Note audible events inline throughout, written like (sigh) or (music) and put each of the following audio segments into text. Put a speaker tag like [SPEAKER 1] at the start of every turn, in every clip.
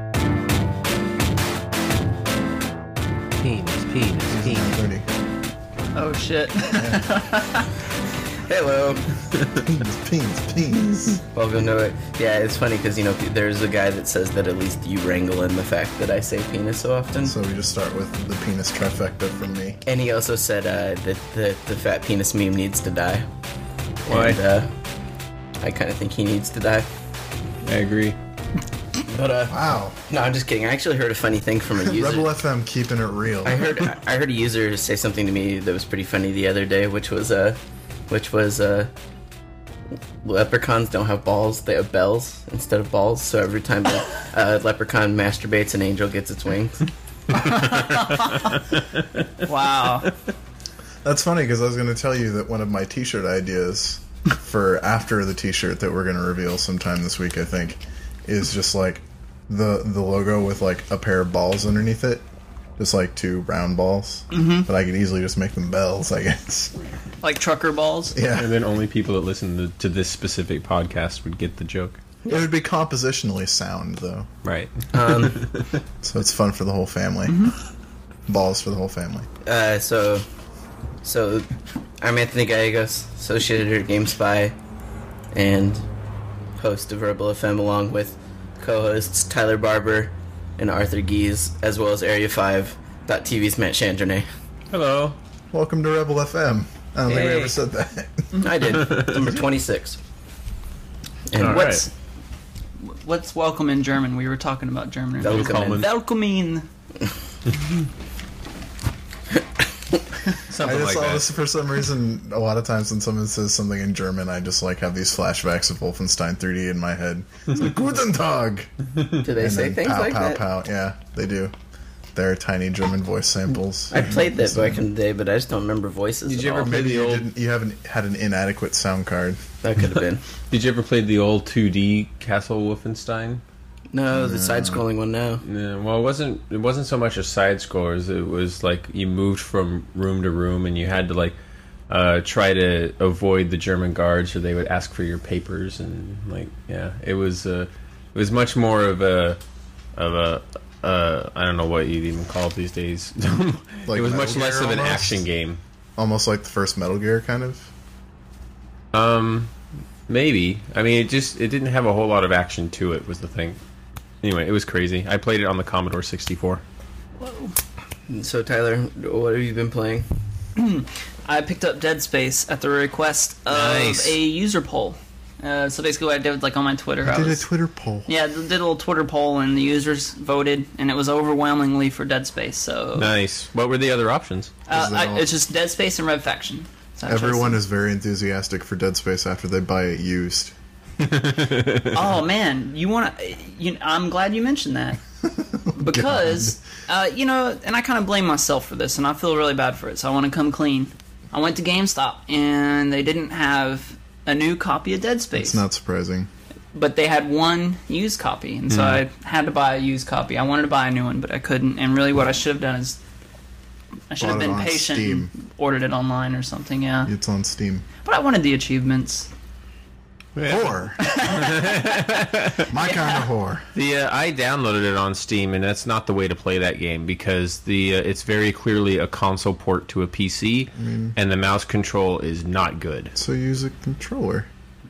[SPEAKER 1] (laughs)
[SPEAKER 2] Oh shit.
[SPEAKER 3] Hello.
[SPEAKER 1] penis, penis, penis.
[SPEAKER 3] Welcome to it. Yeah, it's funny because you know there's a guy that says that at least you wrangle in the fact that I say penis so often.
[SPEAKER 1] So we just start with the penis trifecta from me.
[SPEAKER 3] And he also said uh, that the, the fat penis meme needs to die.
[SPEAKER 2] Why?
[SPEAKER 3] And, uh, I kind of think he needs to die.
[SPEAKER 4] I agree.
[SPEAKER 3] But uh,
[SPEAKER 1] Wow.
[SPEAKER 3] no, I'm just kidding. I actually heard a funny thing from a user.
[SPEAKER 1] Rebel FM keeping it real.
[SPEAKER 3] I heard I heard a user say something to me that was pretty funny the other day, which was uh, which was uh, leprechauns don't have balls; they have bells instead of balls. So every time a uh, leprechaun masturbates, an angel gets its wings.
[SPEAKER 2] Wow.
[SPEAKER 1] That's funny because I was going to tell you that one of my T-shirt (laughs) ideas for after the T-shirt that we're going to reveal sometime this week, I think, is just like the the logo with like a pair of balls underneath it, just like two round balls. Mm-hmm. But I could easily just make them bells, I guess.
[SPEAKER 2] (laughs)
[SPEAKER 1] (laughs)
[SPEAKER 2] Like trucker balls.
[SPEAKER 1] Yeah,
[SPEAKER 4] And then only people that listen to, to this specific podcast would get the joke.
[SPEAKER 1] it would be compositionally sound though,
[SPEAKER 4] Right.
[SPEAKER 1] so it's fun for the whole family.
[SPEAKER 3] Mm-hmm.
[SPEAKER 1] (laughs) Balls for the whole family.
[SPEAKER 3] Uh, so, so I'm Anthony Gallegos, associate editor at GameSpy, and host of Verbal FM, along with co-hosts Tyler Barber and Arthur Gies, as well as Area 5.tv's Matt Chandernay.
[SPEAKER 4] Hello.
[SPEAKER 1] Welcome to Rebel FM. I don't think we
[SPEAKER 3] Hey.
[SPEAKER 1] ever said that. (laughs)
[SPEAKER 3] I
[SPEAKER 4] (laughs)
[SPEAKER 3] did number 26. And
[SPEAKER 4] All
[SPEAKER 2] What's what's welcome in German? We were talking about German.
[SPEAKER 3] Welcome.
[SPEAKER 4] Coleman.
[SPEAKER 2] Welcoming.
[SPEAKER 1] I
[SPEAKER 4] Something
[SPEAKER 1] just
[SPEAKER 4] like
[SPEAKER 1] saw
[SPEAKER 4] that.
[SPEAKER 1] this for some reason. A lot of times when someone says something in German, I just like have these flashbacks of Wolfenstein 3D in my head. It's like Guten
[SPEAKER 3] (laughs)
[SPEAKER 1] Tag.
[SPEAKER 3] Do they
[SPEAKER 1] And
[SPEAKER 3] say
[SPEAKER 1] then
[SPEAKER 3] things
[SPEAKER 1] pow,
[SPEAKER 3] like
[SPEAKER 1] pow,
[SPEAKER 3] that?
[SPEAKER 1] pow. Yeah, they do. They're tiny German voice samples.
[SPEAKER 3] I played that back in the day, but I just don't remember voices.
[SPEAKER 4] Did
[SPEAKER 3] at
[SPEAKER 4] you ever
[SPEAKER 3] all.
[SPEAKER 4] play
[SPEAKER 1] Maybe
[SPEAKER 4] the
[SPEAKER 1] you
[SPEAKER 4] old?
[SPEAKER 1] didn't. You haven't had an inadequate sound card.
[SPEAKER 3] That could have
[SPEAKER 4] (laughs)
[SPEAKER 3] been.
[SPEAKER 4] (laughs) Did you ever play the old 2D Castle Wolfenstein?
[SPEAKER 3] No, the side-scrolling one. No.
[SPEAKER 4] Yeah, well, it wasn't. It wasn't so much a side scroller. as It was like you moved from room to room, and you had to like uh, try to avoid the German guards, or they would ask for your papers, and like yeah, it was. Uh, it was much more of a of a uh, I don't know what you'd even call it these days. (laughs)
[SPEAKER 1] Like
[SPEAKER 4] it was
[SPEAKER 1] Metal
[SPEAKER 4] much less
[SPEAKER 1] Gear
[SPEAKER 4] of an
[SPEAKER 1] almost?
[SPEAKER 4] action game.
[SPEAKER 1] Almost like the first Metal Gear, kind of.
[SPEAKER 4] Um, maybe. I mean, it just it didn't have a whole lot of action to it. Was the thing. Anyway, it was crazy. I played it on the Commodore 64.
[SPEAKER 3] So Tyler, what have you been playing?
[SPEAKER 2] I picked up Dead Space at the request of
[SPEAKER 4] Nice.
[SPEAKER 2] a user poll. Uh, so basically, what I did was like on my Twitter, I
[SPEAKER 1] Did a
[SPEAKER 2] was-
[SPEAKER 1] Twitter poll.
[SPEAKER 2] yeah, did a little Twitter poll, and the users voted, and it was overwhelmingly for Dead Space. So
[SPEAKER 4] Nice. What were the other options?
[SPEAKER 2] uh,
[SPEAKER 1] Is that
[SPEAKER 2] I,
[SPEAKER 1] all?
[SPEAKER 2] it's just Dead Space and Red Faction. So I chose-
[SPEAKER 1] Everyone is very enthusiastic for Dead Space after they buy it used.
[SPEAKER 2] Oh man, you want to? You, I'm glad you mentioned
[SPEAKER 1] (laughs)
[SPEAKER 2] that because uh, you know, and I kind of blame myself for this, and I feel really bad for it. So I want to come clean. I went to GameStop and they didn't have a new copy of Dead Space,
[SPEAKER 1] It's not surprising.
[SPEAKER 2] but they had one used copy, and
[SPEAKER 1] Hmm.
[SPEAKER 2] so I had to buy a used copy. I wanted to buy a new one, but I couldn't. And really, what I should have done is. I should have
[SPEAKER 1] Bought it
[SPEAKER 2] been
[SPEAKER 1] on
[SPEAKER 2] patient,
[SPEAKER 1] Steam.
[SPEAKER 2] and ordered it online or something, yeah.
[SPEAKER 1] It's on Steam.
[SPEAKER 2] But I wanted the achievements.
[SPEAKER 1] Whore.
[SPEAKER 4] (laughs)
[SPEAKER 1] My kind of whore.
[SPEAKER 4] The uh, I downloaded it on Steam, and that's not the way to play that game because the uh, it's very clearly a console port to a PC, and the mouse control is not good.
[SPEAKER 1] So use a controller.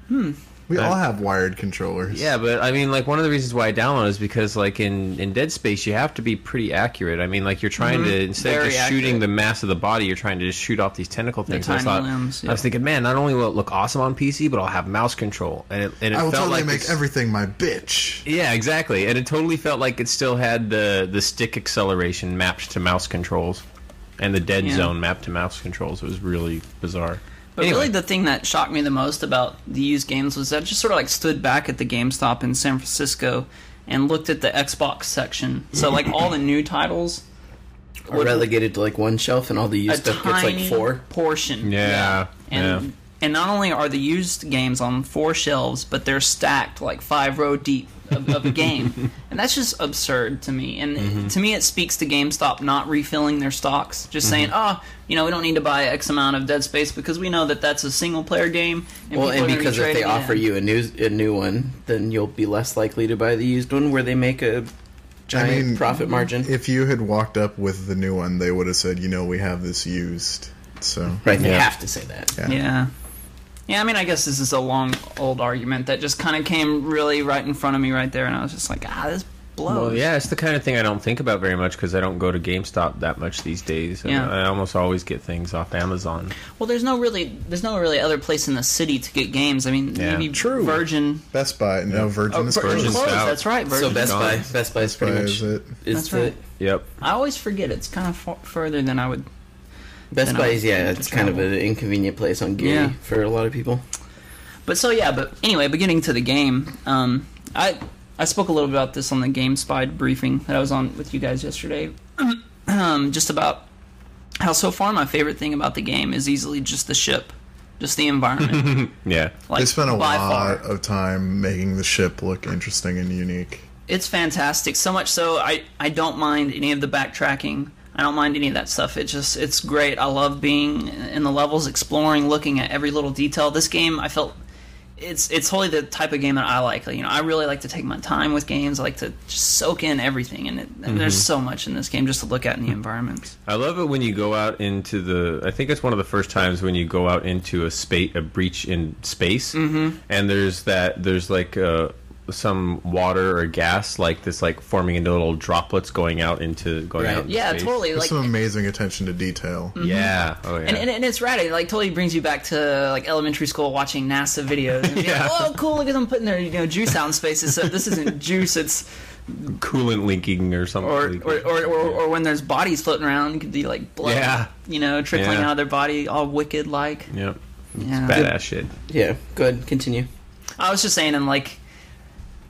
[SPEAKER 1] Hmm. We all have wired controllers.
[SPEAKER 4] Yeah, but I mean, like one of the reasons why I downloaded is because, like in in Dead Space, you have to be pretty accurate. I mean, like you're trying to instead
[SPEAKER 2] Mm-hmm. Very
[SPEAKER 4] of just shooting
[SPEAKER 2] accurate.
[SPEAKER 4] the mass of the body, you're trying to just shoot off these tentacle things. And I
[SPEAKER 2] tiny
[SPEAKER 4] thought,
[SPEAKER 2] limbs,
[SPEAKER 4] I was
[SPEAKER 2] yeah.
[SPEAKER 4] thinking, man, not only will it look awesome on PC, but I'll have mouse control, and it and it
[SPEAKER 1] I will
[SPEAKER 4] felt
[SPEAKER 1] totally
[SPEAKER 4] like
[SPEAKER 1] make
[SPEAKER 4] this-
[SPEAKER 1] everything my bitch.
[SPEAKER 4] Yeah, exactly. And it totally felt like it still had the the stick acceleration mapped to mouse controls and the dead
[SPEAKER 2] Yeah.
[SPEAKER 4] zone mapped to mouse controls. It was really bizarre.
[SPEAKER 2] But
[SPEAKER 4] Anyway.
[SPEAKER 2] really, the thing that shocked me the most about the used games was that I just sort of like stood back at the GameStop in San Francisco and looked at the Xbox section. So like all the new titles,
[SPEAKER 3] We're relegated to like one shelf, and all the
[SPEAKER 2] a
[SPEAKER 3] used stuff gets
[SPEAKER 2] tiny
[SPEAKER 3] like four.
[SPEAKER 2] portion.
[SPEAKER 4] Yeah,
[SPEAKER 2] and
[SPEAKER 4] yeah.
[SPEAKER 2] and not only are the used games on four shelves, but they're stacked like five row deep of, of a
[SPEAKER 3] (laughs)
[SPEAKER 2] game, and that's just absurd to me. And
[SPEAKER 3] Mm-hmm.
[SPEAKER 2] to me, it speaks to GameStop not refilling their stocks, just saying,
[SPEAKER 3] Mm-hmm.
[SPEAKER 2] oh, you know, we don't need to buy X amount of Dead Space because we know that that's a single player game. And people
[SPEAKER 3] Well,
[SPEAKER 2] are
[SPEAKER 3] and
[SPEAKER 2] gonna
[SPEAKER 3] because if
[SPEAKER 2] trading
[SPEAKER 3] they
[SPEAKER 2] it
[SPEAKER 3] offer
[SPEAKER 2] in."
[SPEAKER 3] you a new a new one, then you'll be less likely to buy the used one, where they make a giant
[SPEAKER 1] mean,
[SPEAKER 3] profit margin.
[SPEAKER 1] If you had walked up with the new one, they would have said, you know, we have this used. So
[SPEAKER 3] Right. They
[SPEAKER 4] Yeah.
[SPEAKER 3] have to say that.
[SPEAKER 1] Yeah.
[SPEAKER 2] Yeah. Yeah, I mean, I guess this is a long, old argument that just kind of came really right in front of me right there, and I was just like, ah, this blows.
[SPEAKER 4] Well, yeah, it's the kind of thing I don't think about very much because I don't go to GameStop that much these days.
[SPEAKER 2] Yeah.
[SPEAKER 4] I, I almost always get things off Amazon.
[SPEAKER 2] Well, there's no really, there's no really other place in the city to get games. I mean,
[SPEAKER 4] Yeah.
[SPEAKER 2] maybe
[SPEAKER 3] True.
[SPEAKER 2] Virgin.
[SPEAKER 1] Best Buy, no Virgin
[SPEAKER 2] Oh,
[SPEAKER 1] is
[SPEAKER 2] Virgin
[SPEAKER 1] closed.
[SPEAKER 4] Closed.
[SPEAKER 2] closed.
[SPEAKER 4] out.
[SPEAKER 2] That's right. Virgin.
[SPEAKER 3] So Best
[SPEAKER 4] gone.
[SPEAKER 3] Buy, Best Buy is pretty
[SPEAKER 1] Why
[SPEAKER 3] much
[SPEAKER 1] is it?
[SPEAKER 3] is
[SPEAKER 2] That's
[SPEAKER 3] the
[SPEAKER 2] right.
[SPEAKER 4] Yep.
[SPEAKER 2] I always forget. It's kind of far, further than I would.
[SPEAKER 3] Best
[SPEAKER 2] Then
[SPEAKER 3] Buy
[SPEAKER 2] I'll
[SPEAKER 3] is yeah,
[SPEAKER 2] have to
[SPEAKER 3] it's kind of
[SPEAKER 2] travel.
[SPEAKER 3] an inconvenient place on Geary
[SPEAKER 2] Yeah.
[SPEAKER 3] for a lot of people.
[SPEAKER 2] But so yeah. But anyway, but getting to the game, um, I I spoke a little bit about this on the Game Spy briefing that I was on with you guys yesterday, (clears throat) um, just about how so far my favorite thing about the game is easily just the ship, just the
[SPEAKER 3] (laughs)
[SPEAKER 2] environment.
[SPEAKER 4] Yeah.
[SPEAKER 2] Like
[SPEAKER 1] they spent a
[SPEAKER 2] by
[SPEAKER 1] lot
[SPEAKER 2] far.
[SPEAKER 1] of time making the ship look interesting and unique.
[SPEAKER 2] it's fantastic. So much so, I I don't mind any of the backtracking. I don't mind any of that stuff. It's just it's great. I love being in the levels, exploring, looking at every little detail. This game, I felt it's it's totally the type of game that I like. Like, you know, I really like to take my time with games. I like to just soak in everything, and, it, and there's so much in this game just to look at in the environments.
[SPEAKER 4] I love it when you go out into the. I think it's one of the first times when you go out into a space, a breach in space, mm-hmm. and there's that. There's like uh, some water or gas, like this, like forming into little droplets going out into going
[SPEAKER 3] Right.
[SPEAKER 4] out. Into
[SPEAKER 2] Yeah,
[SPEAKER 4] space.
[SPEAKER 2] totally.
[SPEAKER 1] There's
[SPEAKER 2] Like, Hmm.
[SPEAKER 1] some amazing attention to detail.
[SPEAKER 4] Yeah. Oh yeah.
[SPEAKER 2] and, and, and it's rad. It like totally brings you back to like elementary school watching NASA videos. And being
[SPEAKER 4] Yeah.
[SPEAKER 2] like, oh, cool! Look at them putting their you know juice out in space. Except this isn't juice. It's
[SPEAKER 4] Coolant leaking or something.
[SPEAKER 2] or or, or, or, or when there's bodies floating around, you could be like blood,
[SPEAKER 4] Yeah.
[SPEAKER 2] you know, trickling
[SPEAKER 4] Yeah.
[SPEAKER 2] out of their body, all wicked like.
[SPEAKER 4] yeah.
[SPEAKER 2] Yeah.
[SPEAKER 4] Badass shit.
[SPEAKER 3] Yeah, go ahead, continue.
[SPEAKER 2] I was just saying, and like,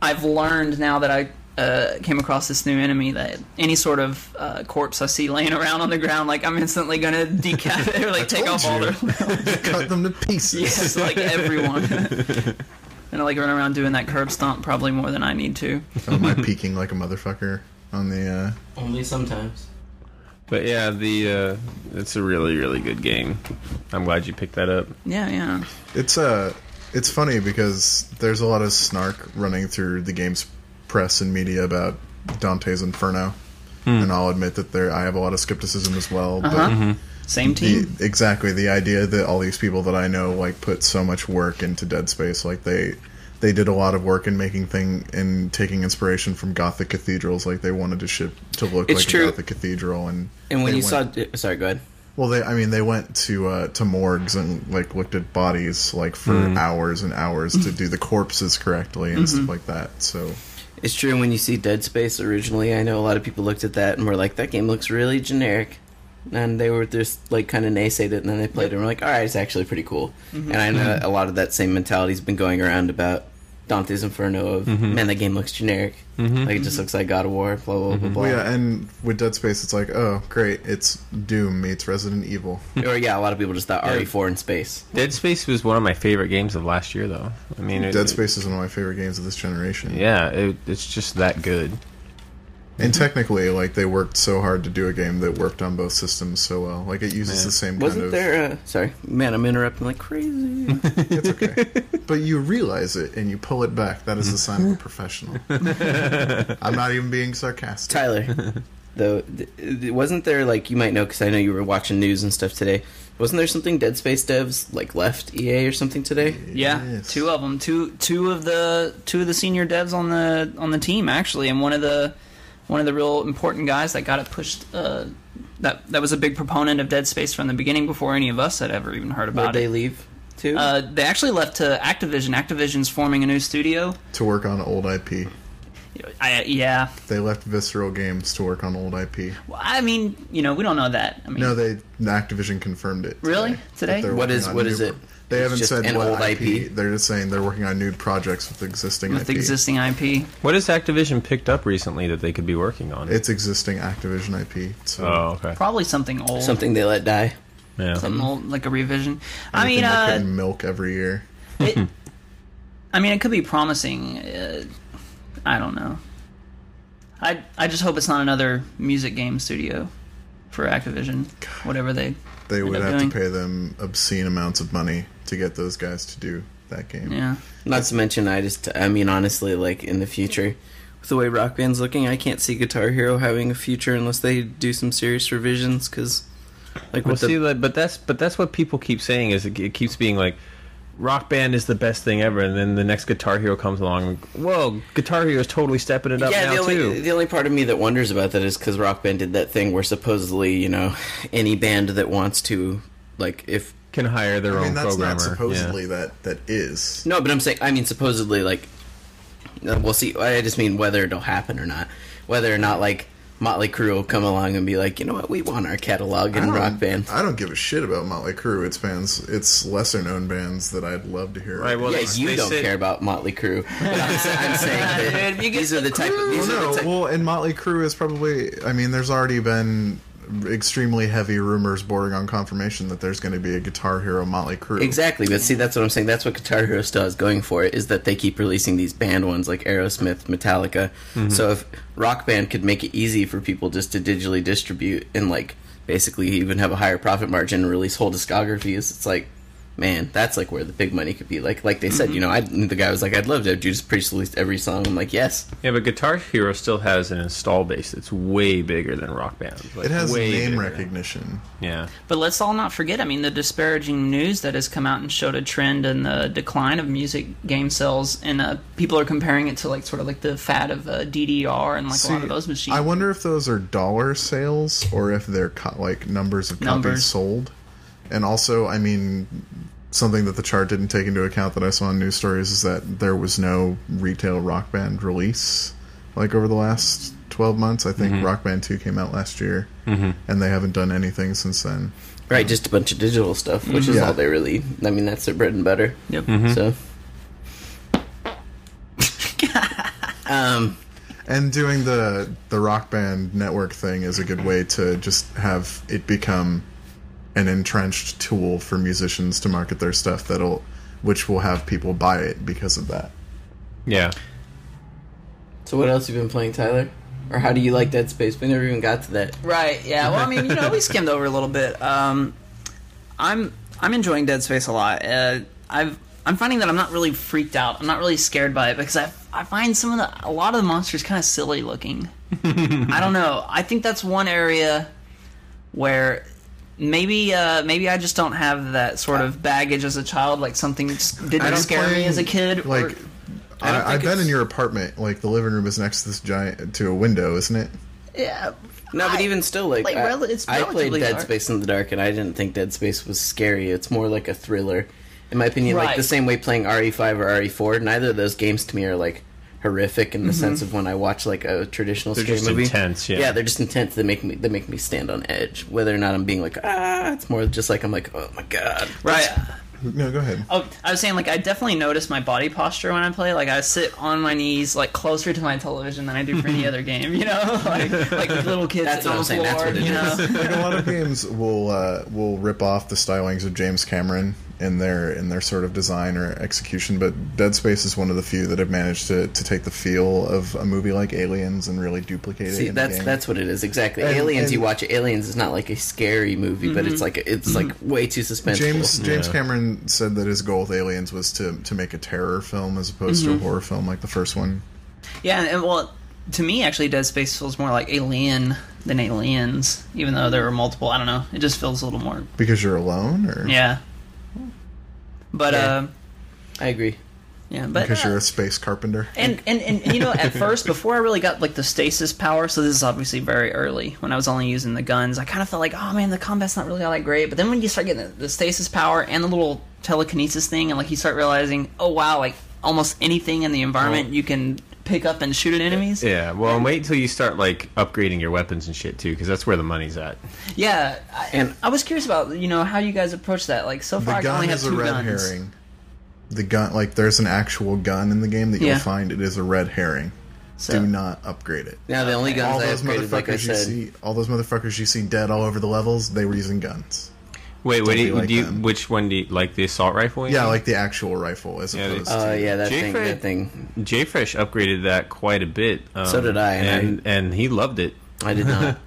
[SPEAKER 2] I've learned now that I uh, came across this new enemy that any sort of uh, corpse I see laying around on the ground, like I'm instantly gonna decapitate or like take
[SPEAKER 1] told
[SPEAKER 2] off all
[SPEAKER 1] you.
[SPEAKER 2] their (laughs)
[SPEAKER 1] Cut them to pieces.
[SPEAKER 2] yes, like everyone. And I like run around doing that curb stomp probably more than I need to.
[SPEAKER 1] Oh, am I peeking like a motherfucker on the? uh
[SPEAKER 3] Only sometimes.
[SPEAKER 4] But yeah, the uh, it's a really really good game. I'm glad you picked that up.
[SPEAKER 2] Yeah, yeah.
[SPEAKER 1] It's uh, it's funny because there's a lot of snark running through the game's press and media about Dante's Inferno, and I'll admit that there I have a lot of skepticism as well. But
[SPEAKER 2] Uh-huh. Same team.
[SPEAKER 1] the, exactly the idea that all these people that I know like put so much work into Dead Space, like they they did a lot of work in making thing in taking inspiration from Gothic cathedrals, like they wanted to ship to look
[SPEAKER 3] It's
[SPEAKER 1] like
[SPEAKER 3] true.
[SPEAKER 1] a Gothic cathedral and
[SPEAKER 3] And when
[SPEAKER 1] they
[SPEAKER 3] you
[SPEAKER 1] went-
[SPEAKER 3] saw, sorry, go ahead.
[SPEAKER 1] well, they I mean they went to uh, to morgues and like looked at bodies like for hours and hours to do the corpses correctly and stuff like that. So
[SPEAKER 3] It's true when you see Dead Space originally. I know a lot of people looked at that and were like, "That game looks really generic," and they were just like kind of naysayed it, and then they played it and were like, "All right, it's actually pretty cool." And I know a lot of that same mentality's been going around about Dante's Inferno of man, that game looks generic. Like it just looks like God of War. Blah blah blah blah.
[SPEAKER 1] well, yeah, and with Dead Space, it's like oh great, it's Doom meets Resident Evil.
[SPEAKER 3] Or yeah, a lot of people just thought RE4 in space.
[SPEAKER 4] Dead Space was one of my favorite games of last year, though. I mean, it,
[SPEAKER 1] Dead Space is one of my favorite games of this generation.
[SPEAKER 4] Yeah, it, it's just that good.
[SPEAKER 1] And technically, like they worked so hard to do a game that worked on both systems so well. Like it uses
[SPEAKER 4] Yeah.
[SPEAKER 1] the same
[SPEAKER 3] Wasn't
[SPEAKER 1] kind of.
[SPEAKER 3] there? Uh, sorry, man, I'm interrupting like crazy.
[SPEAKER 1] (laughs)
[SPEAKER 3] (laughs)
[SPEAKER 1] It's okay, but you realize it and you pull it back. That is the sign of a professional. I'm not even being sarcastic.
[SPEAKER 3] Tyler, though, th- th- wasn't there like you might know because I know you were watching news and stuff today. Wasn't there something Dead Space devs like left EA or something today?
[SPEAKER 2] Yeah,
[SPEAKER 1] Yes.
[SPEAKER 2] two of them. Two two of the two of the senior devs on the on the team actually, and one of the one of the real important guys that got it pushed. Uh, that that was a big proponent of Dead Space from the beginning before any of us had ever even heard
[SPEAKER 3] Would
[SPEAKER 2] about
[SPEAKER 3] they
[SPEAKER 2] it.
[SPEAKER 3] leave too?
[SPEAKER 2] Uh, they actually left to Activision. Activision's forming a new studio.
[SPEAKER 1] to work on old IP.
[SPEAKER 2] I, yeah,
[SPEAKER 1] They left Visceral Games to work on old IP.
[SPEAKER 2] well, I mean, you know, we don't know that. I mean,
[SPEAKER 1] No, they Activision confirmed it.
[SPEAKER 2] Really? Today?
[SPEAKER 1] that they're
[SPEAKER 3] What
[SPEAKER 1] working
[SPEAKER 3] is-
[SPEAKER 1] on
[SPEAKER 3] what
[SPEAKER 1] new
[SPEAKER 3] is it?
[SPEAKER 1] They
[SPEAKER 3] It's
[SPEAKER 1] haven't
[SPEAKER 3] just
[SPEAKER 1] said
[SPEAKER 3] an
[SPEAKER 1] what
[SPEAKER 3] old
[SPEAKER 1] IP.
[SPEAKER 3] IP?
[SPEAKER 1] They're just saying they're working on new projects with existing
[SPEAKER 2] with
[SPEAKER 1] IP.
[SPEAKER 2] existing IP.
[SPEAKER 4] What has Activision picked up recently that they could be working on?
[SPEAKER 1] it's um, existing Activision IP. So
[SPEAKER 4] oh, okay.
[SPEAKER 2] Probably something old, something,
[SPEAKER 3] something they let die.
[SPEAKER 4] Yeah.
[SPEAKER 2] old like a revision. I
[SPEAKER 1] anything
[SPEAKER 2] mean,
[SPEAKER 1] they
[SPEAKER 2] uh,
[SPEAKER 1] couldn't milk every year.
[SPEAKER 2] it, I mean, it could be promising. Uh, I don't know. I I just hope it's not another music game studio for Activision, whatever they.
[SPEAKER 1] They would
[SPEAKER 2] up
[SPEAKER 1] have
[SPEAKER 2] doing.
[SPEAKER 1] to pay them obscene amounts of money to get those guys to do that game.
[SPEAKER 2] Yeah,
[SPEAKER 3] Not to mention, I just, I mean, honestly, like in the future, with the way Rock Band's looking, I can't see Guitar Hero having a future unless they do some serious revisions because Like
[SPEAKER 4] Well,
[SPEAKER 3] with
[SPEAKER 4] see,
[SPEAKER 3] the,
[SPEAKER 4] like, but that's but that's what people keep saying is it, it keeps being like, Rock Band is the best thing ever, and then the next Guitar Hero comes along. And, Whoa, Guitar Hero is totally stepping it up
[SPEAKER 3] yeah,
[SPEAKER 4] now
[SPEAKER 3] the only
[SPEAKER 4] too.
[SPEAKER 3] the only part of me that wonders about that is because Rock Band did that thing where supposedly you know any band that wants to like if
[SPEAKER 4] Can hire their
[SPEAKER 1] I
[SPEAKER 4] own
[SPEAKER 1] mean, that's
[SPEAKER 4] programmer.
[SPEAKER 1] not supposedly
[SPEAKER 4] yeah.
[SPEAKER 1] that that is.
[SPEAKER 3] no, but I'm saying I mean supposedly like uh, we'll see. I just mean whether it'll happen or not, whether or not like Motley Crue will come along and be like, you know what, we want our catalog
[SPEAKER 1] I
[SPEAKER 3] in
[SPEAKER 1] don't-
[SPEAKER 3] Rock Band.
[SPEAKER 1] I don't give a shit about Motley Crue. It's bands. It's lesser known bands that I'd love to hear.
[SPEAKER 4] Right, well,
[SPEAKER 3] yeah,
[SPEAKER 4] they-
[SPEAKER 3] you
[SPEAKER 4] they
[SPEAKER 3] don't
[SPEAKER 4] said-
[SPEAKER 3] care about Motley Crue. But I'm, sa- I'm saying that
[SPEAKER 2] Dude, you get
[SPEAKER 3] these are the type of
[SPEAKER 1] Well,
[SPEAKER 3] these are
[SPEAKER 1] no,
[SPEAKER 3] the type.
[SPEAKER 1] well, and Motley Crue is probably. I mean, there's already been extremely heavy rumors bordering on confirmation that there's going to be a Guitar Hero Motley Crue.
[SPEAKER 3] Exactly, but see, that's what I'm saying. That's what Guitar Hero still is going for is that they keep releasing these band ones like Aerosmith, Metallica. So if Rock Band could make it easy for people just to digitally distribute and like basically even have a higher profit margin and release whole discographies, it's like, man, that's like where the big money could be. Like, like they said, you know, I the guy was like, I'd love to have Judas Priest release every song. I'm like, yes,
[SPEAKER 4] yeah, but Guitar Hero still has an install base that's way bigger than Rock Band. Like,
[SPEAKER 1] It has
[SPEAKER 4] way
[SPEAKER 1] name
[SPEAKER 4] bigger.
[SPEAKER 1] recognition.
[SPEAKER 4] Yeah,
[SPEAKER 2] But let's all not forget, I mean, the disparaging news that has come out and showed a trend in the decline of music game sales, and uh, people are comparing it to like sort of like the fad of uh, DDR and like a lot
[SPEAKER 1] See,
[SPEAKER 2] of those machines.
[SPEAKER 1] I wonder if those are dollar sales or if they're co- like numbers of copies
[SPEAKER 2] Numbers.
[SPEAKER 1] sold. And also, I mean, something that the chart didn't take into account that I saw in news stories is that there was no retail Rock Band release like over the last 12 months. I think Rock Band 2 came out last year, and they haven't done anything since then.
[SPEAKER 3] right, just a bunch of digital stuff, which is
[SPEAKER 1] Yeah.
[SPEAKER 3] all they really. I mean, that's their bread and butter.
[SPEAKER 2] Yep.
[SPEAKER 3] So. um,
[SPEAKER 1] And doing the the rock band network thing is a good way to just have it become an entrenched tool for musicians to market their stuff that'll which will have people buy it because of that.
[SPEAKER 4] yeah.
[SPEAKER 3] so what else you been playing, Tyler? Or how do you like Dead Space? We never even got to that.
[SPEAKER 2] Right. Yeah. Well, I mean, you know, we skimmed over a little bit. Um, I'm I'm enjoying Dead Space a lot. Uh, I've I'm finding that I'm not really freaked out. I'm not really scared by it because I I find some of the a lot of the monsters kind of silly looking. I don't know. I think that's one area where maybe uh, maybe I just don't have that sort of baggage as a child. Like something s- didn't
[SPEAKER 1] I'm
[SPEAKER 2] scare me
[SPEAKER 1] playing,
[SPEAKER 2] as a kid. or-
[SPEAKER 1] Like
[SPEAKER 3] don't
[SPEAKER 1] I,
[SPEAKER 3] think
[SPEAKER 1] I've been in
[SPEAKER 3] it's-
[SPEAKER 1] your apartment. Like the living room is next to this giant to a window, isn't it?
[SPEAKER 2] yeah.
[SPEAKER 3] No, but
[SPEAKER 2] I-
[SPEAKER 3] even still, like,
[SPEAKER 2] like,
[SPEAKER 3] I,
[SPEAKER 2] rel- it's
[SPEAKER 3] I played
[SPEAKER 2] relatively
[SPEAKER 3] Dead
[SPEAKER 2] dark.
[SPEAKER 3] Space in the dark, and I didn't think Dead Space was scary. It's more like a thriller, in my opinion. Like
[SPEAKER 2] Right.
[SPEAKER 3] the same way playing RE5 or RE4. Neither of those games to me are like horrific
[SPEAKER 1] Mm-hmm.
[SPEAKER 3] in the sense of when I watch like a traditional
[SPEAKER 4] They're
[SPEAKER 3] scary
[SPEAKER 4] just
[SPEAKER 3] movie.
[SPEAKER 4] intense, yeah.
[SPEAKER 3] they're just intense. They make me they make me stand on edge. Whether or not I'm being like ah, it's more just like I'm like oh my god.
[SPEAKER 2] Right.
[SPEAKER 1] No, go ahead.
[SPEAKER 2] Oh, I was saying, like, I definitely notice my body posture when I play. Like, I sit on my knees, like, closer to my television than I do for
[SPEAKER 1] (laughs)
[SPEAKER 2] any other game, you know? (laughs) Like, like little kids
[SPEAKER 3] That's
[SPEAKER 2] on
[SPEAKER 3] what I'm
[SPEAKER 2] the
[SPEAKER 3] saying,
[SPEAKER 2] floor,
[SPEAKER 3] that's what it
[SPEAKER 2] you
[SPEAKER 3] is.
[SPEAKER 2] know?
[SPEAKER 1] like a lot of games will uh, will rip off the stylings of James Cameron in their in their sort of design or execution, but Dead Space is one of the few that have managed to, to take the feel of a movie like Aliens and really duplicate it.
[SPEAKER 3] See,
[SPEAKER 1] In
[SPEAKER 3] that's
[SPEAKER 1] the game.
[SPEAKER 3] that's what it is exactly.
[SPEAKER 1] And-
[SPEAKER 3] Aliens,
[SPEAKER 1] and-
[SPEAKER 3] you watch it. Aliens is not like a scary movie, but
[SPEAKER 2] Mm-hmm.
[SPEAKER 3] it's like it's like way too suspenseful.
[SPEAKER 1] Mm-hmm. James James
[SPEAKER 4] Yeah.
[SPEAKER 1] Cameron said that his goal with Aliens was to to make a terror film as opposed
[SPEAKER 2] Mm-hmm.
[SPEAKER 1] to a horror film like the first one.
[SPEAKER 2] (laughs) yeah, and, and, well, to me, actually, Dead Space feels more like Alien than Aliens, even though there are multiple. I don't know. It just feels a little more.
[SPEAKER 1] Because you're alone, or
[SPEAKER 2] Yeah. But,
[SPEAKER 3] Yeah.
[SPEAKER 2] uh,
[SPEAKER 3] I agree.
[SPEAKER 2] yeah, but.
[SPEAKER 1] because
[SPEAKER 2] uh,
[SPEAKER 1] you're a space carpenter.
[SPEAKER 2] and, and and you know at first before i really got like the stasis power so this is obviously very early when i was only using the guns i kind of felt like oh man the combat's not really all that great but then when you start getting the, the stasis power and the little telekinesis thing and like you start realizing oh wow like almost anything in the environment you can pick up and shoot at enemies
[SPEAKER 4] Yeah, well, and wait until you start like upgrading your weapons and shit too, because that's where the money's at.
[SPEAKER 2] yeah I,
[SPEAKER 3] And-
[SPEAKER 2] and i was curious about you know how you guys approach that like so far
[SPEAKER 1] The
[SPEAKER 2] i can
[SPEAKER 1] gun
[SPEAKER 2] only have
[SPEAKER 1] is a
[SPEAKER 2] two
[SPEAKER 1] red
[SPEAKER 2] guns
[SPEAKER 1] herring. The gun, like, there's an actual gun in the game that you'll
[SPEAKER 2] Yeah.
[SPEAKER 1] find. It is a red herring.
[SPEAKER 2] So-
[SPEAKER 1] Do not upgrade it.
[SPEAKER 3] Now the only
[SPEAKER 1] all
[SPEAKER 3] guns I
[SPEAKER 1] those
[SPEAKER 3] upgraded, like
[SPEAKER 1] motherfuckers
[SPEAKER 3] I
[SPEAKER 1] you
[SPEAKER 3] said,
[SPEAKER 1] see, all those motherfuckers you see dead all over the levels, they were using guns.
[SPEAKER 4] Wait, what do
[SPEAKER 1] be
[SPEAKER 4] you,
[SPEAKER 1] like
[SPEAKER 4] do you,
[SPEAKER 1] them.
[SPEAKER 4] which one do you like? The assault rifle? you
[SPEAKER 1] Yeah,
[SPEAKER 4] mean?
[SPEAKER 1] like the actual rifle, as
[SPEAKER 4] Yeah, they-
[SPEAKER 1] opposed
[SPEAKER 3] oh
[SPEAKER 1] to
[SPEAKER 3] yeah, that
[SPEAKER 4] Jay
[SPEAKER 3] thing,
[SPEAKER 4] Fred-
[SPEAKER 3] that thing.
[SPEAKER 4] Jay Fresh upgraded that quite a bit. Um,
[SPEAKER 3] So did I, and
[SPEAKER 4] and and he loved it.
[SPEAKER 3] I did not. that,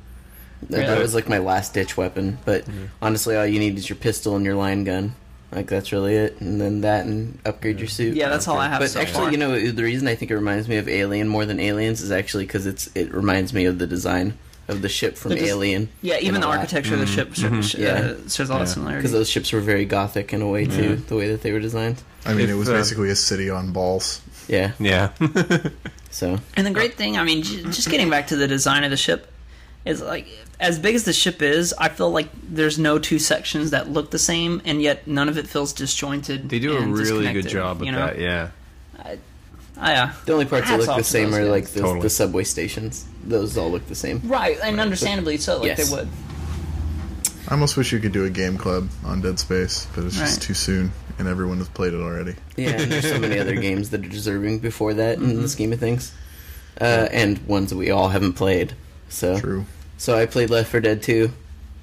[SPEAKER 3] that
[SPEAKER 2] Really?
[SPEAKER 3] was like my last ditch weapon. But honestly, all you need is your pistol and your line gun. Like that's really it, and then that, and upgrade your suit.
[SPEAKER 2] Yeah, that's all I have
[SPEAKER 3] But
[SPEAKER 2] so
[SPEAKER 3] actually,
[SPEAKER 2] far.
[SPEAKER 3] you know, the reason I think it reminds me of Alien more than Aliens is actually because it's it reminds me of the design. of the ship from
[SPEAKER 2] They're just-
[SPEAKER 3] Alien.
[SPEAKER 2] Yeah, even the architecture of the
[SPEAKER 1] Mm-hmm.
[SPEAKER 2] ship sh- sh-
[SPEAKER 3] Yeah.
[SPEAKER 2] uh, shares a lot of
[SPEAKER 4] Yeah.
[SPEAKER 2] similarities.
[SPEAKER 3] Because those ships were very gothic in a way too, the way that they were designed.
[SPEAKER 1] I mean,
[SPEAKER 4] If,
[SPEAKER 1] it was
[SPEAKER 4] uh,
[SPEAKER 1] basically a city on balls.
[SPEAKER 3] Yeah.
[SPEAKER 4] Yeah.
[SPEAKER 3] So
[SPEAKER 2] And the great thing, I mean, j- just
[SPEAKER 4] Mm-hmm.
[SPEAKER 2] getting back to the design of the ship, is like as big as the ship is, I feel like there's no two sections that look the same, and yet none of it feels disjointed.
[SPEAKER 4] they do a
[SPEAKER 2] and
[SPEAKER 4] really good
[SPEAKER 2] disconnected,
[SPEAKER 4] job with
[SPEAKER 2] you know?
[SPEAKER 4] that. Yeah.
[SPEAKER 2] Ah, yeah.
[SPEAKER 3] the only parts that
[SPEAKER 2] Hats
[SPEAKER 3] look
[SPEAKER 2] off
[SPEAKER 3] the
[SPEAKER 2] to
[SPEAKER 3] same
[SPEAKER 2] those
[SPEAKER 3] are like
[SPEAKER 2] guys.
[SPEAKER 3] the,
[SPEAKER 4] Totally.
[SPEAKER 3] the subway stations. Those all look the same.
[SPEAKER 2] Right, and understandably so, like
[SPEAKER 3] Yes.
[SPEAKER 2] they would.
[SPEAKER 1] I almost wish you could do a game club on Dead Space, but it's just
[SPEAKER 2] Right.
[SPEAKER 1] too soon, and everyone has played it already.
[SPEAKER 3] Yeah, and there's so many (laughs) other games that are deserving before that in the scheme of things, uh, and ones that we all haven't played. So
[SPEAKER 1] True.
[SPEAKER 3] So I played Left 4 Dead 2.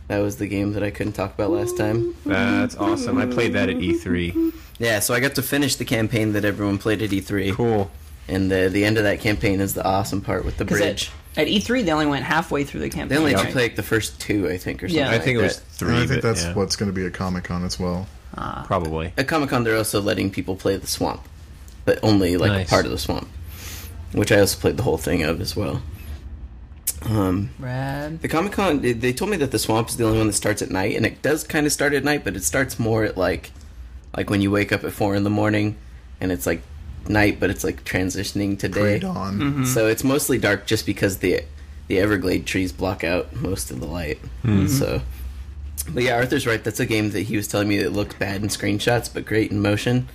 [SPEAKER 3] That was the game that I couldn't talk about last time.
[SPEAKER 4] That's awesome. I played that at E E3.
[SPEAKER 3] Yeah, so I got to finish the campaign that everyone played at E E3.
[SPEAKER 4] Cool.
[SPEAKER 3] And the the end of that campaign is the awesome part with the
[SPEAKER 2] 'Cause
[SPEAKER 3] bridge.
[SPEAKER 2] At, at E3, they only went halfway through the campaign.
[SPEAKER 3] They only
[SPEAKER 2] right?
[SPEAKER 3] had to play like the first two, I think, or something.
[SPEAKER 2] Yeah.
[SPEAKER 4] I think
[SPEAKER 3] like
[SPEAKER 4] it was
[SPEAKER 3] that.
[SPEAKER 4] three.
[SPEAKER 1] and I think
[SPEAKER 4] but
[SPEAKER 1] that's
[SPEAKER 4] yeah,
[SPEAKER 1] what's going to be at Comic Con as well.
[SPEAKER 4] probably.
[SPEAKER 3] At Comic Con, they're also letting people play the swamp, but only like
[SPEAKER 4] Nice.
[SPEAKER 3] a part of the swamp, which I also played the whole thing of as well. Um,
[SPEAKER 2] Rad.
[SPEAKER 3] The Comic Con, they- they told me that the swamp is the only one that starts at night, and it does kind of start at night, but it starts more at like, like when you wake up at four in the morning, and it's like night, but it's like transitioning to
[SPEAKER 1] Prey
[SPEAKER 3] day.
[SPEAKER 1] Dawn.
[SPEAKER 3] So it's mostly dark just because the the Everglade trees block out most of the light.
[SPEAKER 1] Mm-hmm.
[SPEAKER 3] So, but yeah, Arthur's right. That's a game that he was telling me that looked bad in screenshots, but great in motion,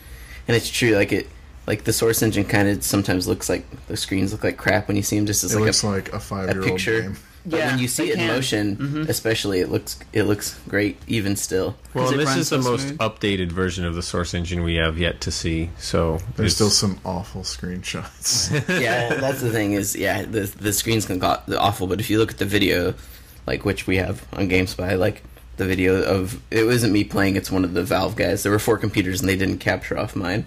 [SPEAKER 3] and it's true. Like it, like the Source Engine kind of sometimes looks like the screens look like crap when you see them just as
[SPEAKER 1] It
[SPEAKER 3] like
[SPEAKER 1] looks
[SPEAKER 3] a
[SPEAKER 1] like a
[SPEAKER 3] a
[SPEAKER 1] five-year-old
[SPEAKER 3] picture.
[SPEAKER 1] game.
[SPEAKER 3] But
[SPEAKER 2] Yeah,
[SPEAKER 3] when you see
[SPEAKER 2] they
[SPEAKER 3] it in
[SPEAKER 2] can. Mm-hmm.
[SPEAKER 3] motion, especially, it looks it looks great even still.
[SPEAKER 2] (laughs)
[SPEAKER 4] Well,
[SPEAKER 2] it
[SPEAKER 4] this
[SPEAKER 2] runs
[SPEAKER 4] is
[SPEAKER 2] so
[SPEAKER 4] the most
[SPEAKER 2] smooth.
[SPEAKER 4] updated version of the source engine we have yet to see. So
[SPEAKER 1] There's
[SPEAKER 4] it's-
[SPEAKER 1] still some awful
[SPEAKER 4] (laughs)
[SPEAKER 1] screenshots.
[SPEAKER 3] yeah, that's the thing is, yeah, the the screens can go awful, but if you look at the video, like which we have on GameSpy, like the video of it wasn't me playing, it's one of the Valve guys. There were four computers and they didn't capture off mine.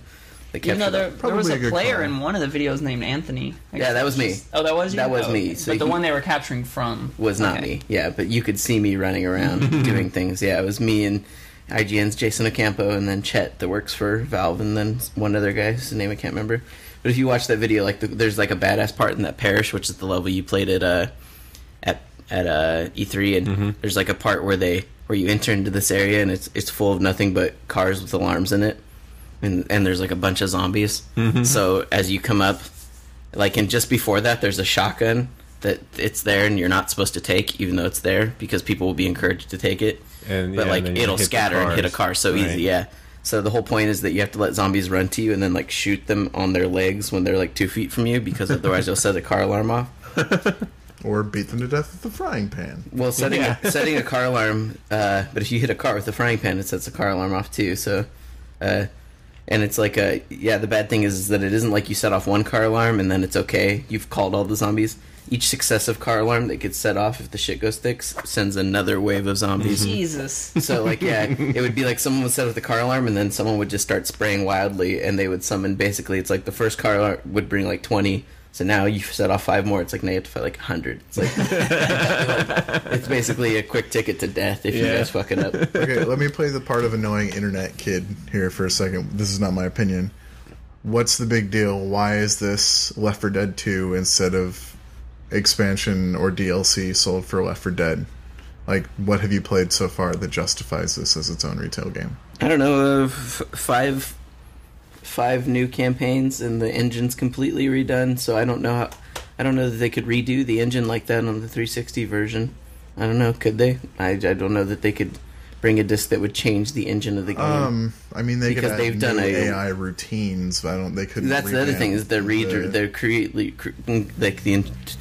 [SPEAKER 3] They
[SPEAKER 2] Even
[SPEAKER 3] captured
[SPEAKER 2] though there, there
[SPEAKER 1] Probably
[SPEAKER 2] was
[SPEAKER 1] a
[SPEAKER 2] a
[SPEAKER 1] good
[SPEAKER 2] player
[SPEAKER 1] call.
[SPEAKER 2] in one of the videos named Anthony. I
[SPEAKER 3] Yeah,
[SPEAKER 2] guess
[SPEAKER 3] that was
[SPEAKER 2] it's
[SPEAKER 3] me.
[SPEAKER 2] just- oh, that was you.
[SPEAKER 3] That was
[SPEAKER 2] Oh,
[SPEAKER 3] me.
[SPEAKER 2] okay.
[SPEAKER 3] So
[SPEAKER 2] but the
[SPEAKER 3] he-
[SPEAKER 2] one they were capturing from
[SPEAKER 3] was not
[SPEAKER 2] okay.
[SPEAKER 3] me. Yeah, but you could see me running around doing things. Yeah, it was me and IGN's Jason Ocampo and then Chet that works for Valve and then one other guy whose name I can't remember. But if you watch that video, like the, there's like a badass part in that parish, which is the level you played at uh at at uh E3, and there's like a part where they where you enter into this area and it's it's full of nothing but cars with alarms in it, and and there's like a bunch of zombies.
[SPEAKER 4] Mm-hmm.
[SPEAKER 3] So as you come up, like and just before that there's a shotgun that it's there and you're not supposed to take even though it's there because people will be encouraged to take it
[SPEAKER 4] And,
[SPEAKER 3] but
[SPEAKER 4] yeah,
[SPEAKER 3] like
[SPEAKER 4] then you
[SPEAKER 3] it'll
[SPEAKER 4] hit the
[SPEAKER 3] scatter and hit a
[SPEAKER 4] cars.
[SPEAKER 3] car so
[SPEAKER 4] Right.
[SPEAKER 3] easy yeah so the whole point is that you have to let zombies run to you and then like shoot them on their legs when they're like two feet from you
[SPEAKER 4] (laughs)
[SPEAKER 3] because otherwise you'll set a car alarm off
[SPEAKER 1] or beat them to death with a frying pan.
[SPEAKER 3] well setting a, setting a car alarm uh, but if you hit a car with a frying pan it sets a car alarm off too so uh, and it's like a yeah the bad thing is, is that it isn't like you set off one car alarm and then it's okay you've called all the zombies each successive car alarm that gets set off if the shit goes thick s- sends another wave of zombies
[SPEAKER 2] Mm-hmm. Jesus.
[SPEAKER 3] so like yeah, it would be like someone would set up the car alarm and then someone would just start spraying wildly and they would summon basically it's like the first car alarm would bring like 20 so now you set off five more it's like now you have to fight like 100 it's like (laughs) it's basically a quick ticket to death if you
[SPEAKER 4] Yeah.
[SPEAKER 3] guys fuck it up
[SPEAKER 1] Okay, let me play the part of annoying internet kid here for a second. This is not my opinion. What's the big deal? Why is this Left 4 Dead 2 instead of expansion or DLC sold for Left 4 Dead? Like, what have you played so far that justifies this as its own retail game?
[SPEAKER 3] I don't know, uh, f- five five new campaigns and the engine's completely redone. So I don't know how I don't know that they could redo the engine like that on the 360 version. I don't know, could they? I, I don't know that they could bring a disc that would change the engine of the game.
[SPEAKER 1] Um, I mean, they
[SPEAKER 3] Because
[SPEAKER 1] could add
[SPEAKER 3] they've done
[SPEAKER 1] new
[SPEAKER 3] a-
[SPEAKER 1] AI routines, but I don't. They couldn't.
[SPEAKER 3] That's the other
[SPEAKER 1] revamp
[SPEAKER 3] thing is the read
[SPEAKER 1] the-
[SPEAKER 3] they're creately cre- like the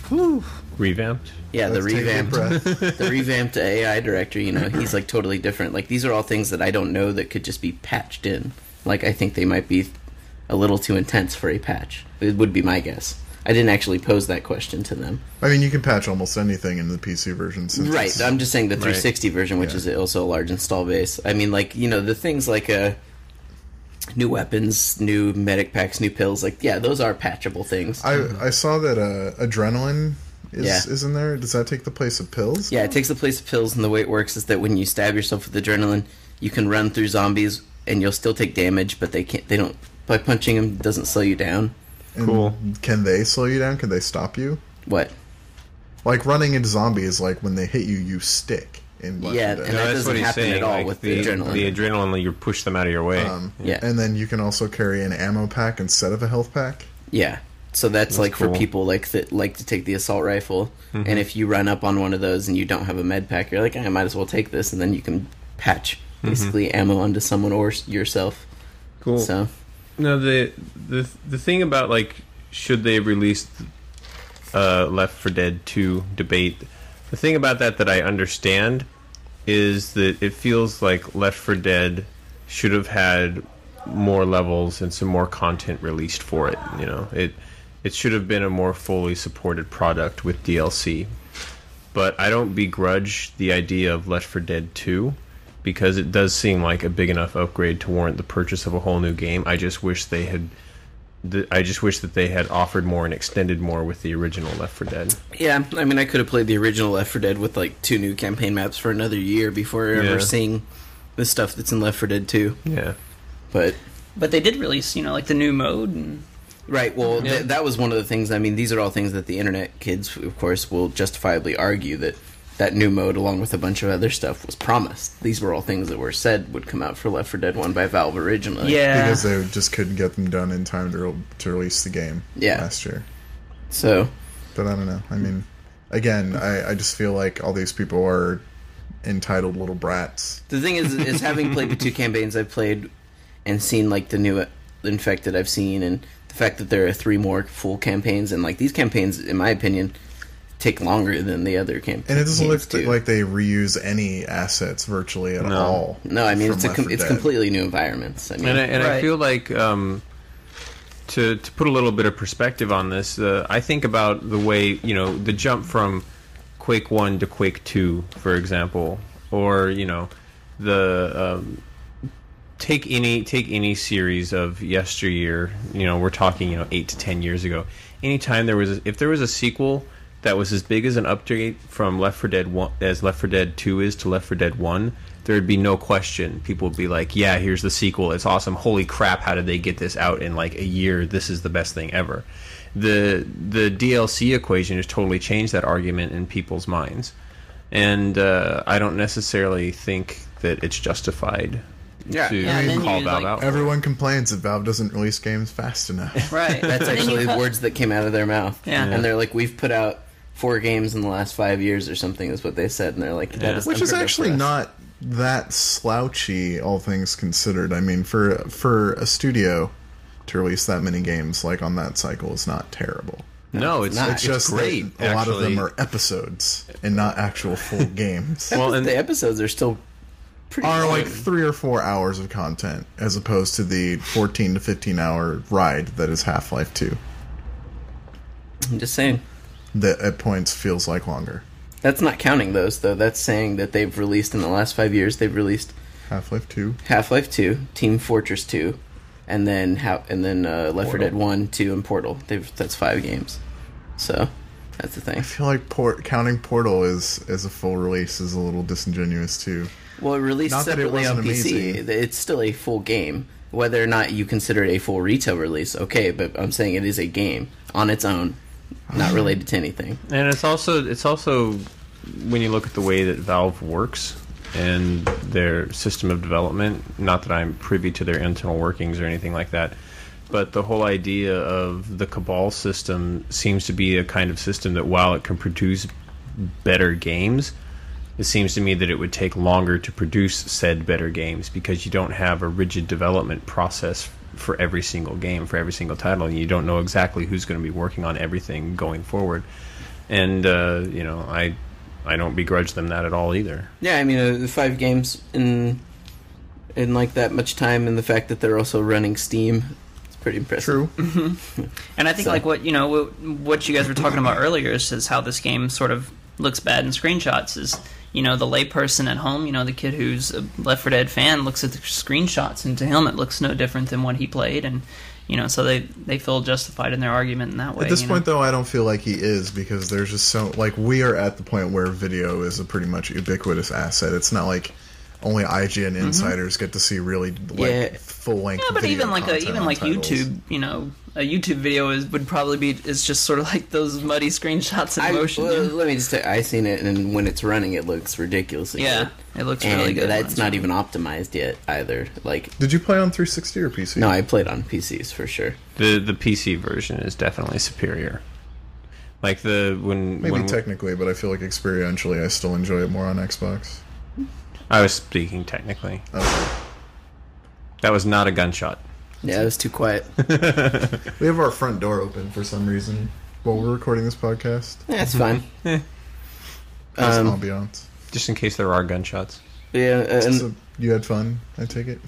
[SPEAKER 3] in-
[SPEAKER 4] revamped.
[SPEAKER 3] yeah the
[SPEAKER 1] Let's take a deep
[SPEAKER 3] revamped
[SPEAKER 1] breath.
[SPEAKER 3] (laughs) the revamped AI director, you know, he's like totally different. Like these are all things that I don't know that could just be patched in. Like I think they might be a little too intense for a patch. It would be my guess. I didn't actually pose that question to them.
[SPEAKER 1] I mean, you can patch almost anything in the PC version. Since
[SPEAKER 3] Right.
[SPEAKER 1] it's-
[SPEAKER 3] I'm just saying the 360 version, which is also a large install base. I mean, like you know, the things like uh, new weapons, new medic packs, new pills. Like yeah, those are patchable things.
[SPEAKER 1] I I saw that uh, adrenaline is
[SPEAKER 3] Yeah.
[SPEAKER 1] is in there. Does that take the place of pills?
[SPEAKER 3] Yeah, it takes the place of pills, and the way it works is that when you stab yourself with adrenaline, you can run through zombies, and you'll still take damage, but they can't. They don't. By punching them doesn't slow you down.
[SPEAKER 1] And
[SPEAKER 4] Cool.
[SPEAKER 1] Can they slow you down? Can they stop you?
[SPEAKER 3] What?
[SPEAKER 1] Like running into zombies, like when they hit you, you stick. In Left 4
[SPEAKER 3] Yeah,
[SPEAKER 1] Dead.
[SPEAKER 3] and that
[SPEAKER 4] that's
[SPEAKER 3] doesn't
[SPEAKER 4] what he's
[SPEAKER 3] happen
[SPEAKER 4] saying.
[SPEAKER 3] at all
[SPEAKER 4] like,
[SPEAKER 3] with the adrenaline.
[SPEAKER 4] The adrenaline, like, you push them out of your way.
[SPEAKER 1] Um,
[SPEAKER 3] Yeah.
[SPEAKER 1] And then you can also carry an ammo pack instead of a health pack.
[SPEAKER 3] Yeah. So that's, like
[SPEAKER 4] cool. Mm-hmm.
[SPEAKER 3] for people like that like to take the assault rifle, and if you run up on one of those and you don't have a med pack, you're like, "Eh, I might as well take this, and then you can patch basically ammo onto someone or s- yourself.
[SPEAKER 4] Mm-hmm. cool.
[SPEAKER 3] So
[SPEAKER 4] No, the the the thing about like should they release uh, Left for Dead 2 debate? The thing about that that I understand is that it feels like Left for Dead should have had more levels and some more content released for it. You know, it it should have been a more fully supported product with DLC. But I don't begrudge the idea of Left for Dead 2 because it does seem like a big enough upgrade to warrant the purchase of a whole new game. I just wish they had. th- I just wish that they had offered more and extended more with the original Left 4 Dead.
[SPEAKER 3] yeah, I mean, I could have played the original Left 4 Dead with like two new campaign maps for another year before
[SPEAKER 4] Yeah.
[SPEAKER 3] ever seeing the stuff that's in Left 4 Dead 2.
[SPEAKER 4] Yeah,
[SPEAKER 3] But
[SPEAKER 2] But they did release, you know, like the new mode and
[SPEAKER 3] Right. Well, th- that was one of the things. I mean, these are all things that the internet kids, of course, will justifiably argue that that new mode, along with a bunch of other stuff, was promised. These were all things that were said would come out for Left 4 Dead 1 by Valve originally.
[SPEAKER 2] yeah.
[SPEAKER 1] Because they just couldn't get them done in time to, re- to release the game
[SPEAKER 3] Yeah.
[SPEAKER 1] last year.
[SPEAKER 3] So,
[SPEAKER 1] But I don't know. I mean, again, I, I just feel like all these people are entitled little brats.
[SPEAKER 3] the thing is, is having played the two (laughs) campaigns I've played and seen, like, the new uh, Infected I've seen, and the fact that there are three more full campaigns, and, like, these campaigns, in my opinion, take longer than the other camp-
[SPEAKER 1] And it
[SPEAKER 3] campaigns.
[SPEAKER 1] doesn't look
[SPEAKER 3] do.
[SPEAKER 1] like they reuse any assets virtually at
[SPEAKER 4] No.
[SPEAKER 1] all.
[SPEAKER 3] No, I mean,
[SPEAKER 1] from
[SPEAKER 3] it's, a
[SPEAKER 1] Left
[SPEAKER 3] com-
[SPEAKER 1] 4
[SPEAKER 3] it's
[SPEAKER 1] Dead.
[SPEAKER 3] completely new environments. I mean,
[SPEAKER 4] and I, and I
[SPEAKER 2] Right.
[SPEAKER 4] feel like um, to to put a little bit of perspective on this, uh, I think about the way you know the jump from Quake One to Quake Two, for example, or you know the um, take any take any series of yesteryear you know we're talking you know eight to ten years ago anytime there was a, if there was a sequel that was as big as an update from left 4 dead 1 as left 4 dead 2 is to left 4 dead 1 there would be no question people would be like yeah here's the sequel it's awesome holy crap how did they get this out in like a year this is the best thing ever the the dlc equation has totally changed that argument in people's minds and uh, i don't necessarily think that it's justified
[SPEAKER 3] Yeah.
[SPEAKER 4] to
[SPEAKER 2] Yeah, and then
[SPEAKER 4] call
[SPEAKER 2] you,
[SPEAKER 4] Valve
[SPEAKER 2] like-
[SPEAKER 4] out.
[SPEAKER 1] Everyone complains that Valve doesn't release games fast
[SPEAKER 3] (laughs)
[SPEAKER 1] enough.
[SPEAKER 2] Right.
[SPEAKER 3] That's
[SPEAKER 2] And then
[SPEAKER 3] actually
[SPEAKER 2] you cut-
[SPEAKER 3] words that came out of their mouth.
[SPEAKER 2] Yeah.
[SPEAKER 3] And they're like, we've put out four games in the last five years or something, is what they said. And they're like, that
[SPEAKER 4] Yeah.
[SPEAKER 3] is
[SPEAKER 1] Which is
[SPEAKER 3] unheard of
[SPEAKER 1] actually
[SPEAKER 3] for us.
[SPEAKER 1] not that slouchy, all things considered. I mean, for for a studio to release that many games like on that cycle is not terrible.
[SPEAKER 4] No, it's,
[SPEAKER 3] not.
[SPEAKER 1] It's,
[SPEAKER 4] it's,
[SPEAKER 1] just
[SPEAKER 4] great.
[SPEAKER 1] that a lot of
[SPEAKER 4] actually.
[SPEAKER 1] them are episodes and not actual
[SPEAKER 3] (laughs)
[SPEAKER 1] full games.
[SPEAKER 4] well, and
[SPEAKER 3] The episodes are still pretty.
[SPEAKER 1] are
[SPEAKER 3] long.
[SPEAKER 1] like three or four hours of content as opposed to the 14 to 15 hour ride that is half-life 2
[SPEAKER 3] I'm just saying.
[SPEAKER 1] that at points feels like longer
[SPEAKER 3] That's not counting those, though. That's saying that they've released in the last five years, they've released
[SPEAKER 1] half-life 2
[SPEAKER 3] Half Life 2, Team Fortress 2, and then how and then uh, Left 4
[SPEAKER 4] Portal.
[SPEAKER 3] Dead 1, 2, and Portal. They've That's five games. So, that's the thing.
[SPEAKER 1] i feel like port counting portal is as a full release is a little disingenuous too
[SPEAKER 3] Well, it released
[SPEAKER 1] Not that it
[SPEAKER 3] separately on
[SPEAKER 1] wasn't
[SPEAKER 3] PC.
[SPEAKER 1] amazing.
[SPEAKER 3] It's still a full game. Whether or not you consider it a full retail release, okay, but I'm saying it is a game on its own, not related to anything.
[SPEAKER 4] and it's also it's also when you look at the way that Valve works and their system of development. Not that I'm privy to their internal workings or anything like that, but the whole idea of the Cabal system seems to be a kind of system that while it can produce better games, it seems to me that it would take longer to produce said better games because you don't have a rigid development process for every single game for every single title and you don't know exactly who's going to be working on everything going forward and uh, you know i i don't begrudge them that at all either
[SPEAKER 3] Yeah, I mean, uh, the five games in in like that much time, and the fact that they're also running Steam, it's pretty impressive.
[SPEAKER 1] true
[SPEAKER 2] And I think
[SPEAKER 3] So-
[SPEAKER 2] like what you know what, what you guys were talking about earlier is, is how this game sort of looks bad in screenshots. Is you know the layperson at home, you know the kid who's a Left 4 Dead fan looks at the screenshots, and to him it looks no different than what he played, and you know so they they feel justified in their argument in that way.
[SPEAKER 1] at this
[SPEAKER 2] you know?
[SPEAKER 1] point though i don't feel like he is because there's just so like we are at the point where video is a pretty much ubiquitous asset it's not like only IGN insiders get to see really like
[SPEAKER 3] Yeah.
[SPEAKER 1] full length.
[SPEAKER 2] Mm-hmm. Yeah, but even like a, even like YouTube, you know, a YouTube video is would probably be is just sort of like those muddy screenshots in
[SPEAKER 3] (laughs) I,
[SPEAKER 2] motion.
[SPEAKER 3] well,
[SPEAKER 2] yeah.
[SPEAKER 3] let me just say, I seen it, and when it's running, it looks ridiculously
[SPEAKER 2] yeah,
[SPEAKER 3] good.
[SPEAKER 2] it looks
[SPEAKER 3] and
[SPEAKER 2] really good.
[SPEAKER 3] that's not even optimized yet either. Like,
[SPEAKER 1] Did you play on 360 or PC?
[SPEAKER 3] no, I played on PCs for sure.
[SPEAKER 4] The the PC version is definitely superior. Like the when
[SPEAKER 1] Maybe
[SPEAKER 4] when
[SPEAKER 1] technically, but I feel like experientially, I still enjoy it more on Xbox.
[SPEAKER 4] I was speaking technically.
[SPEAKER 1] Okay.
[SPEAKER 4] That was not a gunshot.
[SPEAKER 3] Yeah, it was too quiet.
[SPEAKER 1] We have our front door open for some reason while we're recording this podcast.
[SPEAKER 3] That's fine.
[SPEAKER 1] Nice
[SPEAKER 3] Um,
[SPEAKER 1] ambiance.
[SPEAKER 4] Just in case there are gunshots.
[SPEAKER 3] yeah, uh, and
[SPEAKER 1] So you had fun, I take it.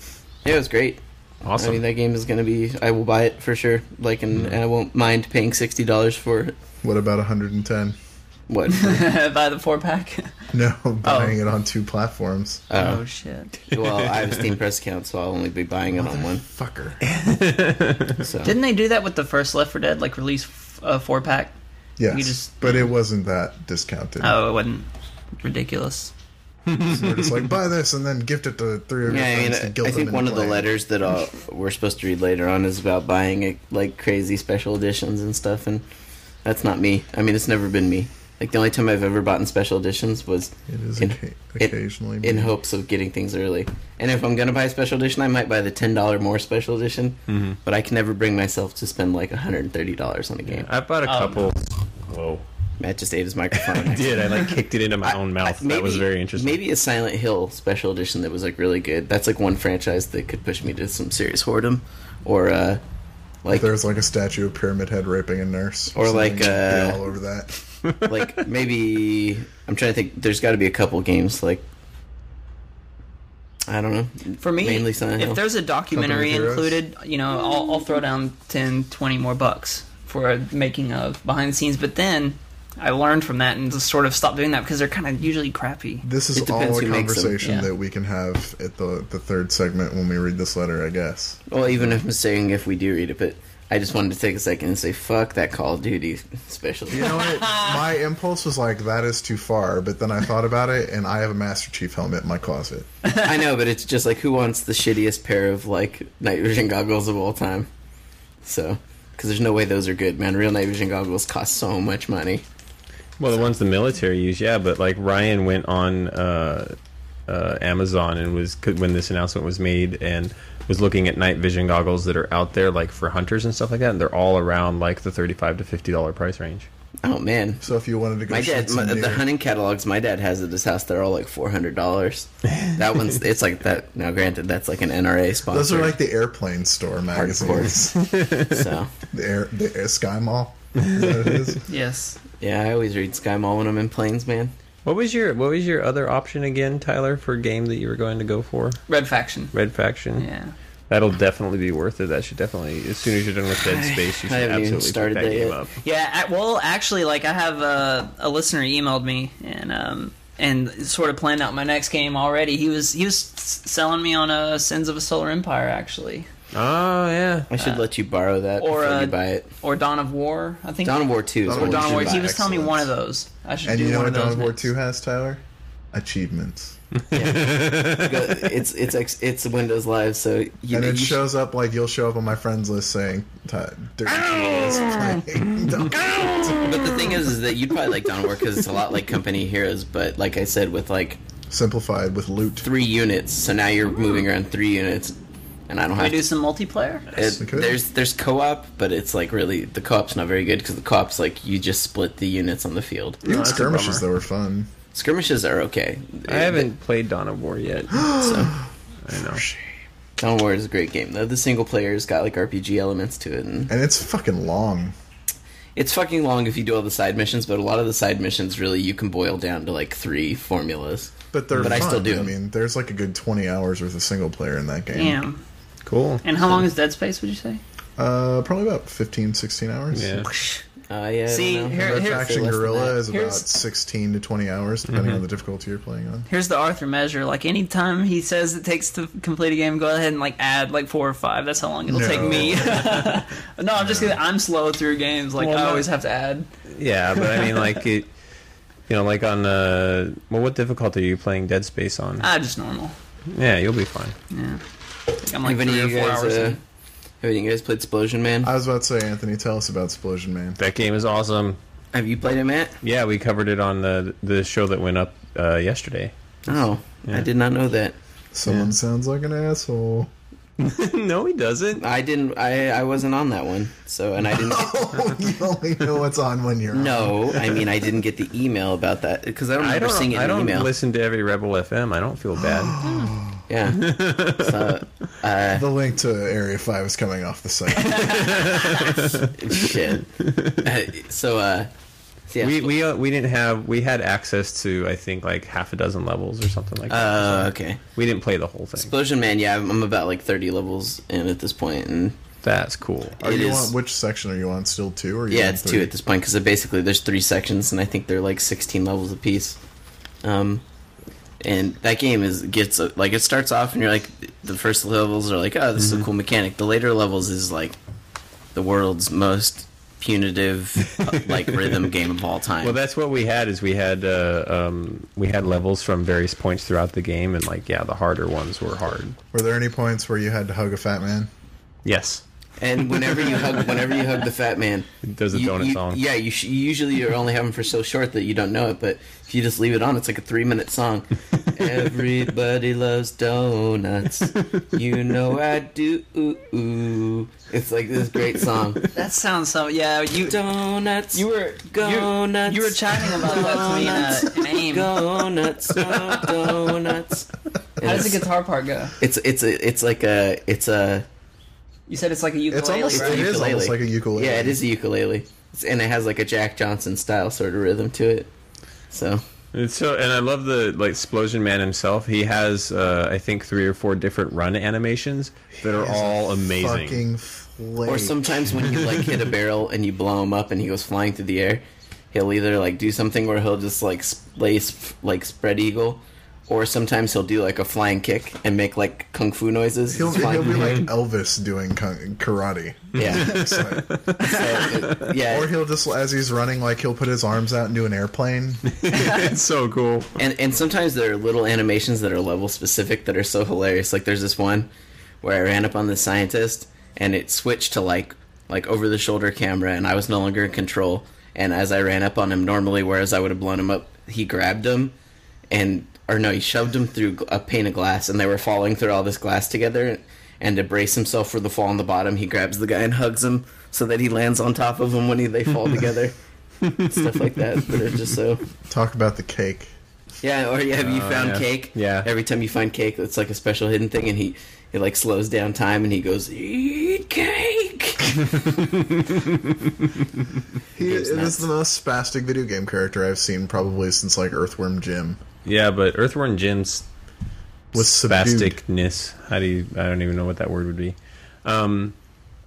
[SPEAKER 3] yeah, it was great.
[SPEAKER 4] Awesome.
[SPEAKER 3] I mean, that game is gonna be. I will buy it for sure. Like, and, and I won't mind paying sixty dollars for it.
[SPEAKER 1] What about 110?
[SPEAKER 3] What?
[SPEAKER 2] by the four pack.
[SPEAKER 1] (laughs) No,
[SPEAKER 3] Oh.
[SPEAKER 1] buying it on two platforms.
[SPEAKER 2] (laughs) (laughs) oh
[SPEAKER 3] Uh,
[SPEAKER 2] shit!
[SPEAKER 3] well, I have a Steam Press account, so I'll only be buying it
[SPEAKER 2] (laughs)
[SPEAKER 3] on one.
[SPEAKER 1] Fucker.
[SPEAKER 3] So
[SPEAKER 2] Didn't they do that with the first Left 4 Dead? Like release f- a four pack?
[SPEAKER 1] Yes,
[SPEAKER 2] You just-
[SPEAKER 1] but it wasn't that discounted.
[SPEAKER 2] Oh, it wasn't ridiculous.
[SPEAKER 1] So we're just like buy this and then gift it to three of your
[SPEAKER 3] Yeah, I mean,
[SPEAKER 1] friends and guilt
[SPEAKER 3] I
[SPEAKER 1] them
[SPEAKER 3] think
[SPEAKER 1] into
[SPEAKER 3] one of the
[SPEAKER 1] playing.
[SPEAKER 3] letters that uh, we're supposed to read later on is about buying like, like crazy special editions and stuff, and that's not me. I mean, it's never been me. Like the only time I've ever bought in special editions was
[SPEAKER 1] It is
[SPEAKER 3] in-
[SPEAKER 1] occa-
[SPEAKER 3] in-
[SPEAKER 1] occasionally
[SPEAKER 3] in hopes of getting things early. And if I'm gonna buy a special edition, I might buy the ten dollar more special edition.
[SPEAKER 4] Mm-hmm.
[SPEAKER 3] But I can never bring myself to spend like 130 dollars on a game.
[SPEAKER 4] I bought a
[SPEAKER 2] Oh,
[SPEAKER 4] couple. Whoa.
[SPEAKER 3] Matt just ate his
[SPEAKER 4] (laughs)
[SPEAKER 3] microphone.
[SPEAKER 4] Did I like kicked it into my own
[SPEAKER 3] I-
[SPEAKER 4] mouth? that was very interesting.
[SPEAKER 3] Maybe a Silent Hill special edition that was like really good. That's like one franchise that could push me to some serious whoredom, or uh, like
[SPEAKER 1] There's like a statue of Pyramid Head raping a nurse,
[SPEAKER 3] Or like,
[SPEAKER 1] something. I'd be
[SPEAKER 3] uh,
[SPEAKER 1] all over that.
[SPEAKER 3] like maybe I'm trying to think. There's got to be a couple games like I don't know.
[SPEAKER 2] For me,
[SPEAKER 3] mainly Silent Hill.
[SPEAKER 2] if there's a documentary
[SPEAKER 1] Company Heroes.
[SPEAKER 2] included, you know, I'll, I'll throw down 10, 20 more bucks for a making of behind the scenes. But then I learned from that and just sort of stopped doing that because they're kind of usually crappy.
[SPEAKER 1] This is
[SPEAKER 3] It depends
[SPEAKER 1] all a
[SPEAKER 3] who makes them,
[SPEAKER 1] conversation
[SPEAKER 2] yeah.
[SPEAKER 1] that we can have at the the third segment when we read this letter, I guess.
[SPEAKER 3] Well, even if I'm saying if we do read it, but I just wanted to take a second and say fuck that Call of Duty special.
[SPEAKER 1] You know
[SPEAKER 3] (laughs)
[SPEAKER 1] what? my impulse was like that is too far, but then I thought about it, and I have a Master Chief helmet in my closet.
[SPEAKER 3] I know, but it's just like who wants the shittiest pair of like night vision goggles of all time? So, because there's no way those are good, man. Real night vision goggles cost so much money.
[SPEAKER 4] Well, the ones the military use, yeah, but like Ryan went on uh, uh, Amazon and was could- when this announcement was made and was looking at night vision goggles that are out there like for hunters and stuff like that, and they're all around like the thirty-five to fifty dollar price range.
[SPEAKER 3] Oh man,
[SPEAKER 1] So if you wanted to go,
[SPEAKER 3] my
[SPEAKER 1] shoot
[SPEAKER 3] dad, my,
[SPEAKER 1] some
[SPEAKER 3] the
[SPEAKER 1] deer-
[SPEAKER 3] hunting catalogs my dad has at his house, they're all like four hundred dollars. That one's it's like that. Now, granted, that's like an NRA sponsor.
[SPEAKER 1] Those are like the airplane store magazines.
[SPEAKER 3] so.
[SPEAKER 1] (laughs) the air, the air Sky
[SPEAKER 3] (laughs)
[SPEAKER 1] Mall. Is that what it is?
[SPEAKER 2] Yes.
[SPEAKER 3] Yeah, I always read Sky Mall when I'm in planes, man.
[SPEAKER 4] What was your What was your other option again, Tyler, for a game that you were going to go for?
[SPEAKER 2] Red Faction.
[SPEAKER 4] Red Faction.
[SPEAKER 2] Yeah.
[SPEAKER 4] That'll definitely be worth it. That should definitely, as soon as you're done with Dead Space, you
[SPEAKER 3] (laughs) I
[SPEAKER 4] should
[SPEAKER 3] haven't even
[SPEAKER 4] absolutely
[SPEAKER 3] started
[SPEAKER 4] pick that
[SPEAKER 3] that
[SPEAKER 4] game
[SPEAKER 3] yet.
[SPEAKER 4] up.
[SPEAKER 2] Yeah, at, well, actually, like I have uh, a, a listener emailed me and um, and sort of planned out my next game already. He was he was s- selling me on a Sins of a Solar Empire actually,
[SPEAKER 4] Oh yeah,
[SPEAKER 3] I should let you borrow that
[SPEAKER 2] or,
[SPEAKER 3] before
[SPEAKER 2] uh,
[SPEAKER 3] you buy it.
[SPEAKER 2] or Dawn of War. I think
[SPEAKER 3] Dawn of War Two.
[SPEAKER 1] Dawn
[SPEAKER 3] Is
[SPEAKER 1] of
[SPEAKER 2] Or
[SPEAKER 3] one you
[SPEAKER 2] Dawn
[SPEAKER 3] should
[SPEAKER 2] of War.
[SPEAKER 3] buy.
[SPEAKER 2] He was telling me
[SPEAKER 1] Excellent.
[SPEAKER 2] one of those. I should
[SPEAKER 1] And
[SPEAKER 2] do
[SPEAKER 1] you know
[SPEAKER 2] one
[SPEAKER 1] what
[SPEAKER 2] of those.
[SPEAKER 1] Dawn of War
[SPEAKER 2] next.
[SPEAKER 1] Two has, Tyler? Achievements.
[SPEAKER 3] Go- it's it's ex- it's Windows Live, so you,
[SPEAKER 1] and
[SPEAKER 3] you
[SPEAKER 1] it
[SPEAKER 3] should-
[SPEAKER 1] shows up like you'll show up on my friends list saying "Ty- Dirty Chief is
[SPEAKER 3] (laughs)
[SPEAKER 1] playing (laughs) Donkey Kong."
[SPEAKER 3] But the thing is, is that you'd probably like Dawn of War because it's a lot like Company Heroes, but like I said, with like
[SPEAKER 1] simplified with loot.
[SPEAKER 3] three units, so now you're moving around three units, and I don't
[SPEAKER 2] We
[SPEAKER 3] have.
[SPEAKER 2] do
[SPEAKER 3] To,
[SPEAKER 2] some multiplayer.
[SPEAKER 3] it,
[SPEAKER 1] we could.
[SPEAKER 3] there's there's co-op, but it's like really the co-op's not very good because the co-op's like you just split the units on the field.
[SPEAKER 1] Even
[SPEAKER 4] that's a
[SPEAKER 1] skirmishes though
[SPEAKER 4] bummer.
[SPEAKER 1] were fun.
[SPEAKER 3] Skirmishes are okay.
[SPEAKER 4] I haven't played Dawn of
[SPEAKER 3] (gasps)
[SPEAKER 4] War yet.
[SPEAKER 3] So.
[SPEAKER 4] I know.
[SPEAKER 3] Dawn of War is a great game though. The single player's got like RPG elements to it, and
[SPEAKER 1] And it's fucking long.
[SPEAKER 3] it's fucking long if you do all the side missions. But a lot of the side missions really you can boil down to like three formulas.
[SPEAKER 1] But they're
[SPEAKER 3] But I
[SPEAKER 1] fun.
[SPEAKER 3] still do.
[SPEAKER 1] I mean, there's like a good 20 hours worth of single player in that game.
[SPEAKER 2] Damn.
[SPEAKER 4] Cool.
[SPEAKER 2] And how long is Dead Space? Would you say?
[SPEAKER 1] Uh, probably about 15, 16 hours.
[SPEAKER 4] Yeah.
[SPEAKER 3] Uh, yeah. I
[SPEAKER 2] See,
[SPEAKER 3] don't know.
[SPEAKER 2] here-
[SPEAKER 1] Red
[SPEAKER 2] Here's-
[SPEAKER 1] Faction
[SPEAKER 3] Less than
[SPEAKER 1] Gorilla
[SPEAKER 3] that.
[SPEAKER 1] is about
[SPEAKER 2] Here's-
[SPEAKER 1] 16 to 20 hours, depending
[SPEAKER 3] Mm-hmm.
[SPEAKER 1] on the difficulty you're playing on.
[SPEAKER 2] Here's the Arthur measure. Like any time he says it takes to complete a game, go ahead and like add like four or five. That's how long it'll
[SPEAKER 1] No.
[SPEAKER 2] take me. (laughs) no, I'm just kidding. I'm slow through games. Like
[SPEAKER 4] Well,
[SPEAKER 2] I
[SPEAKER 4] no.
[SPEAKER 2] always have to add.
[SPEAKER 3] (laughs)
[SPEAKER 4] Yeah, but I mean, like it. you know, like on uh, well, what difficulty are you playing Dead Space on?
[SPEAKER 3] Uh,
[SPEAKER 2] Ah, just normal.
[SPEAKER 4] yeah, you'll be fine.
[SPEAKER 2] Yeah. I think I'm like
[SPEAKER 3] have any
[SPEAKER 2] three or
[SPEAKER 3] of you
[SPEAKER 2] four
[SPEAKER 3] guys?
[SPEAKER 2] hours
[SPEAKER 3] Uh,
[SPEAKER 2] in.
[SPEAKER 3] have any of you guys played Explosion Man?
[SPEAKER 1] I was about to say, Anthony, tell us about Explosion Man.
[SPEAKER 4] That game is awesome.
[SPEAKER 3] have you played it, Matt?
[SPEAKER 4] Yeah, we covered it on the the show that went up uh, yesterday.
[SPEAKER 3] Oh, I
[SPEAKER 4] Yeah.
[SPEAKER 3] did not know that.
[SPEAKER 1] Someone
[SPEAKER 4] Yeah.
[SPEAKER 1] sounds like an (laughs) asshole.
[SPEAKER 4] (laughs) no, he doesn't.
[SPEAKER 3] I didn't. I I wasn't on that one. So and I didn't.
[SPEAKER 1] Oh, you only know what's on when you're on.
[SPEAKER 3] no, I mean I didn't get the email about that because I don't
[SPEAKER 4] I
[SPEAKER 3] remember
[SPEAKER 4] don't.
[SPEAKER 3] seeing it
[SPEAKER 4] I
[SPEAKER 3] in an
[SPEAKER 4] don't
[SPEAKER 3] email.
[SPEAKER 4] listen to every Rebel FM. I don't
[SPEAKER 3] (gasps)
[SPEAKER 4] feel bad.
[SPEAKER 3] Yeah. so, uh,
[SPEAKER 1] The link to Area 5 is coming off the
[SPEAKER 3] (laughs)
[SPEAKER 1] site.
[SPEAKER 3] shit. so uh, so yeah.
[SPEAKER 4] we we uh, we didn't have we had access to I think like half a dozen levels or something like that.
[SPEAKER 3] uh, okay.
[SPEAKER 4] We didn't play the whole thing.
[SPEAKER 3] Explosion Man. Yeah, I'm, I'm about like 30 levels in at this point, and
[SPEAKER 4] That's cool.
[SPEAKER 1] Are
[SPEAKER 3] it
[SPEAKER 1] you
[SPEAKER 3] is-
[SPEAKER 1] on which section are you on? Still two or are you
[SPEAKER 3] yeah,
[SPEAKER 1] on
[SPEAKER 3] it's
[SPEAKER 1] three?
[SPEAKER 3] two at this point because basically there's three sections, and I think they're like 16 levels apiece. Um, and that game is gets uh, like it starts off, and you're like the first levels are like, oh, this
[SPEAKER 1] Mm-hmm.
[SPEAKER 3] is a cool mechanic. The later levels is like the world's most
[SPEAKER 1] (laughs)
[SPEAKER 3] punitive uh, like rhythm game of all time.
[SPEAKER 4] Well, that's what we had. Is we had uh, um, we had levels from various points throughout the game, and like yeah, the harder ones were hard.
[SPEAKER 1] Were there any points where you had to hug a fat man?
[SPEAKER 4] Yes.
[SPEAKER 3] And whenever you hug, whenever you hug the fat
[SPEAKER 4] (laughs)
[SPEAKER 3] man,
[SPEAKER 4] It does a
[SPEAKER 3] you-
[SPEAKER 4] donut
[SPEAKER 3] you-
[SPEAKER 4] song.
[SPEAKER 3] Yeah, you sh- you usually you're only having for so short that you don't know it, but if you just leave it on, it's like a three minute
[SPEAKER 4] (laughs)
[SPEAKER 3] song. Everybody loves donuts, you know I do. It's like this great song.
[SPEAKER 2] That sounds so. Yeah, you
[SPEAKER 3] Donuts,
[SPEAKER 2] you were (laughs) you,
[SPEAKER 3] go nuts.
[SPEAKER 2] you were chatting about that (laughs) to me in, a, in AIM.
[SPEAKER 3] donuts, no donuts.
[SPEAKER 2] How does
[SPEAKER 3] It's-
[SPEAKER 2] the guitar part go?
[SPEAKER 3] It's it's a, it's like a it's a
[SPEAKER 2] You said it's like a
[SPEAKER 1] It's
[SPEAKER 2] ukulele,
[SPEAKER 1] almost
[SPEAKER 2] right?
[SPEAKER 1] it is
[SPEAKER 3] Ukulele.
[SPEAKER 1] almost like a ukulele.
[SPEAKER 3] Yeah, it is a ukulele, it's, and it has like a Jack Johnson style sort of rhythm to it. So
[SPEAKER 4] It's so, and I love the like Explosion Man himself. He has uh, I think three or four different run animations that are
[SPEAKER 1] He's a
[SPEAKER 4] all amazing.
[SPEAKER 1] Fucking flake.
[SPEAKER 3] Or sometimes when you like
[SPEAKER 1] (laughs)
[SPEAKER 3] hit a barrel and you blow him up and he goes flying through the air, he'll either like do something where he'll just like s- lay sp- like spread eagle, or sometimes he'll do like a flying kick and make like kung fu noises.
[SPEAKER 1] he'll,
[SPEAKER 3] It's
[SPEAKER 1] he'll
[SPEAKER 3] flying
[SPEAKER 1] be
[SPEAKER 3] through the
[SPEAKER 1] like Elvis doing kung- karate.
[SPEAKER 3] air.
[SPEAKER 1] (laughs)
[SPEAKER 3] yeah,
[SPEAKER 1] It's like-
[SPEAKER 3] So, it- yeah.
[SPEAKER 1] or he'll just as he's running, like he'll put his arms out and do an airplane.
[SPEAKER 4] (laughs) it's so cool.
[SPEAKER 3] and and sometimes there are little animations that are level specific that are so hilarious. Like there's this one where I ran up on the scientist and it switched to like like over the shoulder camera and I was no longer in control. And as I ran up on him normally, whereas I would have blown him up, he grabbed him and or no, he shoved him through gl- a pane of glass, and they were falling through all this glass together. And to brace himself for the fall on the bottom, he grabs the guy and hugs him so that he lands on top of him when he, they fall together. Stuff like that. But it's just so
[SPEAKER 1] Talk about the cake.
[SPEAKER 3] yeah, or yeah, have you
[SPEAKER 4] Oh,
[SPEAKER 3] found
[SPEAKER 4] yeah.
[SPEAKER 3] cake?
[SPEAKER 4] Yeah.
[SPEAKER 3] Every time you find cake, it's like a special hidden thing, and he he like slows down time, and he goes eat cake.
[SPEAKER 1] He it
[SPEAKER 3] Game's nuts.
[SPEAKER 1] is the most spastic video game character I've seen probably since like Earthworm Jim.
[SPEAKER 4] Yeah, but Earthworm Jim's
[SPEAKER 1] Was spastic.
[SPEAKER 4] spasticness. How do you? I don't even know what that word would be. Um,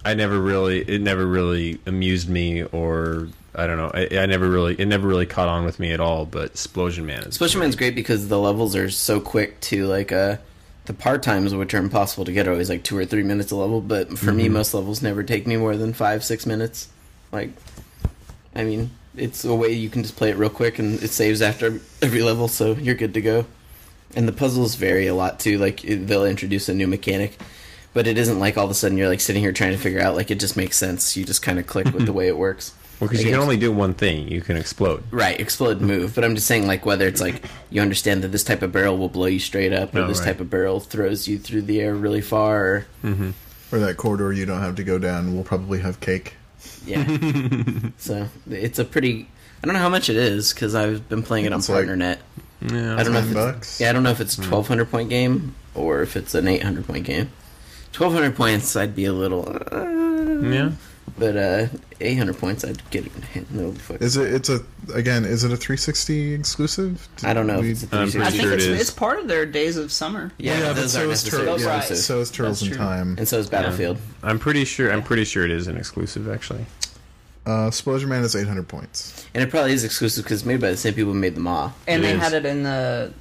[SPEAKER 4] I never really. It never really amused me, or I don't know. I, I never really. It never really caught on with me at all. But Explosion Man is.
[SPEAKER 3] Special Man's great because the levels are so quick to like uh the part times which are impossible to get are always like two or three minutes a level, but for me most levels never take me more than five, six minutes. Like I mean, it's a way you can just play it real quick and it saves after every level, so you're good to go. And the puzzles vary a lot too, like it- they'll introduce a new mechanic. But it isn't like all of a sudden you're like sitting here trying to figure out like it just makes sense. You just kind of click with the way it works.
[SPEAKER 4] Well, because
[SPEAKER 3] Like,
[SPEAKER 4] you can
[SPEAKER 3] it's-
[SPEAKER 4] only do one thing. You can explode.
[SPEAKER 3] Right, explode move. But I'm just saying, like, whether it's like you understand that this type of barrel will blow you straight up, or
[SPEAKER 4] Oh,
[SPEAKER 3] this
[SPEAKER 4] right.
[SPEAKER 3] type of barrel throws you through the air really far. Or,
[SPEAKER 1] Or that corridor you don't have to go down will probably have cake.
[SPEAKER 4] (laughs)
[SPEAKER 3] yeah. so it's a pretty. I don't know how much it is because I've been playing it on
[SPEAKER 1] It's like- Hmm.
[SPEAKER 3] PartnerNet.
[SPEAKER 4] Yeah.
[SPEAKER 3] I don't know if
[SPEAKER 1] Ten
[SPEAKER 3] it's,
[SPEAKER 1] bucks.
[SPEAKER 3] yeah, I don't know if it's a 1200 point game or if it's an 800 point game. 1200 points, I'd be a little. Uh,
[SPEAKER 4] Yeah.
[SPEAKER 3] But uh, 800 points, I'd get it. No, fuck.
[SPEAKER 1] Is it? It's a again. Is it a 360 exclusive? Did
[SPEAKER 3] I don't know
[SPEAKER 1] we-
[SPEAKER 3] if it's a
[SPEAKER 4] I'm Uh, pretty
[SPEAKER 2] I
[SPEAKER 3] 360.
[SPEAKER 2] think
[SPEAKER 4] sure it
[SPEAKER 2] it's,
[SPEAKER 4] is.
[SPEAKER 2] it's part of their Days of Summer.
[SPEAKER 3] Yeah,
[SPEAKER 1] but
[SPEAKER 3] those
[SPEAKER 1] so
[SPEAKER 3] aren't
[SPEAKER 1] is
[SPEAKER 3] necessarily
[SPEAKER 1] Turtles.
[SPEAKER 2] Those
[SPEAKER 1] Yeah,
[SPEAKER 2] are right.
[SPEAKER 1] so is Turtles
[SPEAKER 2] That's
[SPEAKER 1] in
[SPEAKER 2] true.
[SPEAKER 1] Time.
[SPEAKER 3] And so is Battlefield.
[SPEAKER 4] I'm pretty sure. I'm pretty sure it is an exclusive, actually.
[SPEAKER 1] Uh, Explosion Man is 800 points.
[SPEAKER 3] And it probably is exclusive because made by the same people who made the Maw.
[SPEAKER 2] And
[SPEAKER 4] It
[SPEAKER 2] they
[SPEAKER 4] is.
[SPEAKER 2] had it in the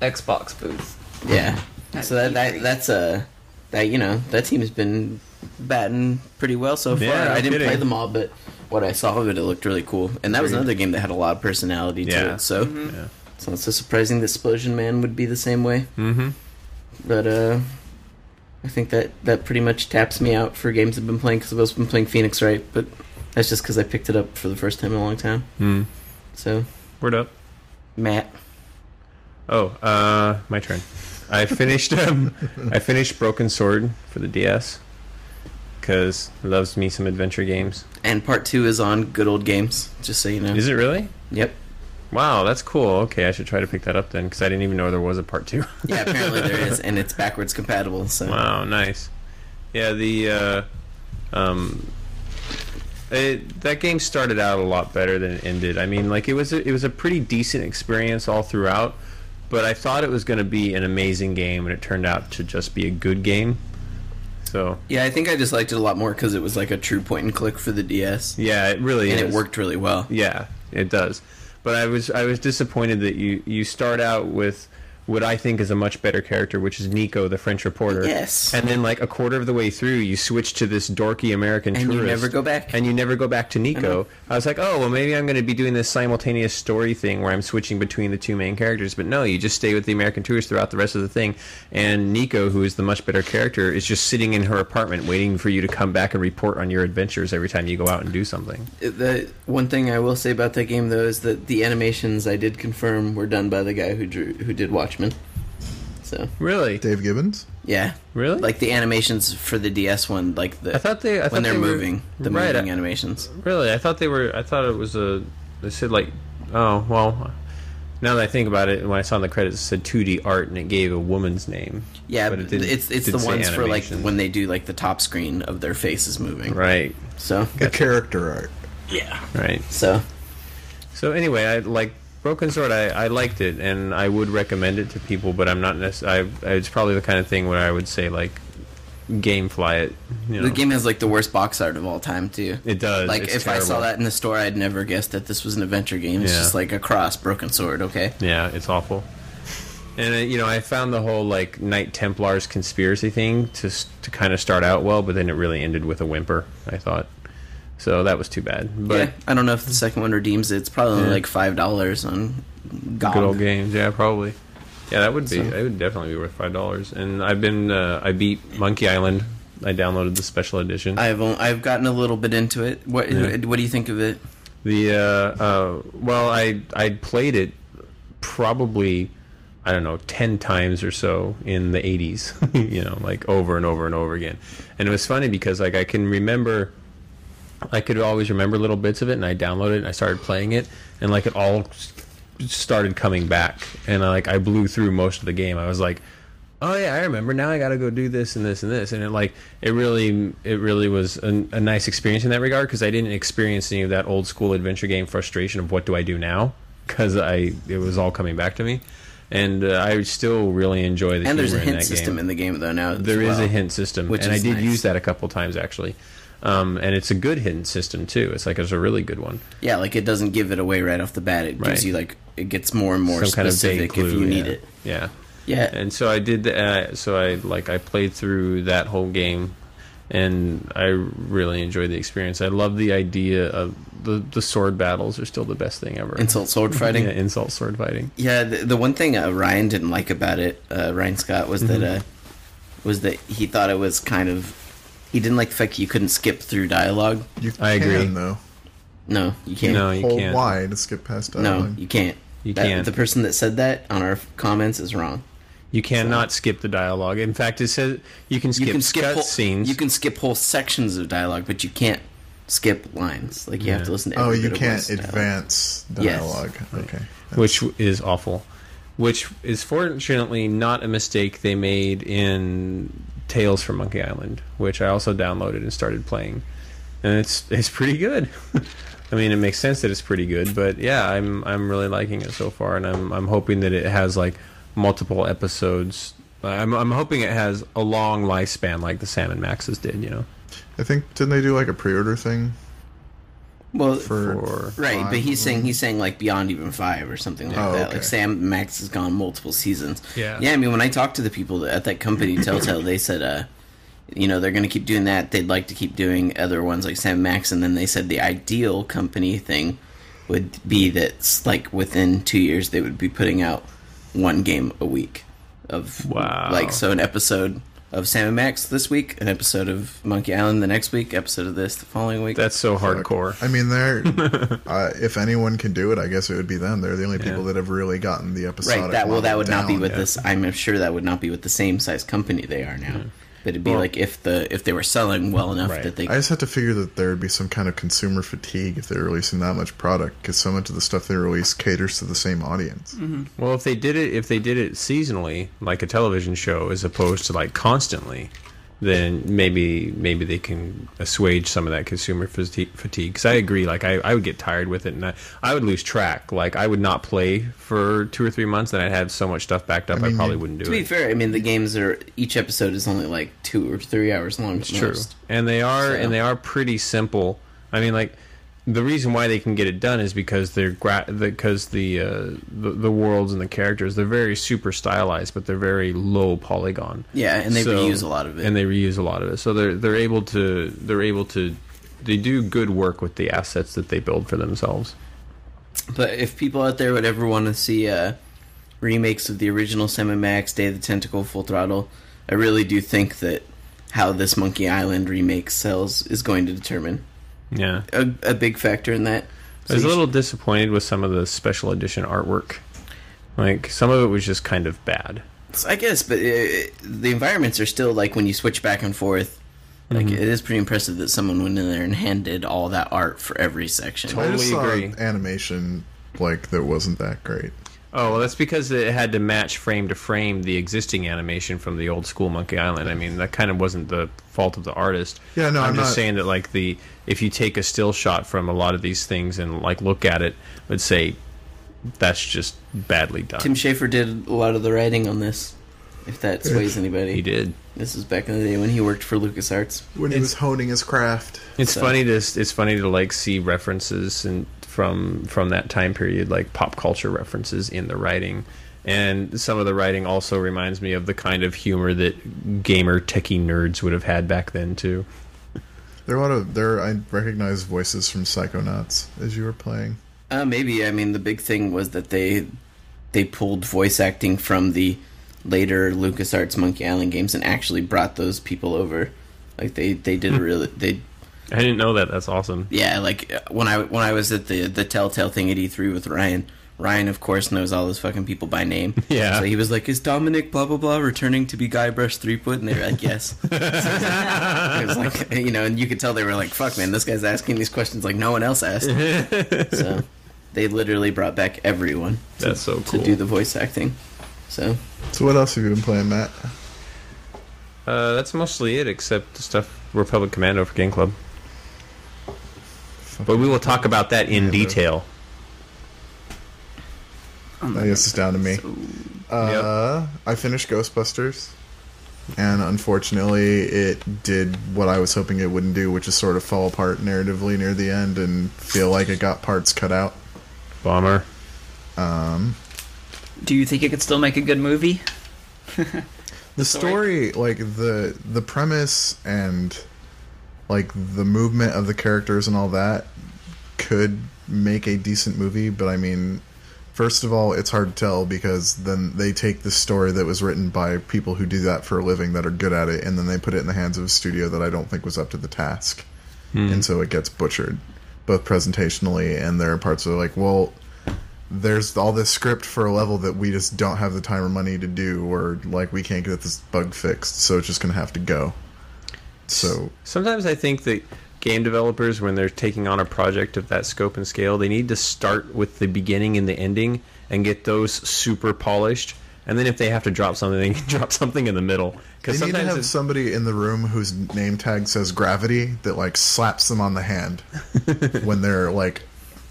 [SPEAKER 2] Xbox booth.
[SPEAKER 3] Yeah.
[SPEAKER 2] At
[SPEAKER 3] So that, that
[SPEAKER 2] E3.
[SPEAKER 3] that's E a that you know that team has been batting pretty well so far.
[SPEAKER 4] Yeah, no
[SPEAKER 3] I didn't
[SPEAKER 4] kidding.
[SPEAKER 3] play them all, but what I saw of it, it looked really cool. And that was
[SPEAKER 4] Agreed.
[SPEAKER 3] another game that had a lot of personality to
[SPEAKER 4] Yeah.
[SPEAKER 3] it. So
[SPEAKER 4] Yeah.
[SPEAKER 3] it's not so surprising that Explosion Man would be the same way.
[SPEAKER 4] Mm-hmm.
[SPEAKER 3] But uh, I think that that pretty much taps me out for games I've been playing because I've also been playing Phoenix Wright. But that's just because I picked it up for the first time in a long time.
[SPEAKER 4] Mm.
[SPEAKER 3] So
[SPEAKER 4] Word up.
[SPEAKER 3] Matt,
[SPEAKER 4] Oh, uh, my turn. I finished um, I finished Broken Sword for the DS because loves me some adventure games.
[SPEAKER 3] and part two is on Good Old Games. Just so you know.
[SPEAKER 4] Is it really?
[SPEAKER 3] Yep.
[SPEAKER 4] Wow, that's cool. Okay, I should try to pick that up then because I didn't even know there was a part two.
[SPEAKER 3] Yeah, apparently there is, and it's backwards compatible. So
[SPEAKER 4] Wow, nice. Yeah, the uh, um, it, that game started out a lot better than it ended. I mean, like it was a, it was a pretty decent experience all throughout, but I thought it was going to be an amazing game, and it turned out to just be a good game. So
[SPEAKER 3] yeah, I think I just liked it a lot more because it was like a true point and click for the DS,
[SPEAKER 4] yeah, it really
[SPEAKER 3] and it
[SPEAKER 4] is.
[SPEAKER 3] worked really well.
[SPEAKER 4] Yeah, it does. But I was I was disappointed that you you start out with what I think is a much better character, which is Nico, the French reporter.
[SPEAKER 3] Yes.
[SPEAKER 4] And then like a quarter of the way through, you switch to this dorky American
[SPEAKER 3] And you
[SPEAKER 4] tourist,
[SPEAKER 3] never go back. Uh-huh.
[SPEAKER 4] and you never go back to Nico.
[SPEAKER 3] know.
[SPEAKER 4] I was like, oh well, maybe I'm going to be doing this simultaneous story thing where I'm switching between the two main characters. But no, you just stay with the American tourist throughout the rest of the thing. And Nico, who is the much better character, is just sitting in her apartment waiting for you to come back and report on your adventures every time you go out and do something.
[SPEAKER 3] The one thing I will say about that game though is that the animations I did confirm were done by the guy who drew who did Watchmen. So
[SPEAKER 4] Really?
[SPEAKER 1] Dave Gibbons?
[SPEAKER 3] yeah,
[SPEAKER 4] Really?
[SPEAKER 3] like the animations for the DS one, like the
[SPEAKER 4] I thought they. I
[SPEAKER 3] when
[SPEAKER 4] thought
[SPEAKER 3] they're
[SPEAKER 4] they were-
[SPEAKER 3] moving, the
[SPEAKER 4] right,
[SPEAKER 3] moving
[SPEAKER 4] I-
[SPEAKER 3] animations.
[SPEAKER 4] Really, I thought they were. I thought it was a. They said like, oh well. Now that I think about it, when I saw in the credits, it said 2D art, and it gave a woman's name.
[SPEAKER 3] Yeah,
[SPEAKER 4] But
[SPEAKER 3] but
[SPEAKER 4] it didn't-
[SPEAKER 3] it's it's
[SPEAKER 4] did
[SPEAKER 3] the
[SPEAKER 4] say
[SPEAKER 3] ones for like
[SPEAKER 4] animation.
[SPEAKER 3] when they do like the top screen of their faces moving.
[SPEAKER 4] Right,
[SPEAKER 3] So
[SPEAKER 1] The character art.
[SPEAKER 3] yeah,
[SPEAKER 4] right.
[SPEAKER 3] so
[SPEAKER 4] So anyway, I like Broken Sword. I, I liked it, and I would recommend it to people, but I'm not necessarily. It's probably the kind of thing where I would say like, gamefly it. You know.
[SPEAKER 3] the game has like the worst box art of all time too.
[SPEAKER 4] It does.
[SPEAKER 3] Like
[SPEAKER 4] It's
[SPEAKER 3] if I saw
[SPEAKER 4] terrible.
[SPEAKER 3] that in the store, I'd never guessed that this was an adventure game. It's
[SPEAKER 4] Yeah.
[SPEAKER 3] just like a cross, broken sword. Okay,
[SPEAKER 4] Yeah, it's awful. And uh, you know, I found the whole like Knight Templars conspiracy thing to s- to kind of start out well, but then it really ended with a whimper. I thought, so that was too bad. But
[SPEAKER 3] yeah. I don't know if the second one redeems it. It's probably only
[SPEAKER 4] Yeah.
[SPEAKER 3] like five dollars on GOG.
[SPEAKER 4] good old games, yeah, probably. Yeah, that would be.
[SPEAKER 3] So-
[SPEAKER 4] It would definitely be worth five dollars. And I've been, uh, I beat Monkey Island. I downloaded the special edition.
[SPEAKER 3] I've on- I've gotten a little bit into it. What
[SPEAKER 4] Yeah.
[SPEAKER 3] what do you think of it?
[SPEAKER 4] The uh, uh, well, I I played it probably I don't know ten times or so in the eighties, (laughs) you know, like over and over and over again. And it was funny because like I can remember, I could always remember little bits of it, and I downloaded it and I started playing it, and like it all s- started coming back, and like I blew through most of the game. I was like. Oh yeah, I remember. Now I got to go do this and this and this, and it like it really it really was a, a nice experience in that regard because I didn't experience any of that old school adventure game frustration of what do I do now because I it was all coming back to me, and uh, I still really enjoy the
[SPEAKER 3] And there's a
[SPEAKER 4] humor in
[SPEAKER 3] hint
[SPEAKER 4] that
[SPEAKER 3] system
[SPEAKER 4] game.
[SPEAKER 3] in the game though now.
[SPEAKER 4] There is a hint system,
[SPEAKER 3] which
[SPEAKER 4] and I
[SPEAKER 3] is
[SPEAKER 4] did
[SPEAKER 3] nice.
[SPEAKER 4] use that a couple times actually, um, and it's a good hidden system too. It's like it's a really good one.
[SPEAKER 3] Yeah, like it doesn't give it away right off the bat. It
[SPEAKER 4] Right.
[SPEAKER 3] gives you like it gets more and more
[SPEAKER 4] Some kind of vague
[SPEAKER 3] specific
[SPEAKER 4] clue
[SPEAKER 3] if you need
[SPEAKER 4] yeah.
[SPEAKER 3] it.
[SPEAKER 4] Yeah.
[SPEAKER 3] Yeah,
[SPEAKER 4] and so I did. Uh, so I like I played through that whole game, and I really enjoyed the experience. I love the idea of the the sword battles are still the best thing ever.
[SPEAKER 3] insult sword fighting.
[SPEAKER 4] yeah, insult sword fighting.
[SPEAKER 3] Yeah, the, the one thing uh, Ryan didn't like about it, uh, Ryan Scott, was
[SPEAKER 4] Mm-hmm.
[SPEAKER 3] that uh, was that he thought it was kind of he didn't like the fact you couldn't skip through dialogue.
[SPEAKER 1] You
[SPEAKER 4] I agree.
[SPEAKER 1] can, though.
[SPEAKER 3] No, you can't.
[SPEAKER 4] No, you
[SPEAKER 1] Hold
[SPEAKER 4] can't.
[SPEAKER 1] Y to skip past
[SPEAKER 3] No,
[SPEAKER 1] dialogue.
[SPEAKER 3] you can't.
[SPEAKER 4] You
[SPEAKER 3] That-
[SPEAKER 4] can't.
[SPEAKER 3] The person that said that on our comments is wrong.
[SPEAKER 4] You cannot skip the dialogue. In fact, it says you can skip,
[SPEAKER 3] you can skip
[SPEAKER 4] cut
[SPEAKER 3] whole,
[SPEAKER 4] scenes.
[SPEAKER 3] You can skip whole sections of dialogue, but you can't skip lines. Like you have
[SPEAKER 4] Yeah.
[SPEAKER 3] to listen to.
[SPEAKER 1] Oh,
[SPEAKER 3] Every
[SPEAKER 1] you
[SPEAKER 3] bit of
[SPEAKER 1] can't
[SPEAKER 3] voice dialogue.
[SPEAKER 1] advance
[SPEAKER 3] Yes.
[SPEAKER 1] dialogue. Okay.
[SPEAKER 4] which is awful. Which is fortunately not a mistake they made in Tales from Monkey Island, which I also downloaded and started playing, and it's it's pretty good. (laughs) I mean, it makes sense that it's pretty good, but yeah, I'm I'm really liking it so far, and I'm I'm hoping that it has like multiple episodes. I'm I'm hoping it has a long lifespan like the Salmon Maxes did, you know.
[SPEAKER 1] I think didn't they do like a pre-order thing
[SPEAKER 3] Well,
[SPEAKER 1] for?
[SPEAKER 4] For
[SPEAKER 3] right, but
[SPEAKER 1] five
[SPEAKER 3] he's
[SPEAKER 1] of
[SPEAKER 3] saying he's saying like beyond even five or something like
[SPEAKER 1] Oh,
[SPEAKER 3] that.
[SPEAKER 1] okay.
[SPEAKER 3] Like Sam Max has gone multiple seasons.
[SPEAKER 4] Yeah.
[SPEAKER 1] (coughs)
[SPEAKER 3] yeah. I mean, when I talked to the people that- at that company, Telltale, they said, uh, you know they're going to keep doing that. They'd like to keep doing other ones like Sam Max, and then they said the ideal company thing would be that's like within two years they would be putting out one game a week of
[SPEAKER 4] Wow.
[SPEAKER 3] like so an episode of Sam and Max this week, an episode of Monkey Island the next week, episode of this the following week.
[SPEAKER 4] That's so hardcore.
[SPEAKER 1] I mean, they're.
[SPEAKER 4] (laughs)
[SPEAKER 1] uh, if anyone can do it, I guess it would be them. They're the only people that have really gotten the episodic.
[SPEAKER 3] right. That well, that
[SPEAKER 1] model
[SPEAKER 3] would not be
[SPEAKER 1] down.
[SPEAKER 3] with this. I'm sure that would not be with the same size company they are now. But it'd be
[SPEAKER 4] Well-
[SPEAKER 3] like if the if they were selling well enough
[SPEAKER 4] Right.
[SPEAKER 3] that they
[SPEAKER 1] I just had to figure that there would be some kind of consumer fatigue if they're releasing that much product, because so much of the stuff they release caters to the same audience.
[SPEAKER 4] Well, if they did it, if they did it seasonally, like a television show, as opposed to like constantly, then maybe maybe they can assuage some of that consumer fatigue. Because I agree, like I, I would get tired with it, and I, I would lose track. Like I would not play for two or three months, and I'd have so much stuff backed up, I,
[SPEAKER 1] mean,
[SPEAKER 4] probably
[SPEAKER 1] you-
[SPEAKER 4] wouldn't do
[SPEAKER 3] To be
[SPEAKER 4] it.
[SPEAKER 3] fair, I mean the games are each episode is only like two or three hours long. It's
[SPEAKER 4] True, and they are
[SPEAKER 3] So-
[SPEAKER 4] and they are pretty simple. I mean, like the reason why they can get it done is because they're gra- because the, uh, the the worlds and the characters they're very super stylized, but they're very low polygon.
[SPEAKER 3] Yeah, and they
[SPEAKER 4] So-
[SPEAKER 3] reuse a lot of it.
[SPEAKER 4] and they reuse a lot of it. So they're they're able to they're able to they do good work with the assets that they build for themselves.
[SPEAKER 3] but if people out there would ever want to see uh, remakes of the original Sam and Max, Day of the Tentacle, Full Throttle, I really do think that how this Monkey Island remake sells is going to determine
[SPEAKER 4] Yeah,
[SPEAKER 3] a, a big factor in that.
[SPEAKER 4] I was a
[SPEAKER 3] you
[SPEAKER 4] little disappointed with some of the special edition artwork. Like some of it was just kind of bad.
[SPEAKER 3] should- I guess, but uh the environments are still like when you switch back and forth. Like
[SPEAKER 4] Mm-hmm.
[SPEAKER 3] it is pretty impressive that someone went in there and handed all that art for every section.
[SPEAKER 4] Totally.
[SPEAKER 1] I just saw
[SPEAKER 4] agree.
[SPEAKER 1] animation like that wasn't that great.
[SPEAKER 4] Oh well, that's because it had to match frame to frame the existing animation from the old school Monkey Island. I mean, that kind of wasn't the fault of the artist.
[SPEAKER 1] Yeah, no,
[SPEAKER 4] I'm,
[SPEAKER 1] I'm
[SPEAKER 4] just
[SPEAKER 1] not-
[SPEAKER 4] saying that like the if you take a still shot from a lot of these things and like look at it, let's say that's just badly done.
[SPEAKER 3] Tim Schafer did a lot of the writing on this. If that sways anybody,
[SPEAKER 4] he did.
[SPEAKER 3] This was back in the day when he worked for LucasArts.
[SPEAKER 1] When he was honing his craft,
[SPEAKER 4] It's
[SPEAKER 3] So-
[SPEAKER 4] funny to it's funny to like see references and from from that time period, like pop culture references in the writing, and some of the writing also reminds me of the kind of humor that gamer techie nerds would have had back then too.
[SPEAKER 1] there are a lot of there. I recognize voices from Psychonauts as you were playing.
[SPEAKER 3] Uh, maybe I mean the big thing was that they they pulled voice acting from the later LucasArts Monkey Island games and actually brought those people over. Like they they
[SPEAKER 4] Hmm.
[SPEAKER 3] did a really they
[SPEAKER 4] I didn't know that. That's
[SPEAKER 3] (laughs)
[SPEAKER 4] awesome. (laughs)
[SPEAKER 3] yeah like uh, when I when I was at the the Telltale thing at E3 with Ryan. Ryan, of course, knows all those fucking people by name.
[SPEAKER 4] (laughs) Yeah.
[SPEAKER 3] So he was like, "Is Dominic blah blah blah returning to be Guybrush Threepwood?" And they were like,
[SPEAKER 4] (laughs)
[SPEAKER 3] "Yes." it was like, you know, and you could tell they were like, "Fuck, man, this guy's asking these questions like no one else asked." so they literally brought back everyone
[SPEAKER 4] That's so
[SPEAKER 3] to
[SPEAKER 4] cool.
[SPEAKER 3] do the voice acting. So
[SPEAKER 1] So what else have you been playing, Matt?
[SPEAKER 4] uh, that's mostly it, except the stuff Republic Commando for Game Club. But we will talk about that in
[SPEAKER 1] Commando.
[SPEAKER 4] detail.
[SPEAKER 2] um,
[SPEAKER 1] I guess it's down to me. Uh, I finished Ghostbusters, and unfortunately, it did what I was hoping it wouldn't do, which is sort of fall apart narratively near the end and feel like it got parts cut out.
[SPEAKER 4] Bomber.
[SPEAKER 2] Do you think it could still make a good movie?
[SPEAKER 1] The
[SPEAKER 2] story-
[SPEAKER 1] story, like the the premise and like the movement of the characters and all that, could make a decent movie. But I mean, first of all, it's hard to tell because then they take the story that was written by people who do that for a living that are good at it, and then they put it in the hands of a studio that I don't think was up to the task, and so it gets butchered, both presentationally and there are parts where like, well, there's all this script for a level that we just don't have the time or money to do, or like we can't get this bug fixed, so it's just gonna have to go. So
[SPEAKER 4] Sometimes I think that game developers, when they're taking on a project of that scope and scale, they need to start with the beginning and the ending and get those super polished. And then if they have to drop something, (laughs) they can drop something in the middle. Because
[SPEAKER 1] they need to
[SPEAKER 4] sometimes
[SPEAKER 1] have
[SPEAKER 4] it's,
[SPEAKER 1] somebody in the room whose name tag says gravity that like slaps them on the hand when they're like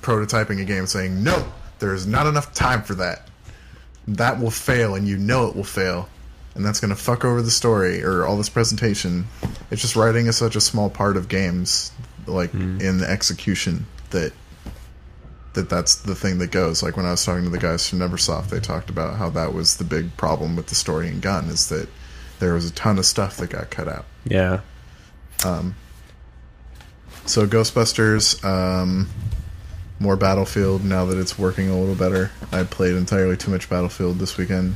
[SPEAKER 1] prototyping a game, saying, "No, there's not enough time for that. That will fail, and you know it will fail." And that's gonna fuck over the story or all this presentation. It's just writing is such a small part of games, like in the execution that that that's the thing that goes. Like when I was talking to the guys from NeverSoft, they talked about how that was the big problem with the story in Gun is that there was a ton of stuff that got cut out.
[SPEAKER 4] Yeah.
[SPEAKER 1] So Ghostbusters, um, more Battlefield now that it's working a little better. I played entirely too much Battlefield this weekend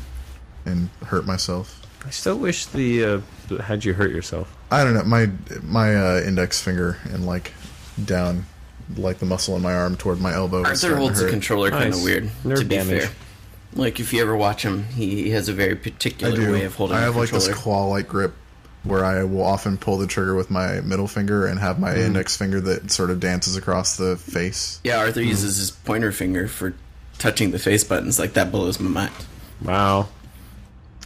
[SPEAKER 1] and hurt myself.
[SPEAKER 4] I still wish the uh, had you hurt yourself.
[SPEAKER 1] I don't know my my uh, index finger and like down, like the muscle in my arm toward my elbow. was
[SPEAKER 3] Arthur
[SPEAKER 1] starting to
[SPEAKER 3] holds the
[SPEAKER 1] hurt.
[SPEAKER 3] controller kind
[SPEAKER 4] Nice.
[SPEAKER 3] of weird.
[SPEAKER 4] Nerve
[SPEAKER 3] to be
[SPEAKER 4] damage.
[SPEAKER 3] fair, like if you ever watch him, he, he has a very
[SPEAKER 1] I
[SPEAKER 3] particular
[SPEAKER 1] do.
[SPEAKER 3] way of holding.
[SPEAKER 1] I have
[SPEAKER 3] the
[SPEAKER 1] like this
[SPEAKER 3] controller.
[SPEAKER 1] claw-like grip where I will often pull the trigger with my middle finger and have
[SPEAKER 3] Mm.
[SPEAKER 1] my index finger that sort of dances across the face.
[SPEAKER 3] Yeah, Arthur uses his pointer finger for touching the face buttons. Like that blows my mind.
[SPEAKER 4] Wow.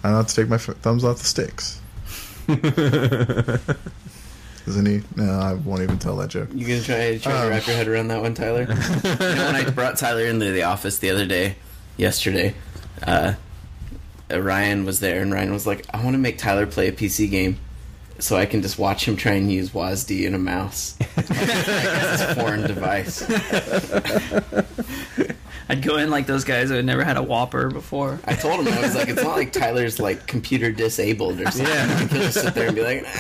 [SPEAKER 1] I don't have to take my f- thumbs off the
[SPEAKER 3] (laughs)
[SPEAKER 1] sticks. Isn't he? No, I won't even tell that joke.
[SPEAKER 3] You gonna try, try to wrap your head around that one, Tyler? Um. (laughs) you know, when I brought Tyler into the office the other day, yesterday, uh, uh, Ryan was there, and Ryan was like, "I want to make Tyler play a PC game, so I can just watch him try and use WASD and a mouse, (laughs) like it's a foreign device."
[SPEAKER 2] I'd go in like those guys who had never had a Whopper before.
[SPEAKER 3] I told him I was like, "It's not like Tyler's like computer disabled or something.
[SPEAKER 4] Yeah.
[SPEAKER 3] He'll just sit there and be like." (laughs)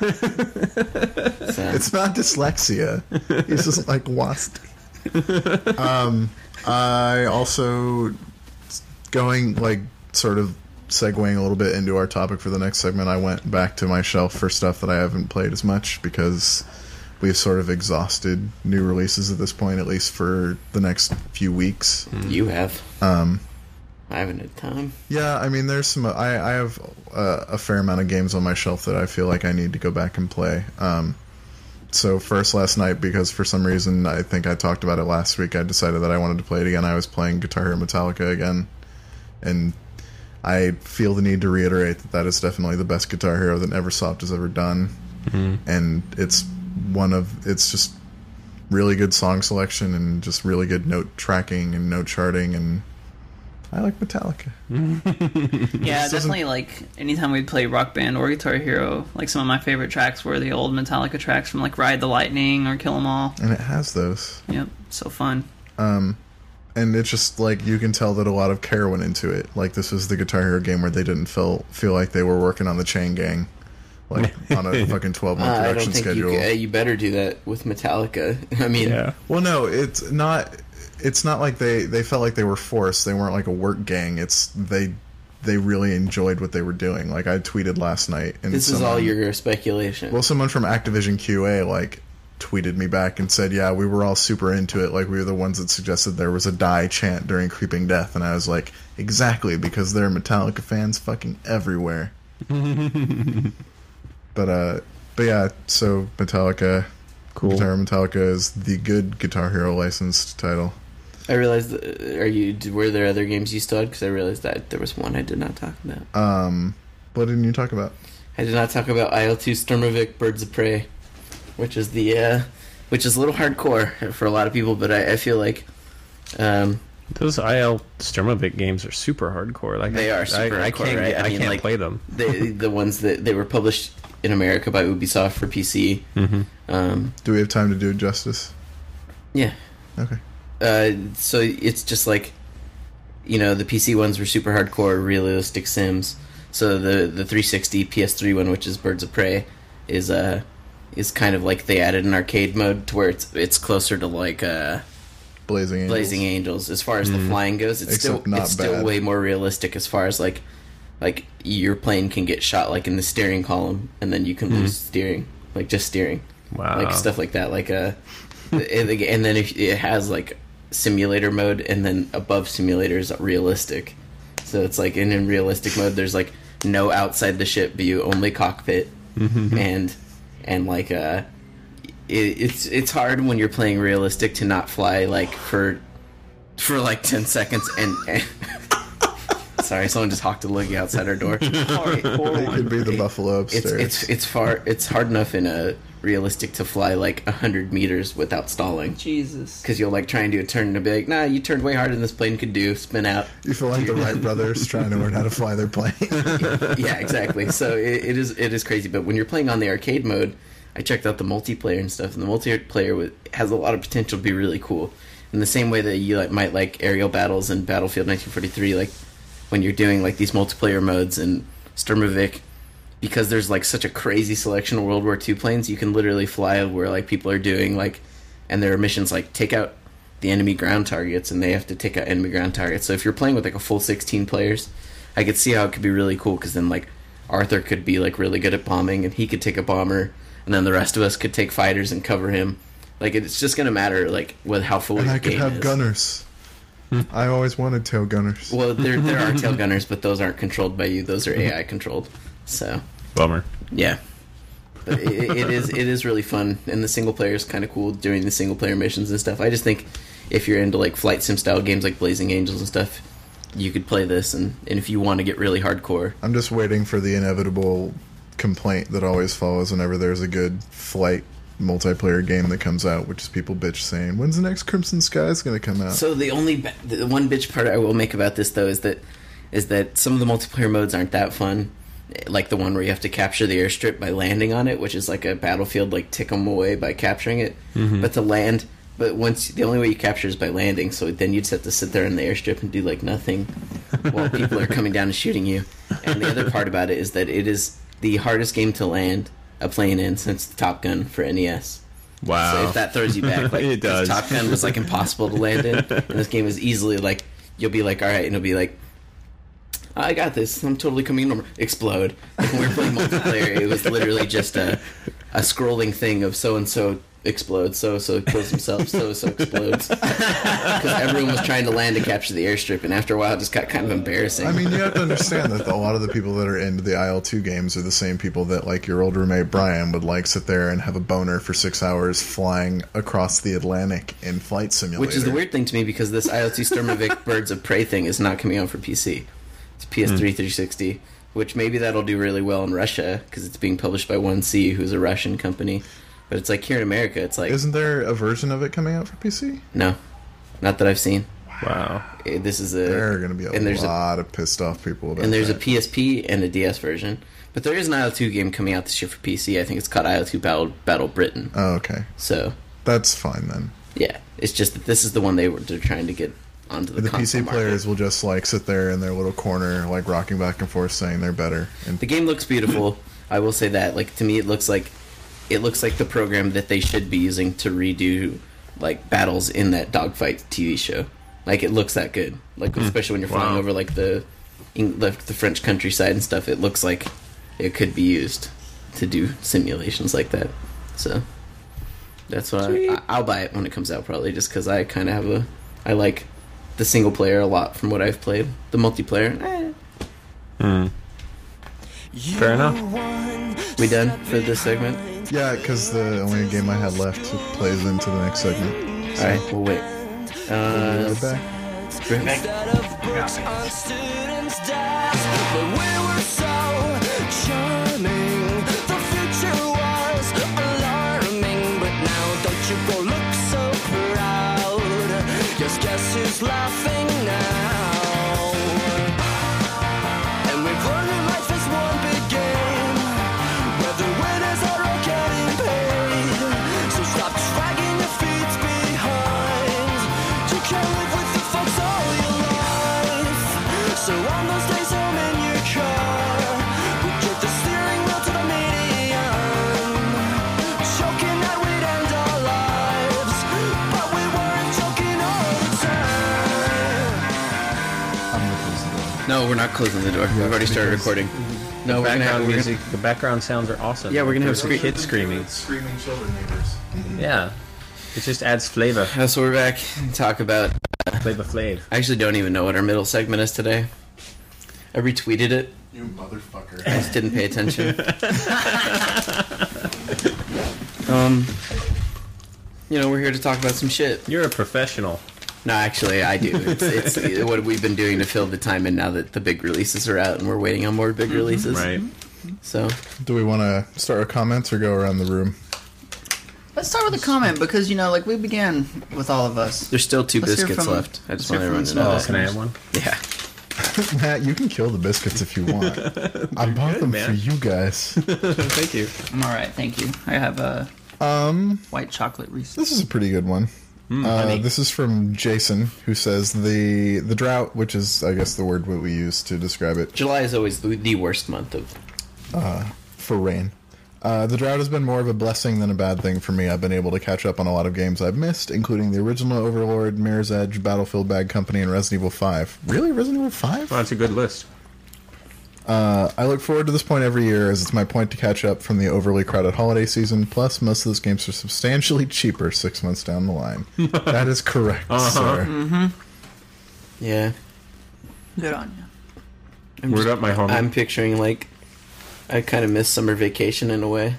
[SPEAKER 3] Ah. So,
[SPEAKER 1] It's not dyslexia. He's just like lost. Um, I also going like sort of segueing a little bit into our topic for the next segment. I went back to my shelf for stuff that I haven't played as much because we've sort of exhausted new releases at this point, at least for the next few weeks.
[SPEAKER 3] you have. Um, I haven't had time.
[SPEAKER 1] Yeah, I mean, there's some. I, I have uh, a fair amount of games on my shelf that I feel like I need to go back and play. Um, so first last night, because for some reason I think I talked about it last week, I decided that I wanted to play it again. I was playing Guitar Hero Metallica again, and I feel the need to reiterate that that is definitely the best Guitar Hero that NeverSoft has ever done, and it's one of it's just really good song selection and just really good note tracking and note charting and. I like Metallica.
[SPEAKER 2] Yeah,
[SPEAKER 1] This doesn't-
[SPEAKER 2] definitely. Like anytime we'd play Rock Band or Guitar Hero, like some of my favorite tracks were the old Metallica tracks from like Ride the Lightning or Kill 'Em All.
[SPEAKER 1] and it has those
[SPEAKER 2] Yep, so fun.
[SPEAKER 1] and it's just like you can tell that a lot of care went into it like this was the guitar hero game where they didn't feel feel like they were working on the chain gang like on a fucking 12 month
[SPEAKER 3] Uh, I
[SPEAKER 1] production
[SPEAKER 3] don't think
[SPEAKER 1] schedule
[SPEAKER 3] you. ca- you better do that with Metallica. (laughs) I mean,
[SPEAKER 4] (laughs) Yeah.
[SPEAKER 1] well no it's not it's not like they they felt like they were forced they weren't like a work gang it's they they really enjoyed what they were doing like i tweeted last night and
[SPEAKER 3] this is
[SPEAKER 1] someone-
[SPEAKER 3] all your speculation.
[SPEAKER 1] Well, someone from Activision QA like tweeted me back and said, "Yeah, we were all super into it. Like we were the ones that suggested there was a die chant during Creeping Death." And I was like, "Exactly, because there are Metallica fans fucking everywhere." but uh but yeah, so Metallica
[SPEAKER 4] Cool.
[SPEAKER 1] Guitar Hero Metallica is the good Guitar Hero licensed title.
[SPEAKER 3] I realized. uh, Are you? d- Were there other games you still had? Because I realized that there was one I did not talk about.
[SPEAKER 1] Um what didn't you talk about?
[SPEAKER 3] I did not talk about IL two Stormovic Birds of Prey, which is the, uh, which is a little hardcore for a lot of people. But I, I feel like, um,
[SPEAKER 4] Those IL Sturmovik games are super hardcore. Like
[SPEAKER 3] They
[SPEAKER 4] I,
[SPEAKER 3] are super
[SPEAKER 4] I, I
[SPEAKER 3] hardcore,
[SPEAKER 4] can't,
[SPEAKER 3] right?
[SPEAKER 4] get- I
[SPEAKER 3] I mean,
[SPEAKER 4] can't
[SPEAKER 3] like-
[SPEAKER 4] play them.
[SPEAKER 1] (laughs)
[SPEAKER 3] the the ones that they were published in America by Ubisoft for PC.
[SPEAKER 4] Hmm.
[SPEAKER 3] Mm-hmm. Um,
[SPEAKER 1] Do we have time to do it justice?
[SPEAKER 3] yeah.
[SPEAKER 1] Okay.
[SPEAKER 3] Uh, so it's just like you know the PC ones were super hardcore realistic sims. So the the 360 PS3 one, which is Birds of Prey, is uh is kind of like they added an arcade mode to where it's it's closer to like uh,
[SPEAKER 1] Blazing Angels.
[SPEAKER 3] Blazing Angels as far as the flying goes. It's
[SPEAKER 1] Mm. Except
[SPEAKER 3] still
[SPEAKER 1] not
[SPEAKER 3] it's still
[SPEAKER 1] bad.
[SPEAKER 3] way more realistic as far as like like your plane can get shot like in the steering column and then you can lose steering like just steering
[SPEAKER 4] Wow.
[SPEAKER 3] like stuff like that like uh and the- and then if it has like simulator mode and then above simulator is realistic so it's like and in realistic mode there's like no outside the ship view only cockpit
[SPEAKER 1] Mm-hmm.
[SPEAKER 3] and and like uh it, it's it's hard when you're playing realistic to not fly like for for like 10 seconds and, and (laughs) sorry someone just hawked a loogie outside our door
[SPEAKER 1] It could be the Buffalo upstairs.
[SPEAKER 3] it's it's it's far it's hard enough in a realistic to fly like 100 meters without stalling
[SPEAKER 2] Jesus.
[SPEAKER 3] because you'll like try and do a turn and be like nah you turned way harder than this plane could do spin out
[SPEAKER 1] you feel like the Wright brothers trying to learn how to fly their
[SPEAKER 3] (laughs)
[SPEAKER 1] plane.
[SPEAKER 3] yeah exactly so it, it is it is crazy but when you're playing on the arcade mode i checked out the multiplayer and stuff and the multiplayer wa- has a lot of potential to be really cool in the same way that you like might like aerial battles in battlefield 1943 like when you're doing like these multiplayer modes and Sturmovik because there's like such a crazy selection of World War II planes. You can literally fly where like people are doing like, and there are missions like take out the enemy ground targets, and they have to take out enemy ground targets. So if you're playing with like a full 16 players, I could see how it could be really cool because then like Arthur could be like really good at bombing, and he could take a bomber, and then the rest of us could take fighters and cover him. Like it's just gonna matter like with how full
[SPEAKER 1] And
[SPEAKER 3] your
[SPEAKER 1] I could
[SPEAKER 3] game
[SPEAKER 1] have
[SPEAKER 3] is.
[SPEAKER 1] gunners. I always wanted tail gunners.
[SPEAKER 3] Hmm. Well, there there
[SPEAKER 1] (laughs)
[SPEAKER 3] are tail gunners, but those aren't controlled by you. Those are AI controlled. So
[SPEAKER 4] Bummer.
[SPEAKER 3] yeah, but it, it is it is really fun, and the single player is kind of cool doing the single player missions and stuff. I just think if you're into like flight sim style games like Blazing Angels and stuff, you could play this, and, and if you want to get really hardcore,
[SPEAKER 1] I'm just waiting for the inevitable complaint that always follows whenever there's a good flight multiplayer game that comes out, which is people bitch saying, "When's the next Crimson Skies going to come out?"
[SPEAKER 3] So the only ba- the one bitch part I will make about this though is that is that some of the multiplayer modes aren't that fun, like the one where you have to capture the airstrip by landing on it, which is like a battlefield like tick 'em away by capturing it. But to land, but once the only way you capture is by landing, so then you just have to sit there in the airstrip and do like nothing while people are coming down and shooting you. And the other part about it is that it is the hardest game to land a plane in since Top Gun for E NES. So
[SPEAKER 4] Wow.
[SPEAKER 3] if that throws you back, like
[SPEAKER 4] (laughs) It does.
[SPEAKER 3] Top Gun was like impossible to land
[SPEAKER 4] (laughs)
[SPEAKER 3] in, and this game is easily like you'll be like, all right, and it'll be like, I got this. I'm totally coming over. Explode. Like, when we were playing multiplayer, it was literally just a a scrolling thing of so and so explodes, so so kills himself, so so explodes, (laughs) because everyone was trying to land to capture the airstrip, and after a while, it just got kind of embarrassing.
[SPEAKER 1] I mean, you have to understand that a lot of the people that are into the IL2 games are the same people that, like, your old roommate Brian would, like, sit there and have a boner for six hours flying across the Atlantic in Flight Simulator.
[SPEAKER 3] Which is the weird thing to me because this IoT
[SPEAKER 1] (laughs)
[SPEAKER 3] Sturmovik Birds of Prey thing is not coming out for PC. It's PS3
[SPEAKER 1] Hmm.
[SPEAKER 3] 360, which maybe that'll do really well in Russia because it's being published by 1C, who's a Russian company. But it's like here in America, it's like,
[SPEAKER 1] Isn't there a version of it coming out for PC?
[SPEAKER 3] no, not that I've seen.
[SPEAKER 4] Wow.
[SPEAKER 3] Eh, This is a.
[SPEAKER 1] There are going to be
[SPEAKER 3] and
[SPEAKER 1] a
[SPEAKER 3] there's
[SPEAKER 1] lot of pissed off people about
[SPEAKER 3] and there's a
[SPEAKER 1] that.
[SPEAKER 3] PSP and a DS version. But there is an IL2 game coming out this year for PC. I think it's called IL2 Battle, Battle Britain.
[SPEAKER 1] Oh, okay.
[SPEAKER 3] So,
[SPEAKER 1] That's fine then.
[SPEAKER 3] yeah. It's just that this is the one they were they're trying to get onto the
[SPEAKER 1] The
[SPEAKER 3] console
[SPEAKER 1] PC
[SPEAKER 3] market.
[SPEAKER 1] players will just, like, sit there in their little corner, like, rocking back and forth saying they're better. And
[SPEAKER 3] The game looks beautiful. I will say that. Like to me, it looks like it looks like the program that they should be using to redo like battles in that dogfight TV show. Like it looks that good. Like especially when you're flying
[SPEAKER 4] Wow.
[SPEAKER 3] over like the, Eng- like the French countryside and stuff. It looks like it could be used to do simulations like that. So that's why I, I'll buy it when it comes out probably just because I kind of have a I like the single player a lot from what I've played. The multiplayer, eh,
[SPEAKER 4] Fair enough.
[SPEAKER 3] we done for this segment.
[SPEAKER 1] yeah, because the only game I had left plays into the next segment.
[SPEAKER 3] All right, we'll wait.
[SPEAKER 1] We'll be
[SPEAKER 3] Uh,
[SPEAKER 1] right back.
[SPEAKER 5] Instead of books on students' desks, but we were so charming. The future was alarming, but now don't you go look so proud. Just guess who's laughing now? And we've learned that life is one big game, where the winners are all getting paid. So stop dragging your feet behind. You can live with the folks all your life. So on those days home in your car, we get the steering wheel to the median. Choking that we'd end our lives, but we weren't choking all the time.
[SPEAKER 3] no, we're not closing the door. We've already started recording. No, we're gonna have
[SPEAKER 4] Background
[SPEAKER 3] we're
[SPEAKER 4] music. The background sounds are awesome.
[SPEAKER 3] Yeah, we're gonna have
[SPEAKER 4] There's a
[SPEAKER 3] screen-
[SPEAKER 4] kid screaming.
[SPEAKER 1] Screaming children neighbors.
[SPEAKER 4] Yeah. It just adds flavor.
[SPEAKER 3] Gonna, so we're back. and Talk about.
[SPEAKER 4] Flavor flav.
[SPEAKER 3] I actually don't even know what our middle segment is today. I retweeted it.
[SPEAKER 1] You motherfucker.
[SPEAKER 3] I just didn't pay attention. um, you know, we're here to talk about some shit.
[SPEAKER 4] You're a professional.
[SPEAKER 3] No, actually, I do. It's, it's (laughs) what we've been doing to fill the time, and now that the big releases are out, and we're waiting on more big releases.
[SPEAKER 4] Right.
[SPEAKER 3] So
[SPEAKER 1] Do we want to start with comments or go around the room?
[SPEAKER 2] Let's start with a comment because you know, like we began with all of us.
[SPEAKER 3] there's still 2
[SPEAKER 2] Let's hear
[SPEAKER 3] biscuits
[SPEAKER 2] from-
[SPEAKER 3] left. I
[SPEAKER 2] let's
[SPEAKER 3] just want
[SPEAKER 2] hear
[SPEAKER 3] everyone to
[SPEAKER 2] from
[SPEAKER 3] know.
[SPEAKER 2] the
[SPEAKER 4] Oh,
[SPEAKER 3] that.
[SPEAKER 4] can I have one?
[SPEAKER 3] Yeah.
[SPEAKER 1] Matt, you can kill the biscuits if you
[SPEAKER 4] (laughs)
[SPEAKER 1] want. I bought
[SPEAKER 4] good,
[SPEAKER 1] them
[SPEAKER 4] man.
[SPEAKER 1] for you guys.
[SPEAKER 4] Thank you.
[SPEAKER 2] I'm all right, thank you. I have a
[SPEAKER 1] Um,
[SPEAKER 2] white chocolate Reese's.
[SPEAKER 1] this is a pretty good one. Uh, this is from Jason, who says the the drought, which is I guess the word that we use to describe it,
[SPEAKER 3] July is always the, the worst month of.
[SPEAKER 1] for rain. Uh, the drought has been more of a blessing than a bad thing for me. I've been able to catch up on a lot of games I've missed, including the original Overlord, Mirror's Edge, Battlefield Bad Company, and Resident Evil 5. Really? Resident Evil 5?
[SPEAKER 4] Well, that's a good list.
[SPEAKER 1] I look forward to this point every year as it's my point to catch up from the overly crowded holiday season. Plus, most of those games are substantially cheaper six months down the
[SPEAKER 4] (laughs)
[SPEAKER 1] line. that is correct,
[SPEAKER 4] Uh-huh.
[SPEAKER 1] sir.
[SPEAKER 3] Yeah,
[SPEAKER 2] Good on you.
[SPEAKER 3] I'm,
[SPEAKER 4] Word
[SPEAKER 3] just-
[SPEAKER 4] up, my homie.
[SPEAKER 3] I'm picturing like I kind of miss summer vacation in a way.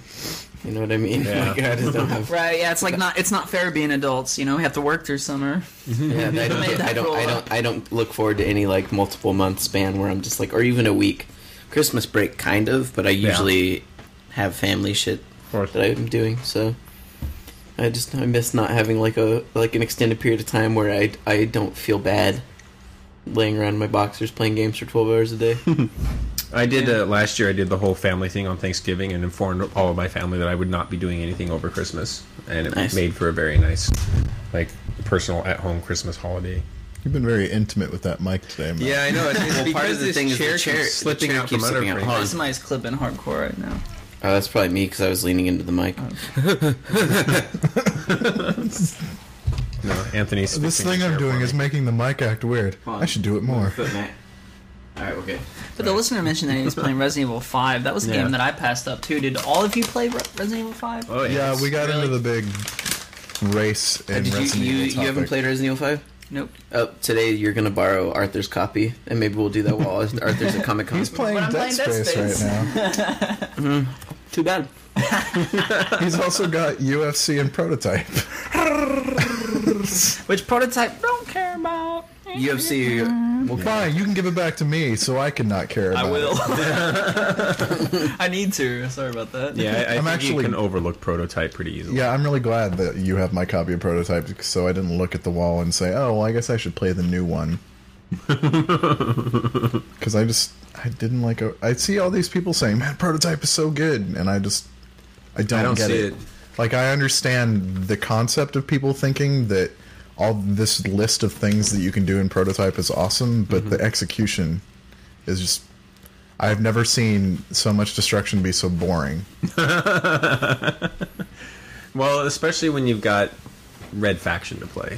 [SPEAKER 3] You know what I mean?
[SPEAKER 4] Yeah.
[SPEAKER 3] Like, I just
[SPEAKER 2] (laughs)
[SPEAKER 3] don't have.
[SPEAKER 2] Right? Yeah, it's like not it's not fair being adults. You know, we have to work through summer.
[SPEAKER 3] Yeah, I don't.
[SPEAKER 2] Made
[SPEAKER 3] Get,
[SPEAKER 2] that
[SPEAKER 3] I don't. I
[SPEAKER 2] roll up.
[SPEAKER 3] don't. I don't look forward to any like multiple month span where I'm just like, or even a week. Christmas break, kind of, but I usually have family shit
[SPEAKER 4] course.
[SPEAKER 3] that I'm doing. So I just I miss not having like a like an extended period of time where I I don't feel bad laying around in my boxers playing games for 12 hours a day.
[SPEAKER 4] I did uh, last year. I did the whole family thing on Thanksgiving and informed all of my family that I would not be doing anything over Christmas, and it
[SPEAKER 3] Nice.
[SPEAKER 4] made for a very nice, like, personal at-home Christmas holiday.
[SPEAKER 1] You've been very intimate with that mic today, man.
[SPEAKER 4] I (laughs) know. It's,
[SPEAKER 3] Well, part of the thing is the chair- the chair keeps slipping out. Hold on.
[SPEAKER 2] Somebody's clipping hardcore right now.
[SPEAKER 3] Oh, that's probably me because I was leaning into the mic. (laughs)
[SPEAKER 4] No, Anthony's.
[SPEAKER 1] This
[SPEAKER 4] fixing
[SPEAKER 1] thing
[SPEAKER 4] the
[SPEAKER 1] I'm
[SPEAKER 4] chair
[SPEAKER 1] doing
[SPEAKER 4] for
[SPEAKER 1] is
[SPEAKER 4] me.
[SPEAKER 1] making the mic act weird. I should do it more.
[SPEAKER 3] Foot mat. All right, okay.
[SPEAKER 2] But the listener mentioned that he
[SPEAKER 3] (laughs)
[SPEAKER 2] was playing Resident Evil 5. That was a
[SPEAKER 4] Yeah.
[SPEAKER 2] game that I passed up too. Did all of you play Re- Resident Evil 5?
[SPEAKER 4] Oh
[SPEAKER 1] Yeah, we got
[SPEAKER 2] Really? Uh,
[SPEAKER 1] into the big race in
[SPEAKER 3] Did
[SPEAKER 1] Resident
[SPEAKER 3] you, you,
[SPEAKER 1] Evil
[SPEAKER 3] you haven't
[SPEAKER 1] topic.
[SPEAKER 3] played Resident Evil 5?
[SPEAKER 2] Nope.
[SPEAKER 3] Oh, today you're gonna borrow Arthur's copy, and maybe we'll do
[SPEAKER 1] (laughs)
[SPEAKER 3] that while Arthur's at Comic Con.
[SPEAKER 1] He's playing
[SPEAKER 2] But I'm
[SPEAKER 1] Dead
[SPEAKER 2] playing Dead
[SPEAKER 1] Space,
[SPEAKER 2] Space.
[SPEAKER 1] right now.
[SPEAKER 3] Too bad.
[SPEAKER 2] (laughs)
[SPEAKER 1] He's also got UFC and Prototype.
[SPEAKER 2] Which prototype? Don't care about.
[SPEAKER 3] UFC. Well,
[SPEAKER 1] Fine, you can give it back to me so I can not care about
[SPEAKER 2] I
[SPEAKER 1] it.
[SPEAKER 2] will. I need to. Sorry about that.
[SPEAKER 4] Yeah, I, I
[SPEAKER 1] I'm
[SPEAKER 4] think
[SPEAKER 1] actually-
[SPEAKER 4] you can overlook prototype pretty easily.
[SPEAKER 1] Yeah, I'm really glad that you have my copy of Prototype so I didn't look at the wall and say, oh, well, I guess I should play the new
[SPEAKER 4] (laughs)
[SPEAKER 1] one. Because I just, I didn't like, o- I see all these people saying, man, Prototype is so good, and I just, I don't,
[SPEAKER 4] I don't
[SPEAKER 1] get
[SPEAKER 4] see
[SPEAKER 1] it.
[SPEAKER 4] it.
[SPEAKER 1] Like, I understand the concept of people thinking that all this list of things that you can do in Prototype is awesome, but
[SPEAKER 4] Mm-hmm.
[SPEAKER 1] the execution is just, I've never seen so much destruction be so boring.
[SPEAKER 4] Well, especially when you've got Red Faction to play,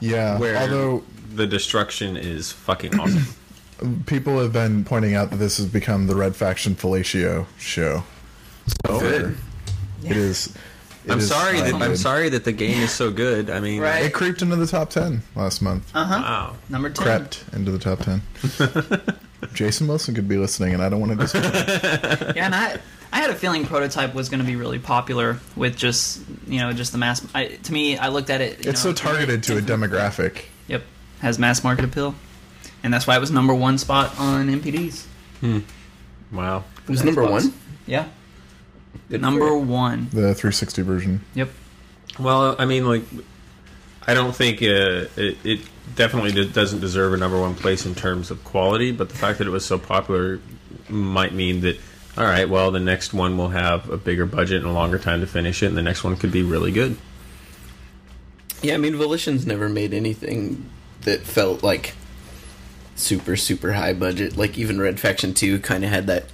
[SPEAKER 1] Yeah,
[SPEAKER 4] where
[SPEAKER 1] Uh, although
[SPEAKER 4] the destruction is
[SPEAKER 1] (coughs)
[SPEAKER 4] fucking awesome.
[SPEAKER 1] people have been pointing out that this has become the Red Faction Fellatio show.
[SPEAKER 4] oh,
[SPEAKER 1] Good. It is. it
[SPEAKER 4] I'm
[SPEAKER 1] is
[SPEAKER 4] sorry that I'm
[SPEAKER 1] good.
[SPEAKER 4] sorry that the game is so good. I mean,
[SPEAKER 2] Right.
[SPEAKER 1] It creeped into the top ten last month.
[SPEAKER 4] Oh, wow.
[SPEAKER 2] Number 10.
[SPEAKER 1] Crept into the top ten. Jason Wilson could be listening, and I don't want to disappoint.
[SPEAKER 2] (laughs) Yeah, and I, I had a feeling Prototype was going to be really popular with just, you know, just the mass. I, to me, I looked at it. you
[SPEAKER 1] it's
[SPEAKER 2] know,
[SPEAKER 1] so targeted to a demographic.
[SPEAKER 2] Yep. Has mass market appeal. And that's why it was number one spot on MPDs.
[SPEAKER 4] Wow.
[SPEAKER 3] it was number
[SPEAKER 2] Xbox.
[SPEAKER 3] one.
[SPEAKER 2] Yeah.
[SPEAKER 3] Good
[SPEAKER 2] number
[SPEAKER 3] for
[SPEAKER 2] one.
[SPEAKER 1] The 360 version.
[SPEAKER 2] Yep.
[SPEAKER 4] Well, I mean, like, I don't think uh, it, it definitely d- doesn't deserve a number one place in terms of quality, but the fact that it was so popular might mean that, all right, well, the next one will have a bigger budget and a longer time to finish it, and the next one could be really good.
[SPEAKER 3] it. Yeah, I mean, Volition's never made anything that felt like super super high budget. Like even Red Faction Two kind of had that.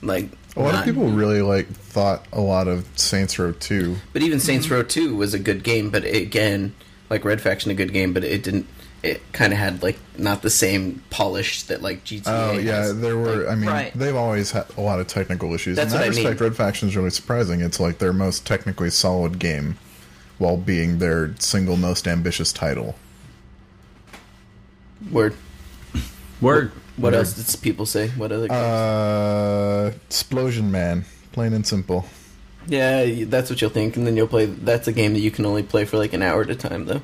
[SPEAKER 3] Like
[SPEAKER 1] A lot
[SPEAKER 3] not-
[SPEAKER 1] of people really like thought a lot of Saints Row 2.
[SPEAKER 3] But even Saints
[SPEAKER 4] Mm-hmm.
[SPEAKER 3] Row Two was a good game, but again, like Red Faction, a good game, but it didn't. It kind of had like not the same polish that like GTA.
[SPEAKER 1] Oh yeah,
[SPEAKER 3] has.
[SPEAKER 1] there were. I mean,
[SPEAKER 2] Right.
[SPEAKER 1] they've always had a lot of technical issues.
[SPEAKER 3] That's
[SPEAKER 1] In that
[SPEAKER 3] what I mean.
[SPEAKER 1] respect, Red Faction's really surprising. It's like their most technically solid game, while being their single most ambitious title.
[SPEAKER 3] Word.
[SPEAKER 4] Word.
[SPEAKER 3] What else did people say? What other? games?
[SPEAKER 1] Uh, Explosion Man, plain and simple.
[SPEAKER 3] Yeah, y- that's what you'll think, and then you'll play. That's a game that you can only play for like an hour at a time, though.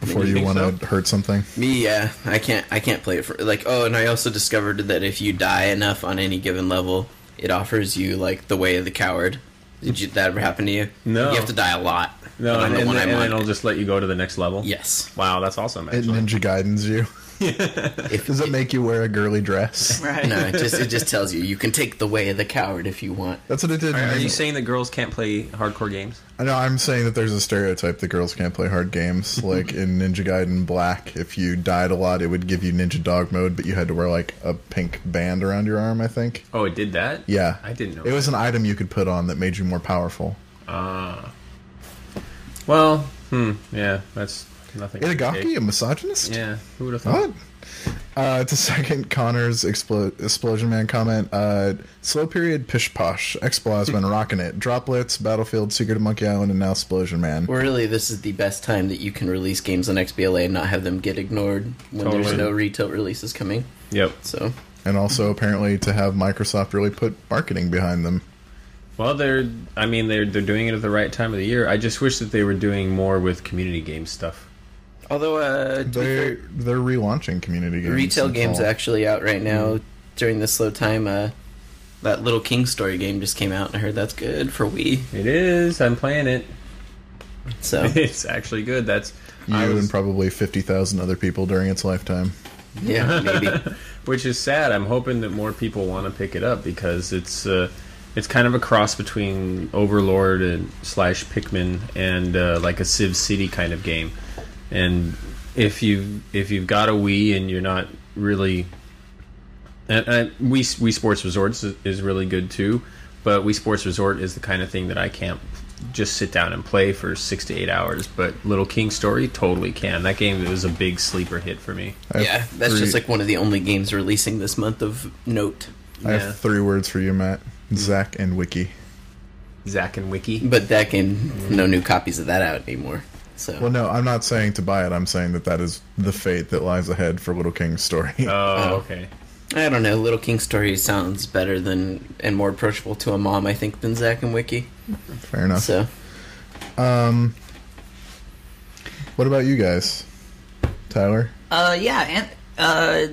[SPEAKER 1] Before you,
[SPEAKER 4] think
[SPEAKER 1] want to hurt something,
[SPEAKER 3] Me, yeah, I can't. I can't play it for like. Oh, and I also discovered that if you die enough on any given level, it offers you like the way of the coward. Did you, that ever happen to you?
[SPEAKER 4] No.
[SPEAKER 3] you have to die a lot.
[SPEAKER 4] No,
[SPEAKER 3] I'm
[SPEAKER 4] and,
[SPEAKER 3] the
[SPEAKER 4] and
[SPEAKER 3] one
[SPEAKER 4] then,
[SPEAKER 3] I
[SPEAKER 4] and then
[SPEAKER 3] want.
[SPEAKER 4] it'll just let you go to the next level.
[SPEAKER 3] Yes.
[SPEAKER 4] Wow, that's awesome.
[SPEAKER 1] It
[SPEAKER 4] Actually,
[SPEAKER 1] ninja guidance (laughs) you.
[SPEAKER 3] If,
[SPEAKER 1] Does it make you wear a girly (laughs) dress?
[SPEAKER 2] Right.
[SPEAKER 3] no, it just it just tells you you can take the way of the coward if you want.
[SPEAKER 1] That's what it did.
[SPEAKER 4] are,
[SPEAKER 1] in
[SPEAKER 4] are you
[SPEAKER 1] Ninja-
[SPEAKER 4] saying that girls can't play hardcore games?
[SPEAKER 1] I know. I'm saying that there's a stereotype that girls can't play hard
[SPEAKER 4] (laughs)
[SPEAKER 1] games. Like in Ninja Gaiden Black, if you died a lot, it would give you Ninja Dog mode, but you had to wear like a pink band around your arm. I think.
[SPEAKER 4] Oh, it did that.
[SPEAKER 1] Yeah,
[SPEAKER 4] I didn't know.
[SPEAKER 1] It was an item you could put on that made you more powerful.
[SPEAKER 4] Well, hmm, yeah, that's nothing. to
[SPEAKER 1] Itagaki,
[SPEAKER 4] take.
[SPEAKER 1] a misogynist?
[SPEAKER 4] Yeah, who would have thought?
[SPEAKER 1] What? Uh, to second Connor's explo- Explosion Man comment, uh, slow period pish posh,
[SPEAKER 4] (laughs)
[SPEAKER 1] Explasmin rocking it, droplets, Battlefield, Secret of Monkey Island, and now Explosion Man.
[SPEAKER 3] Well, really, this is the best time that you can release games on XBLA and not have them get ignored when there's
[SPEAKER 4] Totally.
[SPEAKER 3] no retail releases coming.
[SPEAKER 4] Yep.
[SPEAKER 3] So
[SPEAKER 1] And also apparently to have Microsoft really put marketing behind them.
[SPEAKER 4] Well, they're. I mean, they're they're doing it at the right time of the year. I just wish that they were doing more with community game stuff.
[SPEAKER 3] Although uh, to be
[SPEAKER 1] They're
[SPEAKER 3] fair,
[SPEAKER 1] they're relaunching community games.
[SPEAKER 3] retail
[SPEAKER 1] in
[SPEAKER 3] games
[SPEAKER 1] fall.
[SPEAKER 3] actually out right now during this slow time. Uh, that Little King Story game just came out, and I heard that's good for Wii.
[SPEAKER 4] It is. I'm playing it. (laughs)
[SPEAKER 3] So
[SPEAKER 4] It's actually good. That's. I
[SPEAKER 1] You
[SPEAKER 4] was-
[SPEAKER 1] and probably fifty thousand other people during its lifetime.
[SPEAKER 3] (laughs) yeah, maybe.
[SPEAKER 4] which is sad. I'm hoping that more people want to pick it up because it's uh, it's kind of a cross between Overlord and slash Pikmin and uh, like a Civ City kind of game. And if you if you've got a Wii and you're not really and, and Wii Wii Sports Resorts is- is really good too, but Wii Sports Resort is the kind of thing that I can't just sit down and play for six to eight hours. But Little King Story totally can. That game was a big sleeper hit for me.
[SPEAKER 1] I have
[SPEAKER 3] yeah, that's just
[SPEAKER 1] three-
[SPEAKER 3] like one of the only games releasing this month of note.
[SPEAKER 1] I
[SPEAKER 4] Yeah.
[SPEAKER 1] have three words for you, Matt. Zach and Wiki.
[SPEAKER 4] Zack and Wiki.
[SPEAKER 3] But that game, no new copies of that out anymore. So
[SPEAKER 1] Well, no, I'm not saying to buy it. I'm saying that that is the fate that lies ahead for Little
[SPEAKER 2] (laughs)
[SPEAKER 1] King's story.
[SPEAKER 4] Oh, okay.
[SPEAKER 3] I don't know. Little King Story sounds better than and more approachable to a mom, I think, than Zack and Wiki.
[SPEAKER 1] Fair enough.
[SPEAKER 3] So
[SPEAKER 1] What about you guys, Tyler?
[SPEAKER 2] Uh, yeah, An- uh,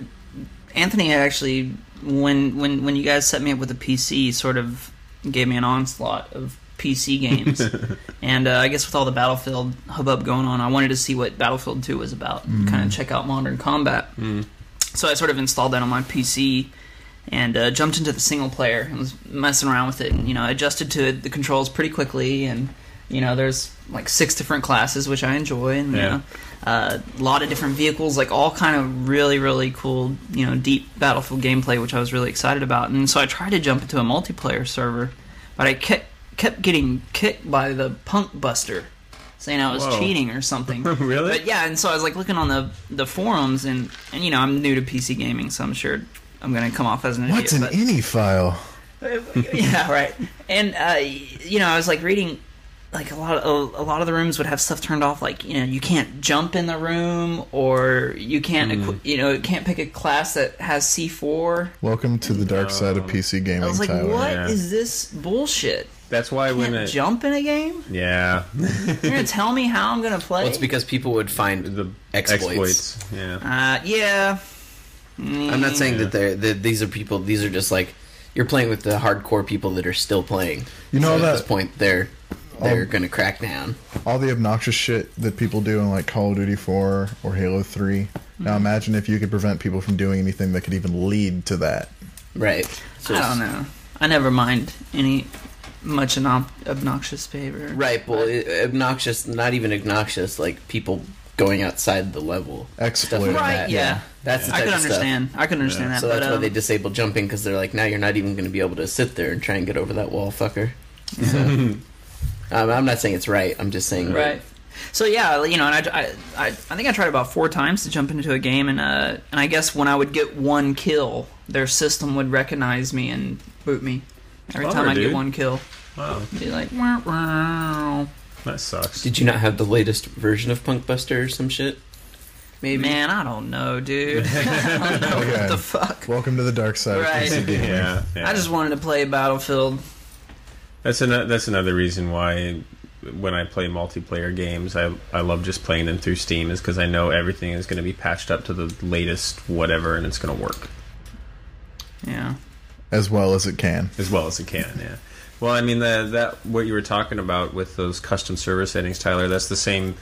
[SPEAKER 2] Anthony actually, when when when you guys set me up with a PC, sort of gave me an onslaught of PC games, and uh, I guess with all the Battlefield hubbub going on, I wanted to see what Battlefield Two was about, and kind of check out Modern Combat. So I sort of installed that on my PC. And uh, jumped into the single player and was messing around with it, and you know, adjusted to the controls pretty quickly. And you know, there's like six different classes which I enjoy, and
[SPEAKER 4] Yeah.
[SPEAKER 2] you know, uh, a lot of different vehicles, like all kind of really, really cool, you know, deep battlefield gameplay, which I was really excited about. And so I tried to jump into a multiplayer server, but I kept kept getting kicked by the Punk Buster, saying I was
[SPEAKER 4] Whoa.
[SPEAKER 2] cheating or something.
[SPEAKER 4] (laughs) Really?
[SPEAKER 2] But yeah, and so I was like looking on the the forums, and and you know, I'm new to PC gaming, so I'm sure I'm gonna come off as an
[SPEAKER 1] What's
[SPEAKER 2] idiot.
[SPEAKER 1] an
[SPEAKER 2] but-
[SPEAKER 1] ini file?
[SPEAKER 2] (laughs) yeah, right. And uh, you know, I was like reading, like a lot of a, a lot of the rooms would have stuff turned off, like you know, you can't jump in the room, or you can't, equi- you know, can't pick a class that has C four.
[SPEAKER 1] Welcome to the dark side of PC gaming,
[SPEAKER 2] I was like, what
[SPEAKER 1] Tyler.
[SPEAKER 2] is
[SPEAKER 4] yeah.
[SPEAKER 2] this bullshit?
[SPEAKER 4] That's why when
[SPEAKER 2] Can't
[SPEAKER 4] it,
[SPEAKER 2] jump in a game?
[SPEAKER 4] yeah,
[SPEAKER 2] You're gonna tell me how I'm gonna play?
[SPEAKER 3] well, it's because people would find
[SPEAKER 4] the
[SPEAKER 3] Exploits.
[SPEAKER 4] exploits. Yeah,
[SPEAKER 2] uh, yeah.
[SPEAKER 3] I'm not saying that they're that these are people. These are just like you're playing with the hardcore people that are still playing.
[SPEAKER 1] You know
[SPEAKER 3] So
[SPEAKER 1] that-
[SPEAKER 3] at this point they're they're
[SPEAKER 1] Um,
[SPEAKER 3] going to crack down.
[SPEAKER 1] All the obnoxious shit that people do in like Call of Duty 4 or Halo 3. Now
[SPEAKER 2] Mm-hmm.
[SPEAKER 1] imagine if you could prevent people from doing anything that could even lead to that.
[SPEAKER 3] Right. So
[SPEAKER 2] I
[SPEAKER 3] it's-
[SPEAKER 2] don't know. I never mind any much obnox- obnoxious behavior.
[SPEAKER 3] Right. Well, i obnoxious. Not even obnoxious. Like people going outside the level. Stuff
[SPEAKER 1] Exploit.
[SPEAKER 3] like
[SPEAKER 2] Right,
[SPEAKER 3] that.
[SPEAKER 2] yeah.
[SPEAKER 3] That's the
[SPEAKER 2] I
[SPEAKER 3] type
[SPEAKER 2] could
[SPEAKER 3] of stuff.
[SPEAKER 2] understand. I could understand that.
[SPEAKER 3] So that's
[SPEAKER 2] but,
[SPEAKER 3] why
[SPEAKER 2] um,
[SPEAKER 3] they disable jumping because they're like, now you're not even going to be able to sit there and try and get over that wall, fucker.
[SPEAKER 2] (laughs)
[SPEAKER 3] So, um, I'm not saying it's right. I'm just saying
[SPEAKER 2] Right. So yeah, you know, and I, I, I, I think I tried about four times to jump into a game, and uh, and I guess when I would get one kill, their system would recognize me and boot me every
[SPEAKER 4] Bummer,
[SPEAKER 2] time I
[SPEAKER 4] dude.
[SPEAKER 2] get one kill.
[SPEAKER 4] wow,
[SPEAKER 2] Be like, "Wah, wah."
[SPEAKER 4] that sucks.
[SPEAKER 3] Did you not have the latest version of Punk Buster or some shit? Maybe.
[SPEAKER 2] man, I don't know,
[SPEAKER 3] (laughs)
[SPEAKER 2] dude. I don't know
[SPEAKER 1] Okay.
[SPEAKER 2] (laughs) what the fuck.
[SPEAKER 1] Welcome to the dark side
[SPEAKER 2] Right.
[SPEAKER 1] of PC gaming.
[SPEAKER 4] yeah, yeah.
[SPEAKER 2] I just wanted to play Battlefield.
[SPEAKER 4] that's another that's another reason why when I play multiplayer games, I I love just playing them through Steam is because I know everything is going to be patched up to the latest whatever, and it's going to work
[SPEAKER 2] Yeah.
[SPEAKER 1] As well as it can.
[SPEAKER 4] as well as it can. Yeah. Well, I mean the, that what you were talking about with those custom server settings, Tyler. That's the same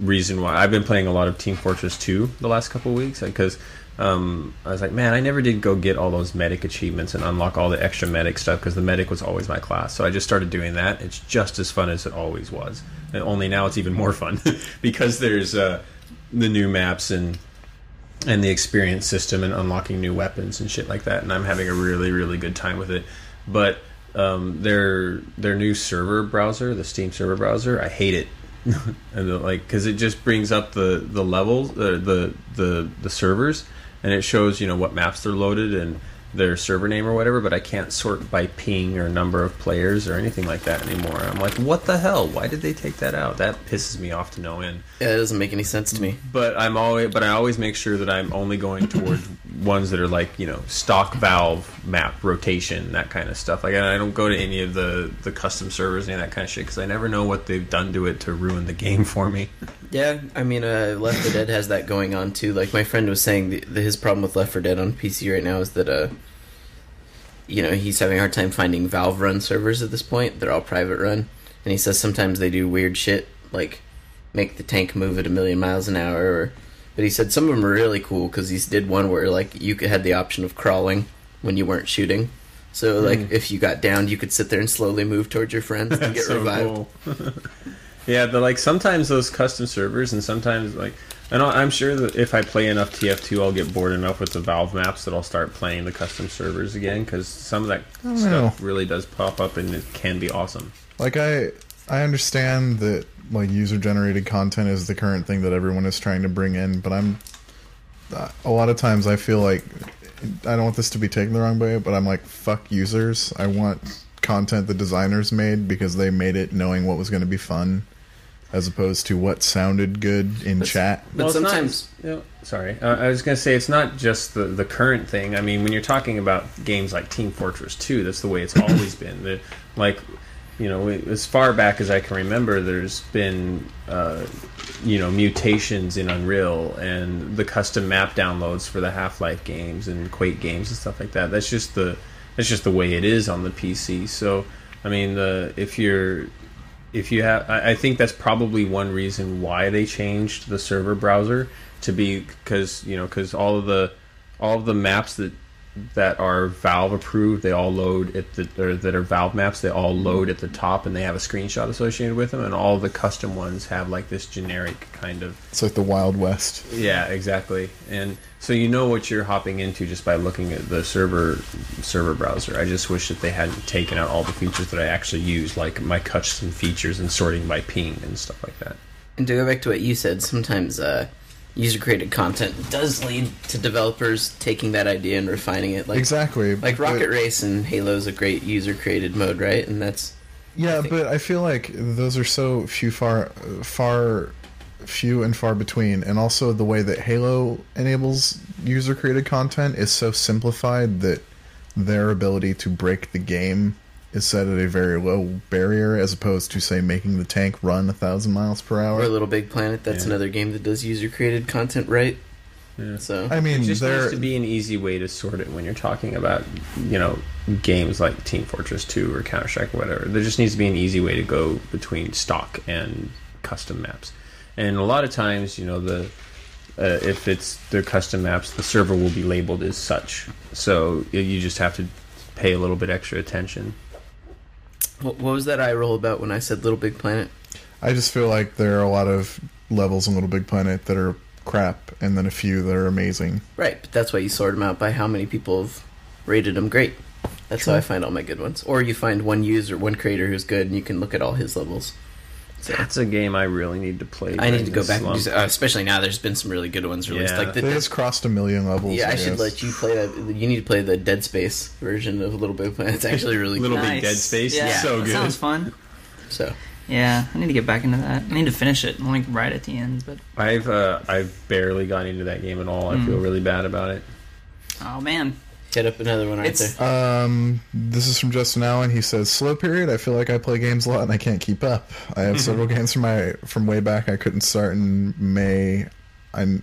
[SPEAKER 4] reason why I've been playing a lot of Team Fortress 2 the last couple weeks because um, I was like, man, I never did go get all those medic achievements and unlock all the extra medic stuff because the medic was always my class. So I just started doing that. It's just as fun as it always was, and only now it's even more fun (laughs) because there's uh, the new maps and and the experience system and unlocking new weapons and shit like that. And I'm having a really really good time with it. But um, their their new server browser, the Steam server browser, I hate it. (laughs) and the, like because it just brings up the the levels, uh, the the the servers, and it shows you know what maps they're loaded and their server name or whatever. But I can't sort by ping or number of players or anything like that anymore. I'm like, what the hell? Why did they take that out? That pisses me off to no end
[SPEAKER 3] Yeah, that doesn't make any sense to me.
[SPEAKER 4] but I'm always but I always make sure that I'm only going (clears throat) towards ones that are like you know stock valve map rotation that kind of stuff. Like I I don't go to any of the the custom servers any of that kind of shit because I never know what they've done to it to ruin the game for (laughs) me.
[SPEAKER 3] Yeah, I mean, uh, Left 4 Dead has that going on too. Like my friend was saying, the, the, his problem with Left 4 Dead on PC right now is that, uh, you know, he's having a hard time finding Valve run servers at this point. They're all private run, and he says sometimes they do weird shit, like make the tank move at a million miles an hour. Or, but he said some of them are really cool because he did one where like you could, had the option of crawling when you weren't shooting. So like
[SPEAKER 4] Hmm.
[SPEAKER 3] if you got downed, you could sit there and slowly move towards your
[SPEAKER 4] (laughs)
[SPEAKER 3] friends and get
[SPEAKER 4] so
[SPEAKER 3] revived.
[SPEAKER 4] cool. (laughs) yeah, but like sometimes those custom servers, and sometimes like, and I- I'm sure that if I play enough TF2, I'll get bored enough with the Valve maps that I'll start playing the custom servers again because some of that
[SPEAKER 1] don't
[SPEAKER 4] stuff really does pop up and it can be awesome.
[SPEAKER 1] like i i understand that like user generated content is the current thing that everyone is trying to bring in but i'm uh, a lot of times i feel like i don't want this to be taken the wrong way but i'm like fuck users i want content the designers made because they made it knowing what was going to be fun as opposed to what sounded good in chat
[SPEAKER 3] But
[SPEAKER 4] Well, it's not-
[SPEAKER 3] sometimes
[SPEAKER 4] you know, sorry, uh, I was going to say it's not just the the current thing. I mean, when you're talking about games like Team Fortress 2, that's the way it's always been. The, like, you know, as far back as I can remember, there's been uh, you know mutations in Unreal and the custom map downloads for the Half Life games and Quake games and stuff like that. That's just the that's just the way it is on the PC. So, I mean, the if you're if you have I, I think that's probably one reason why they changed the server browser to be because you know because all of the all of the maps that that are valve approved they all load at the or that are valve maps they all load at the top and they have a screenshot associated with them and all the custom ones have like this generic kind of
[SPEAKER 1] it's like the wild west
[SPEAKER 4] yeah, exactly. And so you know what you're hopping into just by looking at the server server browser. I just wish that they hadn't taken out all the features that I actually use, like my custom features and sorting by ping and stuff like that.
[SPEAKER 3] And to go back to what you said, sometimes uh, user created content does lead to developers taking that idea and refining it. Like
[SPEAKER 1] exactly
[SPEAKER 3] like
[SPEAKER 1] but-
[SPEAKER 3] Rocket Race and Halo is a great user created mode, right? And that's
[SPEAKER 1] Yeah,
[SPEAKER 3] think.
[SPEAKER 1] but I feel like those are so few far far few and far between and also the way that Halo enables user created content is so simplified that their ability to break the game is set at a very low barrier as opposed to say making the tank run a thousand miles per
[SPEAKER 3] or
[SPEAKER 1] hour.
[SPEAKER 3] Little Big Planet. That's
[SPEAKER 4] Yeah.
[SPEAKER 3] another game that does user created content right. So
[SPEAKER 1] I mean
[SPEAKER 4] It just
[SPEAKER 1] they're
[SPEAKER 4] needs to be an easy way to sort it when you're talking about, you know, games like Team Fortress 2 or Counter Strike or whatever. There just needs to be an easy way to go between stock and custom maps. And a lot of times, you know, the uh, if it's their custom maps, the server will be labeled as such. So y- you just have to pay a little bit extra attention.
[SPEAKER 3] wh- what, was that eye roll about when I said Little Big Planet?
[SPEAKER 1] I just feel like there are a lot of levels in Little Big Planet that are crap and then a few that are amazing.
[SPEAKER 3] Right, but that's why you sort them out by how many people have rated them great. That's how I find all my good ones. Or you find one user, one creator who's good, and you can look at all his levels.
[SPEAKER 4] That's a game I really need to play.
[SPEAKER 3] I
[SPEAKER 4] during
[SPEAKER 3] need to go
[SPEAKER 4] this
[SPEAKER 3] back, and
[SPEAKER 4] slump.
[SPEAKER 3] do, uh, especially now. There's been some really good ones released,
[SPEAKER 4] Yeah.
[SPEAKER 3] like the
[SPEAKER 1] They just crossed a million levels.
[SPEAKER 3] Yeah, I should
[SPEAKER 1] guess.
[SPEAKER 3] let you play that. You need to play the Dead Space version of Little Big Planet. It's actually really
[SPEAKER 4] Little
[SPEAKER 3] cool.
[SPEAKER 4] Big Dead Space
[SPEAKER 2] Yeah,
[SPEAKER 4] is so
[SPEAKER 2] that
[SPEAKER 4] good.
[SPEAKER 2] Sounds fun.
[SPEAKER 3] So
[SPEAKER 2] Yeah, I need to get back into that. I need to finish it, like right at the end. But
[SPEAKER 4] I've uh, I've barely got into that game at all. I
[SPEAKER 1] Hmm.
[SPEAKER 4] feel really bad about it.
[SPEAKER 2] oh man,
[SPEAKER 3] hit up another one right
[SPEAKER 2] It's-
[SPEAKER 4] (laughs)
[SPEAKER 3] there.
[SPEAKER 1] Um, this is from Justin Allen. He says, "Slow period. I feel like I play games a lot and I can't keep up. I have several games from my from way back I couldn't start in May. I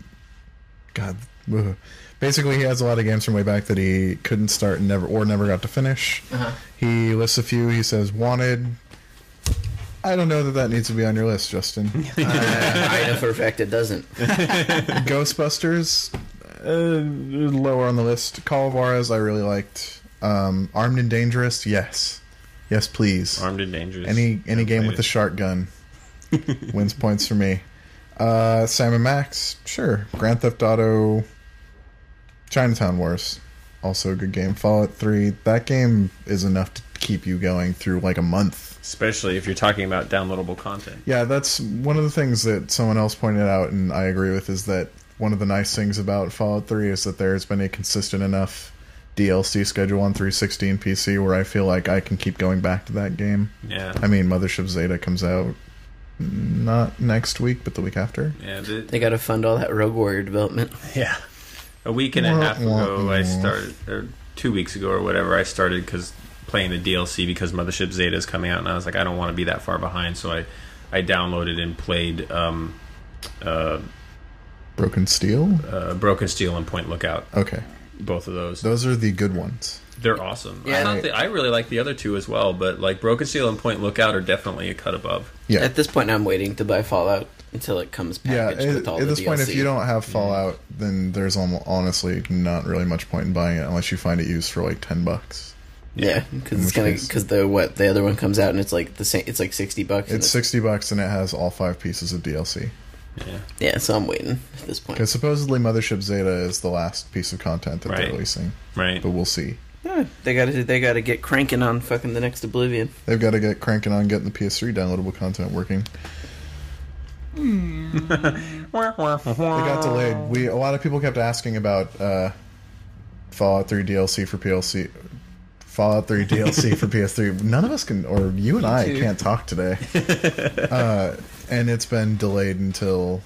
[SPEAKER 1] God. ugh. Basically, he has a lot of games from way back that he couldn't start and never or never got to finish. He lists a few. He says Wanted. I don't know that that needs to be on your list, Justin.
[SPEAKER 3] I know for a fact it doesn't.
[SPEAKER 1] Ghostbusters, uh, lower on the list. Call of Juarez, I really liked. Um, Armed and Dangerous, yes, yes, please.
[SPEAKER 4] Armed and dangerous.
[SPEAKER 1] Any any game with a
[SPEAKER 4] sh- (laughs)
[SPEAKER 1] shotgun wins points for me. Uh, Simon Max, sure. Grand Theft Auto, Chinatown Wars, also a good game. Fallout Three, that game is enough to keep you going through like a month.
[SPEAKER 4] especially if you're talking about downloadable content.
[SPEAKER 1] Yeah, that's one of the things that someone else pointed out, and I agree with, is that one of the nice things about Fallout Three is that there's been a consistent enough DLC schedule on 360 and PC where I feel like I can keep going back to that game.
[SPEAKER 4] Yeah,
[SPEAKER 1] I mean, Mothership Zeta comes out not next week, but the week after.
[SPEAKER 4] yeah, the-
[SPEAKER 3] (laughs) They got to fund all that Rogue Warrior development.
[SPEAKER 4] yeah. A week and a
[SPEAKER 1] Wah,
[SPEAKER 4] half
[SPEAKER 1] wah,
[SPEAKER 4] ago, I
[SPEAKER 1] wah.
[SPEAKER 4] started, or two weeks ago, or whatever, I started because playing the DLC because Mothership Zeta is coming out, and I was like, I don't want to be that far behind, so I, I downloaded and played um,
[SPEAKER 1] Broken Steel?
[SPEAKER 4] uh, Broken Steel and Point Lookout,
[SPEAKER 1] Okay.
[SPEAKER 4] both of those.
[SPEAKER 1] Those are the good ones.
[SPEAKER 4] They're awesome. I,
[SPEAKER 3] Yeah.
[SPEAKER 4] thought they, I really like the other two as well, but like Broken Steel and Point Lookout are definitely a cut above.
[SPEAKER 1] Yeah.
[SPEAKER 3] At this point, I'm waiting to buy Fallout until it comes
[SPEAKER 1] yeah,
[SPEAKER 3] packaged
[SPEAKER 1] at,
[SPEAKER 3] with all
[SPEAKER 1] at
[SPEAKER 3] the
[SPEAKER 1] this
[SPEAKER 3] DLC.
[SPEAKER 1] point, if you don't
[SPEAKER 3] Mm-hmm.
[SPEAKER 1] have Fallout, then there's almo- honestly not really much point in buying it unless you find it used for like 10 bucks.
[SPEAKER 3] yeah, because
[SPEAKER 1] In
[SPEAKER 3] it's
[SPEAKER 1] which
[SPEAKER 3] gonna
[SPEAKER 1] case-
[SPEAKER 3] because the what the other one comes out and it's like the same. It's like sixty bucks. and
[SPEAKER 1] It's 60 bucks and it has all five pieces of DLC.
[SPEAKER 4] Yeah.
[SPEAKER 3] yeah, so I'm waiting at this point.
[SPEAKER 1] Because supposedly Mothership Zeta is the last piece of content that
[SPEAKER 4] Right.
[SPEAKER 1] they're releasing,
[SPEAKER 4] Right.
[SPEAKER 1] but we'll see.
[SPEAKER 3] Yeah, they got to they got to get cranking on fucking the next Oblivion.
[SPEAKER 1] They've got to get cranking on getting the PS3 downloadable content working. It got delayed. We a lot of people kept asking about uh, Fallout 3 DLC for PLC. Fallout 3 DLC for PS3. None of us can, or you and I
[SPEAKER 2] too.
[SPEAKER 1] can't talk today. uh, and it's been delayed until,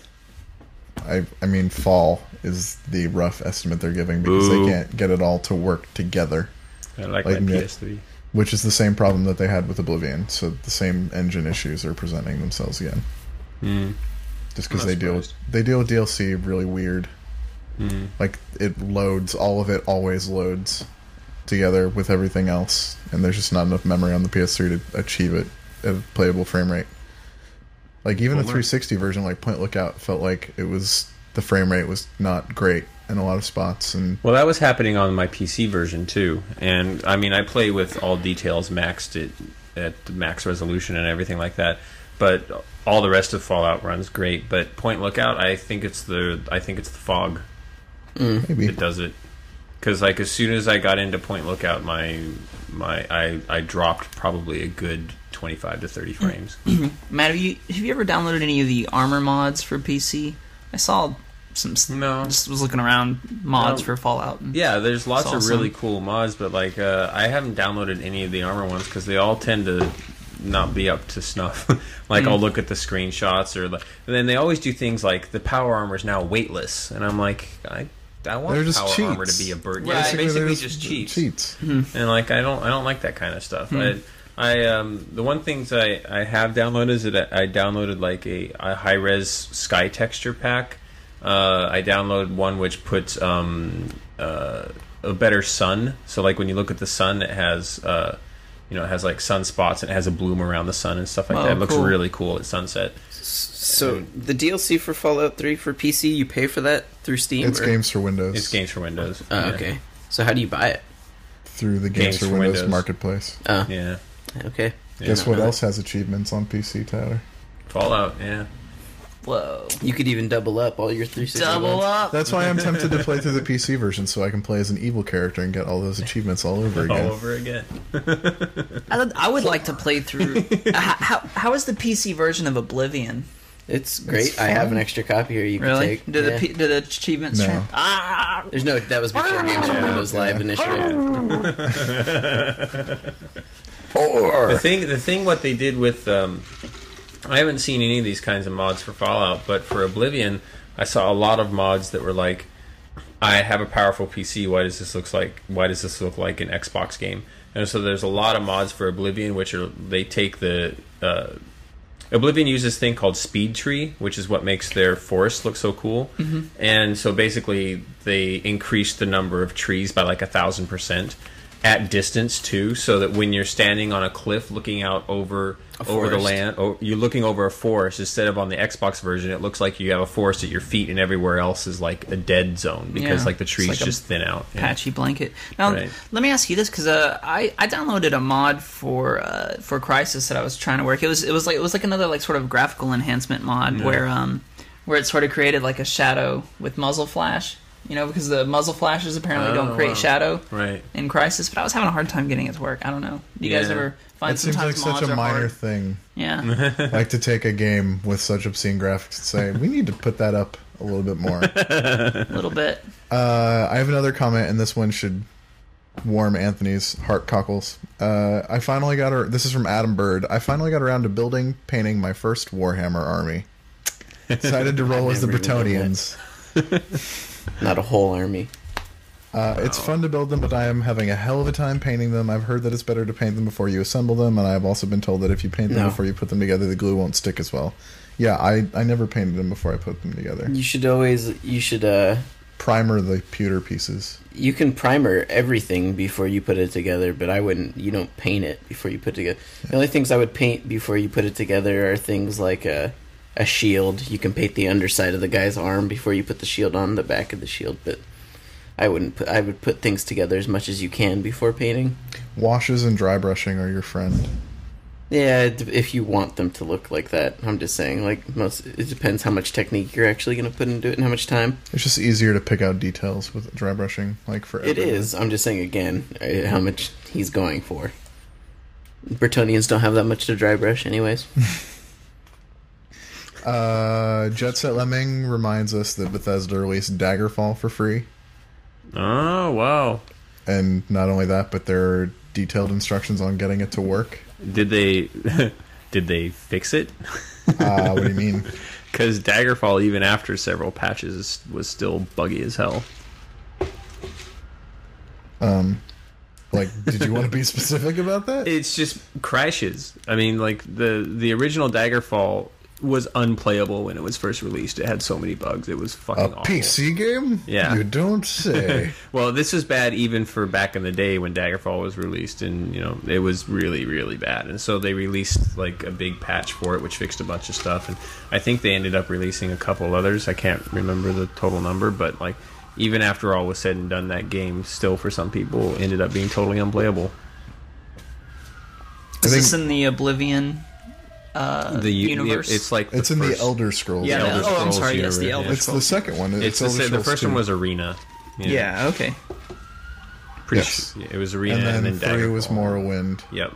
[SPEAKER 1] I I mean, fall is the rough estimate they're giving because
[SPEAKER 4] Boo.
[SPEAKER 1] they can't get it all to work together,
[SPEAKER 4] I like,
[SPEAKER 1] Like
[SPEAKER 4] my
[SPEAKER 1] me.
[SPEAKER 4] PS3.
[SPEAKER 1] which is the same problem that they had with Oblivion. So the same engine issues are presenting themselves again.
[SPEAKER 4] Hmm.
[SPEAKER 1] Just because
[SPEAKER 4] I'm
[SPEAKER 1] they
[SPEAKER 4] not
[SPEAKER 1] deal with,
[SPEAKER 4] surprised.
[SPEAKER 1] they deal with DLC really weird.
[SPEAKER 4] Hmm.
[SPEAKER 1] Like it loads all of it always loads together with everything else, and there's just not enough memory on the PS3 to achieve it at a playable frame rate. Like even the 360 version, like Point Lookout, felt like it was the frame rate was not great in a lot of spots,
[SPEAKER 4] (laughs)
[SPEAKER 1] and
[SPEAKER 4] Well, that was happening on my PC version too, and I mean, I play with all details maxed at at the max resolution and everything like that. But all the rest of Fallout runs great. But Point Lookout, I think it's the I think it's the fog
[SPEAKER 1] maybe
[SPEAKER 4] that does it. Because like as soon as I got into Point Lookout, my my I I dropped probably a good twenty five to thirty frames.
[SPEAKER 2] Matt, have you have you ever downloaded any of the armor mods for PC? I saw some. s-
[SPEAKER 4] No.
[SPEAKER 2] Just was looking around mods
[SPEAKER 4] No.
[SPEAKER 2] for Fallout. And,
[SPEAKER 4] Yeah, there's lots
[SPEAKER 2] It's
[SPEAKER 4] of
[SPEAKER 2] awesome.
[SPEAKER 4] really cool mods, but like uh, I haven't downloaded any of the armor ones because they all tend to not be up to snuff. (laughs) like
[SPEAKER 1] Mm.
[SPEAKER 4] I'll look at the screenshots or like, and then they always do things like the power armor is now weightless, and I'm like, I I want
[SPEAKER 1] They're just
[SPEAKER 4] power armor
[SPEAKER 1] cheats.
[SPEAKER 4] to be a burden.
[SPEAKER 2] Right.
[SPEAKER 4] Yeah, it's basically,
[SPEAKER 1] They're
[SPEAKER 4] just cheats Hmm.
[SPEAKER 1] Cheats.
[SPEAKER 4] and like I don't I don't like that kind of stuff. I I um the one things I I have downloaded is that I downloaded like a, a high res sky texture pack. Uh, I downloaded one which puts um uh, a better sun. So like when you look at the sun, it has uh you know it has like sunspots and it has a bloom around the sun and stuff like
[SPEAKER 2] Oh,
[SPEAKER 4] that. It looks
[SPEAKER 2] cool.
[SPEAKER 4] really cool at sunset.
[SPEAKER 3] So
[SPEAKER 1] Hmm.
[SPEAKER 3] the DLC for Fallout Three for PC, you pay for that through Steam.
[SPEAKER 1] It's
[SPEAKER 3] or-
[SPEAKER 1] games for Windows.
[SPEAKER 4] It's games for Windows.
[SPEAKER 3] Oh,
[SPEAKER 4] Yeah.
[SPEAKER 3] okay. So how do you buy it?
[SPEAKER 1] through the games, for, Windows, marketplace.
[SPEAKER 3] Oh,
[SPEAKER 4] Yeah.
[SPEAKER 3] okay.
[SPEAKER 4] Yeah.
[SPEAKER 1] Guess what else has achievements on PC, Tyler?
[SPEAKER 4] Fallout. Yeah.
[SPEAKER 2] Whoa.
[SPEAKER 3] You could even double up all your 360.
[SPEAKER 2] Double
[SPEAKER 3] ones.
[SPEAKER 2] up.
[SPEAKER 1] That's why I'm tempted to play through the PC version so I can play as an evil character and get all those achievements all over
[SPEAKER 4] All
[SPEAKER 1] again.
[SPEAKER 4] over again.
[SPEAKER 2] I, would- I would
[SPEAKER 4] (laughs)
[SPEAKER 2] like to play through. how, how, how is the PC version of Oblivion?
[SPEAKER 3] It's great.
[SPEAKER 1] It's
[SPEAKER 3] I have
[SPEAKER 1] fun.
[SPEAKER 3] an extra copy here. You can
[SPEAKER 2] Really?
[SPEAKER 3] take.
[SPEAKER 2] Do the
[SPEAKER 3] Yeah.
[SPEAKER 2] P, do the achievements?
[SPEAKER 1] No.
[SPEAKER 2] tra- Ah.
[SPEAKER 3] There's no. That was before games for Windows Live initially.
[SPEAKER 4] The thing, the thing, what they did with, um, I haven't seen any of these kinds of mods for Fallout, but for Oblivion, I saw a lot of mods that were like, I have a powerful PC. Why does this looks like? Why does this look like an Xbox game? And so there's a lot of mods for Oblivion, which are they take the uh, Oblivion uses this thing called speed tree, which is what makes their forest look so cool. And so basically, they increase the number of trees by like a thousand percent at distance too, so that when you're standing on a cliff looking out over over the
[SPEAKER 3] forest.
[SPEAKER 4] land, o you're looking over a forest instead of on the Xbox version, it looks like you have a forest at your feet, and everywhere else is like a dead zone because
[SPEAKER 2] Yeah.
[SPEAKER 4] like the
[SPEAKER 2] It's
[SPEAKER 4] trees
[SPEAKER 2] like a
[SPEAKER 4] just thin out. Yeah.
[SPEAKER 2] patchy blanket. Now,
[SPEAKER 4] Right.
[SPEAKER 2] let me ask you this because uh, I I downloaded a mod for uh, for Crisis that I was trying to work. It was it was like it was like another like sort of graphical enhancement mod where um where it sort of created like a shadow with muzzle flash. You know, because the muzzle flashes apparently
[SPEAKER 4] Oh,
[SPEAKER 2] don't create
[SPEAKER 4] wow.
[SPEAKER 2] shadow
[SPEAKER 4] Right.
[SPEAKER 2] in Crisis. But I was having a hard time getting it to work. I don't know. Do you guys
[SPEAKER 4] Yeah.
[SPEAKER 2] ever find
[SPEAKER 1] It seems like
[SPEAKER 2] sometimes
[SPEAKER 1] such
[SPEAKER 2] mods
[SPEAKER 1] a
[SPEAKER 2] are
[SPEAKER 1] minor
[SPEAKER 2] hard?
[SPEAKER 1] thing.
[SPEAKER 4] (laughs)
[SPEAKER 2] Yeah,
[SPEAKER 1] like to take a game with such obscene graphics and say, we need to put that up a little bit
[SPEAKER 4] (laughs)
[SPEAKER 1] more.
[SPEAKER 2] a little bit.
[SPEAKER 1] Uh, I have another comment, and this one should warm Anthony's heart cockles. Uh, I finally got her. This is from Adam Bird. I finally got around to building, painting my first Warhammer army. Decided
[SPEAKER 3] (laughs)
[SPEAKER 1] to roll as the
[SPEAKER 3] never even done
[SPEAKER 1] Bretonians.
[SPEAKER 3] Not a whole army.
[SPEAKER 1] Uh, it's fun to build them, but I am having a hell of a time painting them. I've heard that it's better to paint them before you assemble them, and I have also been told that if you paint them
[SPEAKER 3] No.
[SPEAKER 1] before you put them together, the glue won't stick as well. Yeah, I, I never painted them before I put them together.
[SPEAKER 3] You should always you should uh
[SPEAKER 1] Primer the pewter pieces.
[SPEAKER 3] you can primer everything before you put it together, but I wouldn't. You don't paint it before you put it together. The only things I would paint before you put it together are things like a a shield. You can paint the underside of the guy's arm before you put the shield on the back of the shield, but I wouldn't. Put, I would put things together as much as you can before painting.
[SPEAKER 1] Washes and dry brushing are your friend.
[SPEAKER 3] Yeah, it d- if you want them to look like that, I'm just saying. Like most, it depends how much technique you're actually going to put into it and how much time.
[SPEAKER 1] It's just easier to pick out details with dry brushing, like for
[SPEAKER 3] It
[SPEAKER 1] everyone.
[SPEAKER 3] is. I'm just saying again uh, how much he's going for. Bretonians don't have that much to dry brush, anyways.
[SPEAKER 1] Uh, Jet Set Lemming reminds us that Bethesda released Daggerfall for free,
[SPEAKER 4] Oh wow!
[SPEAKER 1] and not only that, but there are detailed instructions on getting it to work.
[SPEAKER 4] Did they (laughs) did they fix it? (laughs)
[SPEAKER 1] Uh, what do you mean?
[SPEAKER 3] (laughs)
[SPEAKER 4] Because Daggerfall, even after several patches, is- was still buggy as hell.
[SPEAKER 1] Like, did you want to be specific about that?
[SPEAKER 4] It's just crashes. I mean, like the the original Daggerfall was unplayable when it was first released. It had so many bugs. It was fucking
[SPEAKER 1] a
[SPEAKER 4] awful.
[SPEAKER 1] PC game?
[SPEAKER 4] Yeah.
[SPEAKER 1] You don't
[SPEAKER 4] (laughs)
[SPEAKER 1] say.
[SPEAKER 4] Well, this was bad even for back in the day when Daggerfall was released, and you know it was really, really bad. And so they released like a big patch for it, which fixed a bunch of stuff. And I think they ended up releasing a couple others. I can't remember the total number, but like even after all was said and done, that game still for some people ended up being totally unplayable.
[SPEAKER 2] Is this
[SPEAKER 1] think-
[SPEAKER 2] in the Oblivion?
[SPEAKER 4] the
[SPEAKER 2] universe?
[SPEAKER 4] It's like
[SPEAKER 1] It's in the Elder Scrolls.
[SPEAKER 4] Yeah,
[SPEAKER 2] Yeah,
[SPEAKER 4] Elder
[SPEAKER 2] oh, I'm
[SPEAKER 4] Scrolls
[SPEAKER 2] sorry, yes, the
[SPEAKER 4] universe,
[SPEAKER 2] Elder
[SPEAKER 4] yeah.
[SPEAKER 1] It's the second one. It's,
[SPEAKER 4] It's the,
[SPEAKER 1] Elder
[SPEAKER 4] sa- the
[SPEAKER 1] Scrolls
[SPEAKER 4] first one
[SPEAKER 1] 2.
[SPEAKER 4] was Arena. Yeah,
[SPEAKER 2] okay.
[SPEAKER 4] pretty
[SPEAKER 1] Yes.
[SPEAKER 4] sure- yeah, it was Arena,
[SPEAKER 1] and then,
[SPEAKER 4] and then
[SPEAKER 1] three
[SPEAKER 4] Daggerfall.
[SPEAKER 1] was Morrowind,
[SPEAKER 4] Yep.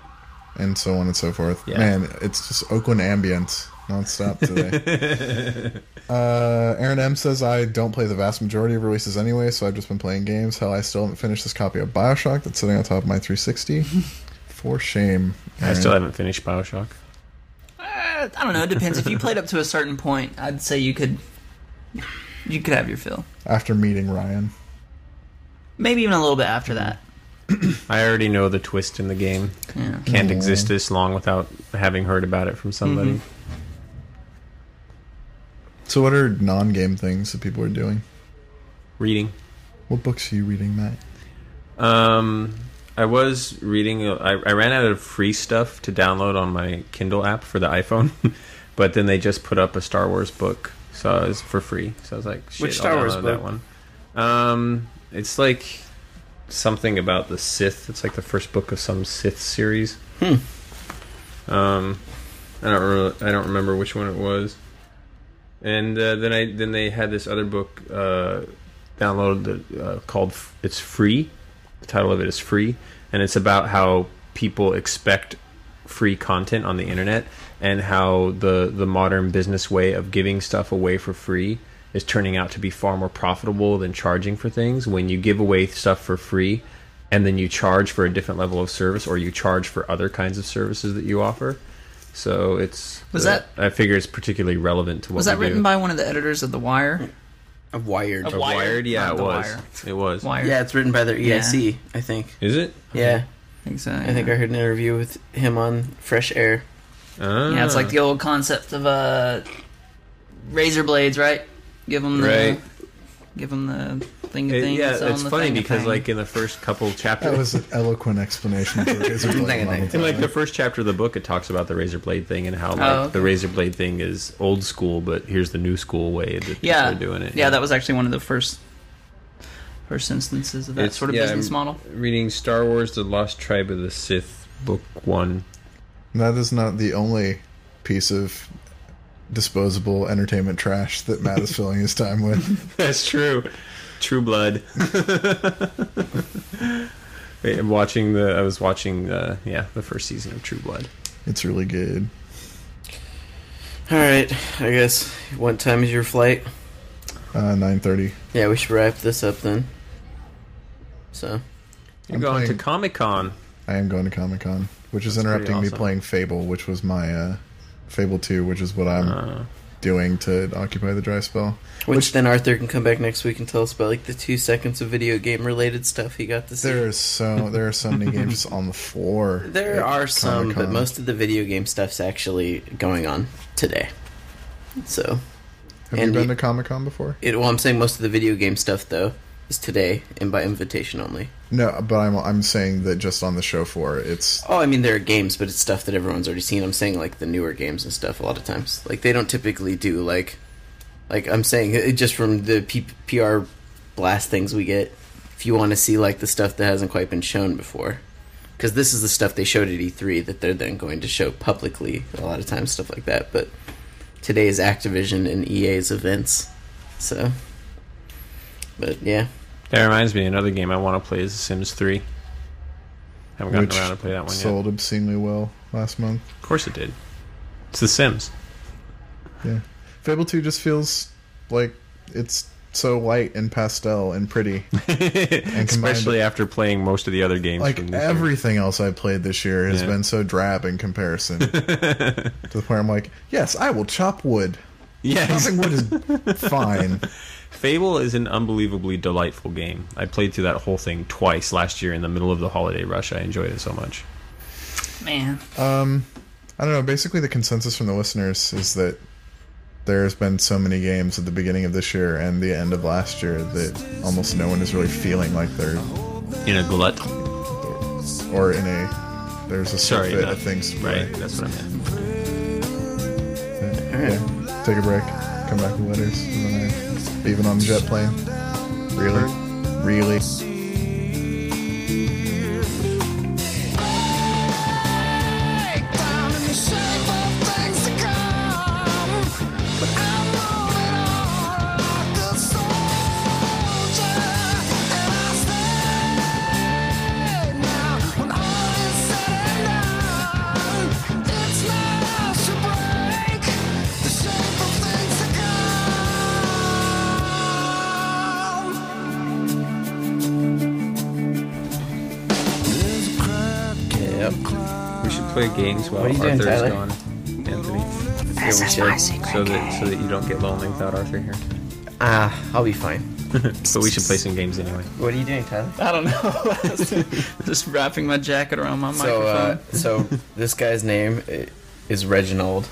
[SPEAKER 1] and so on and so forth.
[SPEAKER 4] Yeah.
[SPEAKER 1] Man, it's just Oakland ambience nonstop today.
[SPEAKER 4] (laughs)
[SPEAKER 1] Uh, Aaron M says I don't play the vast majority of releases anyway, so I've just been playing games. Hell, I still haven't finished this copy of Bioshock that's sitting on top of my 360.
[SPEAKER 4] (laughs)
[SPEAKER 1] For shame.
[SPEAKER 4] I
[SPEAKER 1] Aaron.
[SPEAKER 4] still haven't finished Bioshock.
[SPEAKER 2] Uh, I don't know. It depends. if you played up to a certain point, I'd say you could you could have your fill.
[SPEAKER 1] after meeting Ryan.
[SPEAKER 2] Maybe even a little bit after that.
[SPEAKER 4] I already know the twist in the game.
[SPEAKER 2] Yeah.
[SPEAKER 4] Can't
[SPEAKER 3] Mm-hmm.
[SPEAKER 4] exist this long without having heard about it from somebody.
[SPEAKER 1] So, what are non-game things that people are doing?
[SPEAKER 4] Reading.
[SPEAKER 1] What books are you reading, Matt?
[SPEAKER 4] Um, I was reading. I, I ran out of free stuff to download on my Kindle app for the iPhone, (laughs) but then they just put up a Star Wars book, so it was for free. So I was like, Shit,
[SPEAKER 3] Which
[SPEAKER 4] I'll
[SPEAKER 3] Star Wars
[SPEAKER 4] download
[SPEAKER 3] book?
[SPEAKER 4] That one. Um, it's like something about the Sith. It's like the first book of some Sith series.
[SPEAKER 3] Hmm.
[SPEAKER 4] Um, I don't. Re- I don't remember which one it was. And uh, then I then they had this other book uh, downloaded that, uh, called F- "It's Free." The title of it is "Free," and it's about how people expect free content on the internet and how the the modern business way of giving stuff away for free is turning out to be far more profitable than charging for things when you give away stuff for free and then you charge for a different level of service or you charge for other kinds of services that you offer so it's
[SPEAKER 2] Was that-
[SPEAKER 4] i figure it's particularly relevant to what
[SPEAKER 2] Was
[SPEAKER 4] we
[SPEAKER 2] that written
[SPEAKER 4] do.
[SPEAKER 2] by one of the editors of The Wire?
[SPEAKER 3] (laughs) A wired.
[SPEAKER 2] A
[SPEAKER 4] Or
[SPEAKER 2] wi- Wired?
[SPEAKER 4] wired yeah
[SPEAKER 2] Not
[SPEAKER 4] it
[SPEAKER 2] The
[SPEAKER 4] was
[SPEAKER 2] Wire.
[SPEAKER 4] it was
[SPEAKER 2] Wire.
[SPEAKER 3] Yeah, it's written by their
[SPEAKER 2] Yeah.
[SPEAKER 3] EIC, I think.
[SPEAKER 4] is it
[SPEAKER 3] Yeah,
[SPEAKER 2] I think so.
[SPEAKER 3] I think I heard an interview with him on Fresh Air.
[SPEAKER 2] Yeah,
[SPEAKER 4] Ah.
[SPEAKER 2] it's like the old concept of uh, razor blades, right? Give them the
[SPEAKER 4] Right.
[SPEAKER 2] give them the thing.
[SPEAKER 4] It-
[SPEAKER 2] thing
[SPEAKER 4] yeah,
[SPEAKER 2] sell 'em
[SPEAKER 4] it's
[SPEAKER 2] the
[SPEAKER 4] funny
[SPEAKER 2] thing-a-thing.
[SPEAKER 4] because like in the first couple chapters,
[SPEAKER 1] That was an eloquent explanation for razor blade.
[SPEAKER 3] Thank
[SPEAKER 1] model.
[SPEAKER 4] In like the first chapter of the book, it talks about the razor blade thing and how like
[SPEAKER 2] Oh, okay.
[SPEAKER 4] the razor blade thing is old school, but here's the new school way that people
[SPEAKER 2] yeah,
[SPEAKER 4] are doing it.
[SPEAKER 2] Yeah, that was actually one of the first first instances of that sort of business model.
[SPEAKER 4] Reading Star Wars: The Lost Tribe of the Sith, book one.
[SPEAKER 1] That is not the only piece of disposable entertainment trash that Matt
[SPEAKER 4] (laughs)
[SPEAKER 1] is filling his time with.
[SPEAKER 4] (laughs) That's true. True Blood. (laughs) I'm watching the. I was watching the. Yeah, the first season of True Blood.
[SPEAKER 1] It's really good.
[SPEAKER 3] All right, I guess. What time is your flight?
[SPEAKER 1] Uh, Nine thirty.
[SPEAKER 3] Yeah, we should wrap this up then. So,
[SPEAKER 4] You're
[SPEAKER 1] I'm
[SPEAKER 4] going
[SPEAKER 1] playing-
[SPEAKER 4] to Comic Con.
[SPEAKER 1] I am going to Comic Con, which is
[SPEAKER 4] That's pretty
[SPEAKER 1] interrupting
[SPEAKER 4] awesome.
[SPEAKER 1] me playing Fable, which was my uh, Fable Two, which is what I'm
[SPEAKER 4] Uh,
[SPEAKER 1] doing to occupy the dry spell.
[SPEAKER 3] which, then Arthur can come back next week and tell us about like the two seconds of video game related stuff he got to see.
[SPEAKER 1] There is so there are so many games just on the floor.
[SPEAKER 4] (laughs)
[SPEAKER 3] There
[SPEAKER 1] at
[SPEAKER 3] are some, but
[SPEAKER 1] Comic-Con.
[SPEAKER 3] most of the video game stuff's actually going on today. So
[SPEAKER 1] Have
[SPEAKER 3] and
[SPEAKER 1] you been to
[SPEAKER 3] you-
[SPEAKER 1] Comic Con before?
[SPEAKER 3] it. Well, I'm saying most of the video game stuff though is today and by invitation only.
[SPEAKER 1] No, but I'm I'm saying that just on the show floor, it's
[SPEAKER 3] Oh, I mean there are games, but it's stuff that everyone's already seen. I'm saying like the newer games and stuff. A lot of times, like they don't typically do like, like I'm saying it just from the P- PR blast things we get. If you want to see like the stuff that hasn't quite been shown before, because this is the stuff they showed at E3 that they're then going to show publicly. A lot of times, stuff like that. But today is Activision and EA's events, so. But yeah,
[SPEAKER 4] that reminds me. Another game I want to play is The Sims Three. Haven't gotten
[SPEAKER 1] which
[SPEAKER 4] around to play that one yet.
[SPEAKER 1] sold obscenely well last month.
[SPEAKER 4] Of course it did. It's The Sims.
[SPEAKER 1] Yeah. Fable 2 just feels like it's so light and pastel and
[SPEAKER 4] (laughs)
[SPEAKER 1] pretty.
[SPEAKER 4] Especially after playing most of the other games.
[SPEAKER 1] Like
[SPEAKER 4] from this year.
[SPEAKER 1] everything else I played this year has
[SPEAKER 4] Yeah.
[SPEAKER 1] been so drab in
[SPEAKER 4] (laughs)
[SPEAKER 1] comparison. to the point I'm like, yes, I will chop wood.
[SPEAKER 4] Yes.
[SPEAKER 1] Chopping wood is fine.
[SPEAKER 4] (laughs) Fable is an unbelievably delightful game. I played through that whole thing twice last year in the middle of the holiday rush. I enjoyed it so much.
[SPEAKER 2] Man,
[SPEAKER 1] I don't know. Basically, the consensus from the listeners is that there's been so many games at the beginning of this year and the end of last year that almost no one is really feeling like they're
[SPEAKER 4] In a glut.
[SPEAKER 1] or in a there's a
[SPEAKER 4] Sorry.
[SPEAKER 1] surfeit
[SPEAKER 4] that-
[SPEAKER 1] of things to play.
[SPEAKER 4] right. That's what I meant.
[SPEAKER 1] Yeah. Take a break. Come back with letters. And then I leave it on the jet plane. Really? Oh. Really?
[SPEAKER 3] yep.
[SPEAKER 4] We should play games while
[SPEAKER 3] What are you
[SPEAKER 4] Arthur
[SPEAKER 3] doing,
[SPEAKER 4] is
[SPEAKER 3] Tyler?
[SPEAKER 4] gone. Anthony.
[SPEAKER 3] That's yeah, we should.
[SPEAKER 4] So that so that you don't get lonely without Arthur here.
[SPEAKER 3] Ah, I'll be fine.
[SPEAKER 4] But we should play some games anyway.
[SPEAKER 3] What are you doing, Tyler?
[SPEAKER 2] (laughs) I don't know. (laughs) Just wrapping my jacket around my
[SPEAKER 3] So, uh,
[SPEAKER 2] microphone.
[SPEAKER 3] so this guy's name i- is Reginald.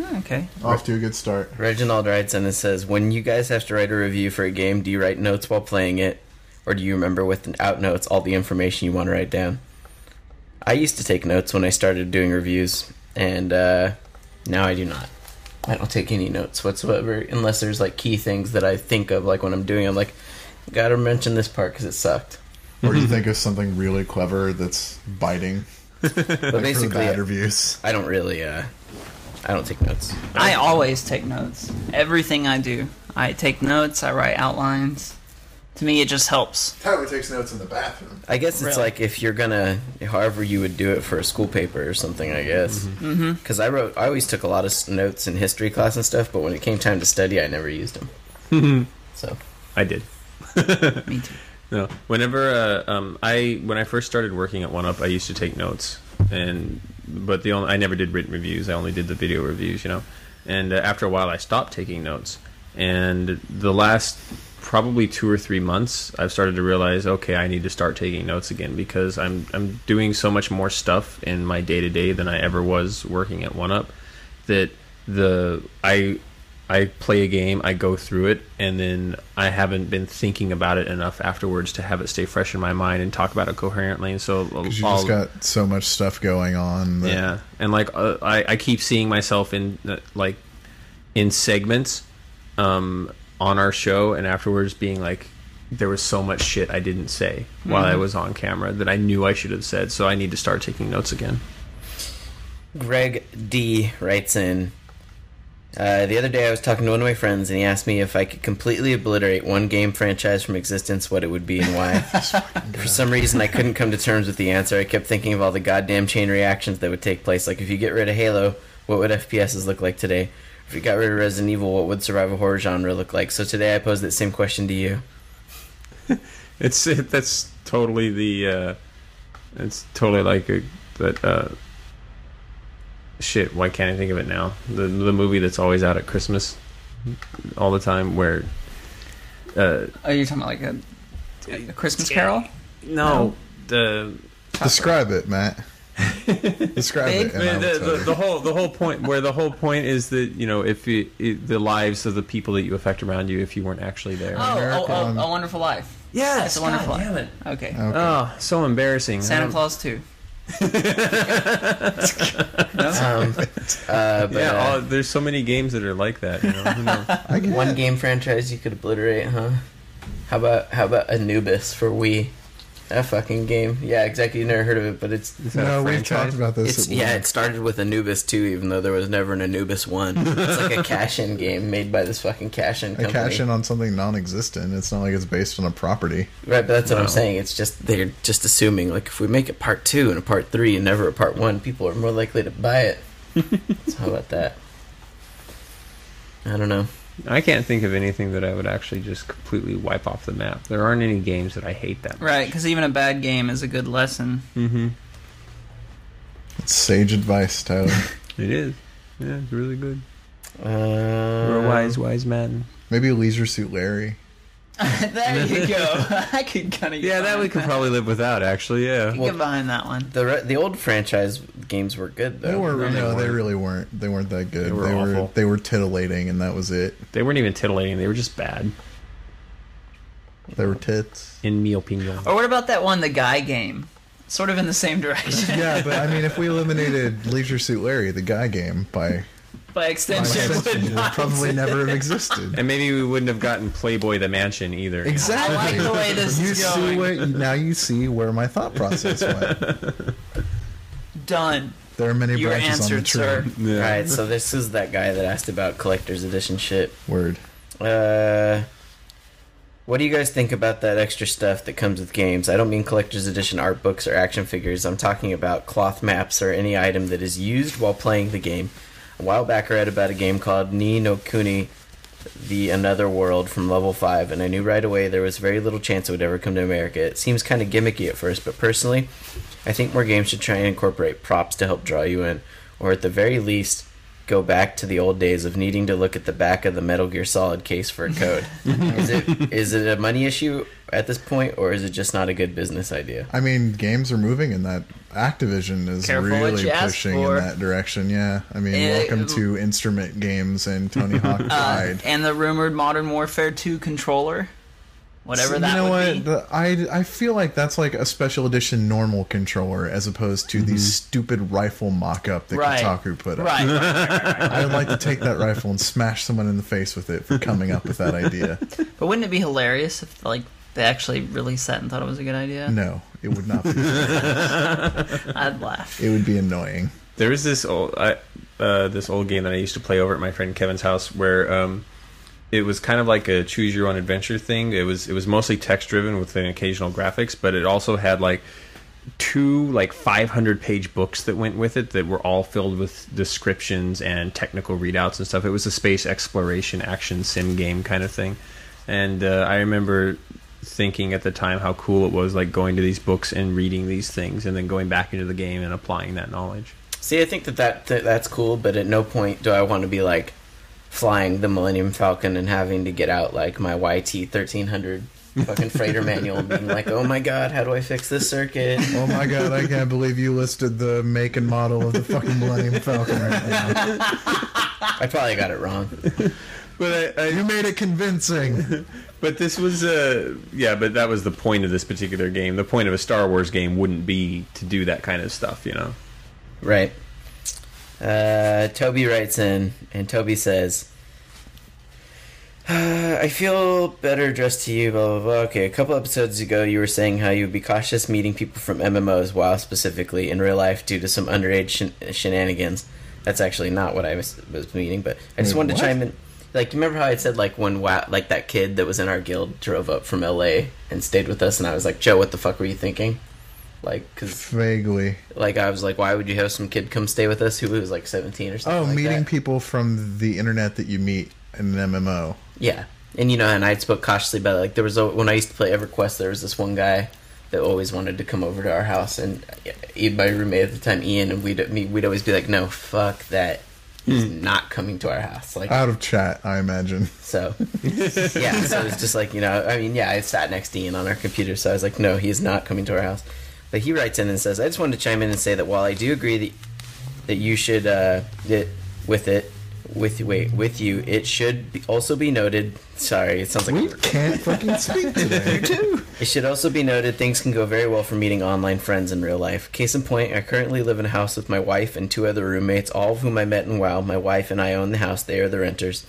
[SPEAKER 2] Hmm, okay.
[SPEAKER 1] Off to a good start.
[SPEAKER 3] Reginald writes in and says, "When you guys have to write a review for a game, do you write notes while playing it, or do you remember without notes all the information you want to write down?" I used to take notes when I started doing reviews, and uh, now I do not. I don't take any notes whatsoever, unless there's like key things that I think of, like when I'm doing. I'm like, gotta mention this part because it sucked.
[SPEAKER 1] Or (laughs) you think of something really clever that's biting
[SPEAKER 3] But
[SPEAKER 1] like for the bad
[SPEAKER 3] basically,
[SPEAKER 1] reviews.
[SPEAKER 3] I don't really. Uh, I don't take notes.
[SPEAKER 2] I always take notes. Everything I do, I take notes. I write outlines. To me, it just helps.
[SPEAKER 1] Tyler takes notes in the bathroom.
[SPEAKER 3] I guess
[SPEAKER 2] Really?
[SPEAKER 3] it's like if you're gonna, however you would do it for a school paper or something. I guess because I wrote, I always took a lot of s- notes in history class and stuff, but when it came time to study, I never used them. so
[SPEAKER 4] I did.
[SPEAKER 2] (laughs) Me too.
[SPEAKER 4] No. Whenever uh, um, I when I first started working at One Up, I used to take notes, and but the only I never did written reviews. I only did the video reviews, you know. And uh, after a while, I stopped taking notes. And the last probably two or three months, I've started to realize, okay, I need to start taking notes again because I'm I'm doing so much more stuff in my day to day than I ever was working at One Up that the I I play a game, I go through it, and then I haven't been thinking about it enough afterwards to have it stay fresh in my mind and talk about it coherently. And so
[SPEAKER 1] Because you
[SPEAKER 4] I'll-
[SPEAKER 1] just got so much stuff going on. That,
[SPEAKER 4] yeah, and like uh, I, I keep seeing myself in uh, like in segments um, on our show, and afterwards being like, there was so much shit I didn't say while I was on camera that I knew I should have said. So I need to start taking notes again.
[SPEAKER 3] Greg D writes in. Uh, the other day, I was talking to one of my friends, and he asked me if I could completely obliterate one game franchise from existence, what it would be and why. For some reason, I couldn't come to terms with the answer. I kept thinking of all the goddamn chain reactions that would take place. Like, if you get rid of Halo, what would FPSs look like today? If you got rid of Resident Evil, what would survival horror genre look like? So today, I posed that same question to you.
[SPEAKER 4] It's that's totally the uh, it's totally like a, that uh, shit. Why can't I think of it now? The the movie that's always out at Christmas all the time where. Uh,
[SPEAKER 2] Oh, you're talking about like a, a Christmas Carol?
[SPEAKER 4] No, the
[SPEAKER 1] Describe it,
[SPEAKER 3] (laughs)
[SPEAKER 1] Matt. Describe it. And I
[SPEAKER 4] the,
[SPEAKER 1] will tell
[SPEAKER 4] the,
[SPEAKER 1] you.
[SPEAKER 4] the whole the whole point where the whole point is that you know if you, i the lives of the people that you affect around you if you weren't actually there.
[SPEAKER 2] Oh, oh,
[SPEAKER 1] America
[SPEAKER 2] oh,
[SPEAKER 1] on-
[SPEAKER 2] A Wonderful Life.
[SPEAKER 4] yes,
[SPEAKER 2] It's a Wonderful
[SPEAKER 4] God
[SPEAKER 2] Life.
[SPEAKER 4] damn it.
[SPEAKER 2] Okay.
[SPEAKER 1] Okay.
[SPEAKER 3] Uh,
[SPEAKER 4] Oh, so embarrassing.
[SPEAKER 2] Santa
[SPEAKER 4] Um,
[SPEAKER 2] Claus 2.
[SPEAKER 3] Um, uh, but,
[SPEAKER 4] Yeah,
[SPEAKER 3] uh,
[SPEAKER 4] oh, there's so many games that are like that. You know? Who knows?
[SPEAKER 1] I get
[SPEAKER 3] one
[SPEAKER 1] it.
[SPEAKER 3] game franchise you could obliterate, huh? How about how about Anubis for Wii? That fucking game. Yeah, exactly. You never heard of it, but it's
[SPEAKER 4] Is that a
[SPEAKER 1] No, we've
[SPEAKER 4] franchise?
[SPEAKER 1] talked about this.
[SPEAKER 3] it's
[SPEAKER 1] at
[SPEAKER 3] yeah.
[SPEAKER 1] length.
[SPEAKER 3] It started with Anubis too, even though there was never an Anubis one. It's like a cash-in game made by this fucking cash-in
[SPEAKER 1] I
[SPEAKER 3] company.
[SPEAKER 1] cash in on something non-existent. It's not like it's based on a property.
[SPEAKER 3] Right, but that's what I'm
[SPEAKER 4] No.
[SPEAKER 3] saying. It's just they're just assuming like if we make a part two and a part three and never a part one, people are more likely to buy it. so how about that? I don't know.
[SPEAKER 4] I can't think of anything that I would actually just completely wipe off the map. There aren't any games that I hate that much.
[SPEAKER 2] Right, because even a bad game is a good lesson.
[SPEAKER 4] Mm-hmm.
[SPEAKER 1] It's sage advice,
[SPEAKER 3] (laughs)
[SPEAKER 1] Tyler.
[SPEAKER 4] It is. Yeah, it's really good.
[SPEAKER 3] Uh,
[SPEAKER 4] We're a wise, wise man.
[SPEAKER 1] Maybe Leisure Suit Larry.
[SPEAKER 2] (laughs) there you go. (laughs) I could kind of
[SPEAKER 4] Yeah, that we could probably live without. Actually, yeah.
[SPEAKER 2] get behind that one.
[SPEAKER 3] The re- the old franchise games were good though.
[SPEAKER 1] They were no,
[SPEAKER 4] no, they
[SPEAKER 1] they
[SPEAKER 4] weren't.
[SPEAKER 1] really weren't. They weren't that good.
[SPEAKER 4] They
[SPEAKER 1] They
[SPEAKER 4] were
[SPEAKER 1] were they were,
[SPEAKER 4] awful.
[SPEAKER 1] titillating, and that was it.
[SPEAKER 4] They weren't even titillating. They were just bad.
[SPEAKER 1] They were tits.
[SPEAKER 4] In mi opinion.
[SPEAKER 2] Or what about that one, the guy game? Sort of in the same direction
[SPEAKER 1] yeah, but I mean, if we eliminated Leisure Suit Larry, the guy game,
[SPEAKER 2] (laughs)
[SPEAKER 1] by,
[SPEAKER 2] by
[SPEAKER 1] by
[SPEAKER 2] extension.
[SPEAKER 1] extension, it
[SPEAKER 2] would
[SPEAKER 1] would
[SPEAKER 2] not-
[SPEAKER 1] probably never have existed.
[SPEAKER 4] And maybe we wouldn't have gotten Playboy the Mansion either.
[SPEAKER 2] (laughs)
[SPEAKER 1] Exactly.
[SPEAKER 2] I like the way this
[SPEAKER 1] (laughs) you
[SPEAKER 2] is
[SPEAKER 1] see
[SPEAKER 2] going.
[SPEAKER 1] where now you see where my thought
[SPEAKER 2] (laughs)
[SPEAKER 1] process went.
[SPEAKER 2] Done.
[SPEAKER 1] There are many
[SPEAKER 2] You're
[SPEAKER 1] branches on the
[SPEAKER 2] answered,
[SPEAKER 1] tree.
[SPEAKER 2] sir.
[SPEAKER 4] Yeah.
[SPEAKER 3] Alright, so this is that guy that asked about collector's edition shit.
[SPEAKER 1] Word.
[SPEAKER 3] Uh, what do you guys think about that extra stuff that comes with games? I don't mean collector's edition art books or action figures. I'm talking about cloth maps or any item that is used while playing the game. A while back, I read about a game called Ni no Kuni, the Another World from Level 5, and I knew right away there was very little chance it would ever come to America. It seems kind of gimmicky at first, but personally, I think more games should try and incorporate props to help draw you in, or at the very least, go back to the old days of needing to look at the back of the Metal Gear Solid case for a code. is it is it a money issue at this point, or is it just not a good business idea?
[SPEAKER 1] I mean, games are moving in that. Activision is
[SPEAKER 2] Careful what
[SPEAKER 1] really
[SPEAKER 2] you ask
[SPEAKER 1] pushing
[SPEAKER 2] for.
[SPEAKER 1] in that direction. Yeah, I mean,
[SPEAKER 2] Eh,
[SPEAKER 1] welcome to Instrument Games and
[SPEAKER 2] (laughs)
[SPEAKER 1] Tony Hawk
[SPEAKER 2] Uh,
[SPEAKER 1] Ride.
[SPEAKER 2] and the rumored Modern Warfare 2 controller. Whatever
[SPEAKER 1] So
[SPEAKER 2] that
[SPEAKER 1] you know
[SPEAKER 2] would
[SPEAKER 1] what?
[SPEAKER 2] be.
[SPEAKER 1] The- I I feel like that's like a special edition normal controller as opposed to the stupid rifle mock-up that
[SPEAKER 2] Right.
[SPEAKER 1] Kotaku put up.
[SPEAKER 2] right.
[SPEAKER 1] (laughs) I would like to
[SPEAKER 2] (laughs)
[SPEAKER 1] take that rifle and smash someone in the face with it for coming up with that idea.
[SPEAKER 2] But wouldn't it be hilarious if like they actually released that and thought it was a good idea?
[SPEAKER 1] No, it would not. be.
[SPEAKER 2] I'd laugh.
[SPEAKER 1] It would be annoying.
[SPEAKER 4] There was this old I, uh, this old game that I used to play over at my friend Kevin's house where um, it was kind of like a choose your own adventure thing. It was it was mostly text driven with an occasional graphics, but it also had like two like 500 page books that went with it that were all filled with descriptions and technical readouts and stuff. It was a space exploration action sim game kind of thing. And uh, I remember thinking at the time how cool it was like going to these books and reading these things and then going back into the game and applying that knowledge.
[SPEAKER 3] See, I think that, that that that's cool, but at no point do I want to be like, flying the Millennium Falcon and having to get out like my YT thirteen hundred fucking freighter manual, and being like, "Oh my god, how do I fix this circuit?"
[SPEAKER 1] Oh my god, I can't believe you listed the make and model of the fucking Millennium Falcon right now.
[SPEAKER 3] I probably got it wrong.
[SPEAKER 4] But I,
[SPEAKER 1] You made it convincing.
[SPEAKER 4] But this was uh, yeah, but that was the point of this particular game. The point of a Star Wars game wouldn't be to do that kind of stuff, you know.
[SPEAKER 3] Right. Uh, Toby writes in, and Toby says, "Uh, I feel better addressed to you, blah, blah, blah. Okay, a couple episodes ago, you were saying how you would be cautious meeting people from MMOs, WoW specifically, in real life due to some underage shen- shenanigans. That's actually not what I was, was meaning, but I just
[SPEAKER 1] Wait,
[SPEAKER 3] wanted
[SPEAKER 1] what?
[SPEAKER 3] to chime in. Like, you remember how I said, like, when WoW, like, that kid that was in our guild drove up from LA and stayed with us, and I was like, Joe, what the fuck were you thinking? Like, because
[SPEAKER 1] Vaguely.
[SPEAKER 3] like I was like, why would you have some kid come stay with us who was like seventeen or
[SPEAKER 1] Oh,
[SPEAKER 3] something? like
[SPEAKER 1] meeting
[SPEAKER 3] that?
[SPEAKER 1] people from the internet that you meet in an MMO.
[SPEAKER 3] Yeah, and you know, and I spoke cautiously about it. Like there was a, when I used to play EverQuest, there was this one guy that always wanted to come over to our house, and he, my roommate at the time, Ian, and we'd me- we'd always be like, no, fuck that, he's not coming to our house. Like
[SPEAKER 1] Out of chat, I imagine.
[SPEAKER 3] so, yeah. So it's just like you know. I mean, yeah. I sat next to Ian on our computer, so I was like, no, he is not coming to our house. But he writes in and says, I just wanted to chime in and say that while I do agree that that you should uh, that with it with wait with you, it should be, also be noted. Sorry, it sounds like
[SPEAKER 1] We can't fucking speak today.
[SPEAKER 3] it should also be noted things can go very well for meeting online friends in real life. Case in point, I currently live in a house with my wife and two other roommates, all of whom I met in WoW. My wife and I own the house, they are the renters.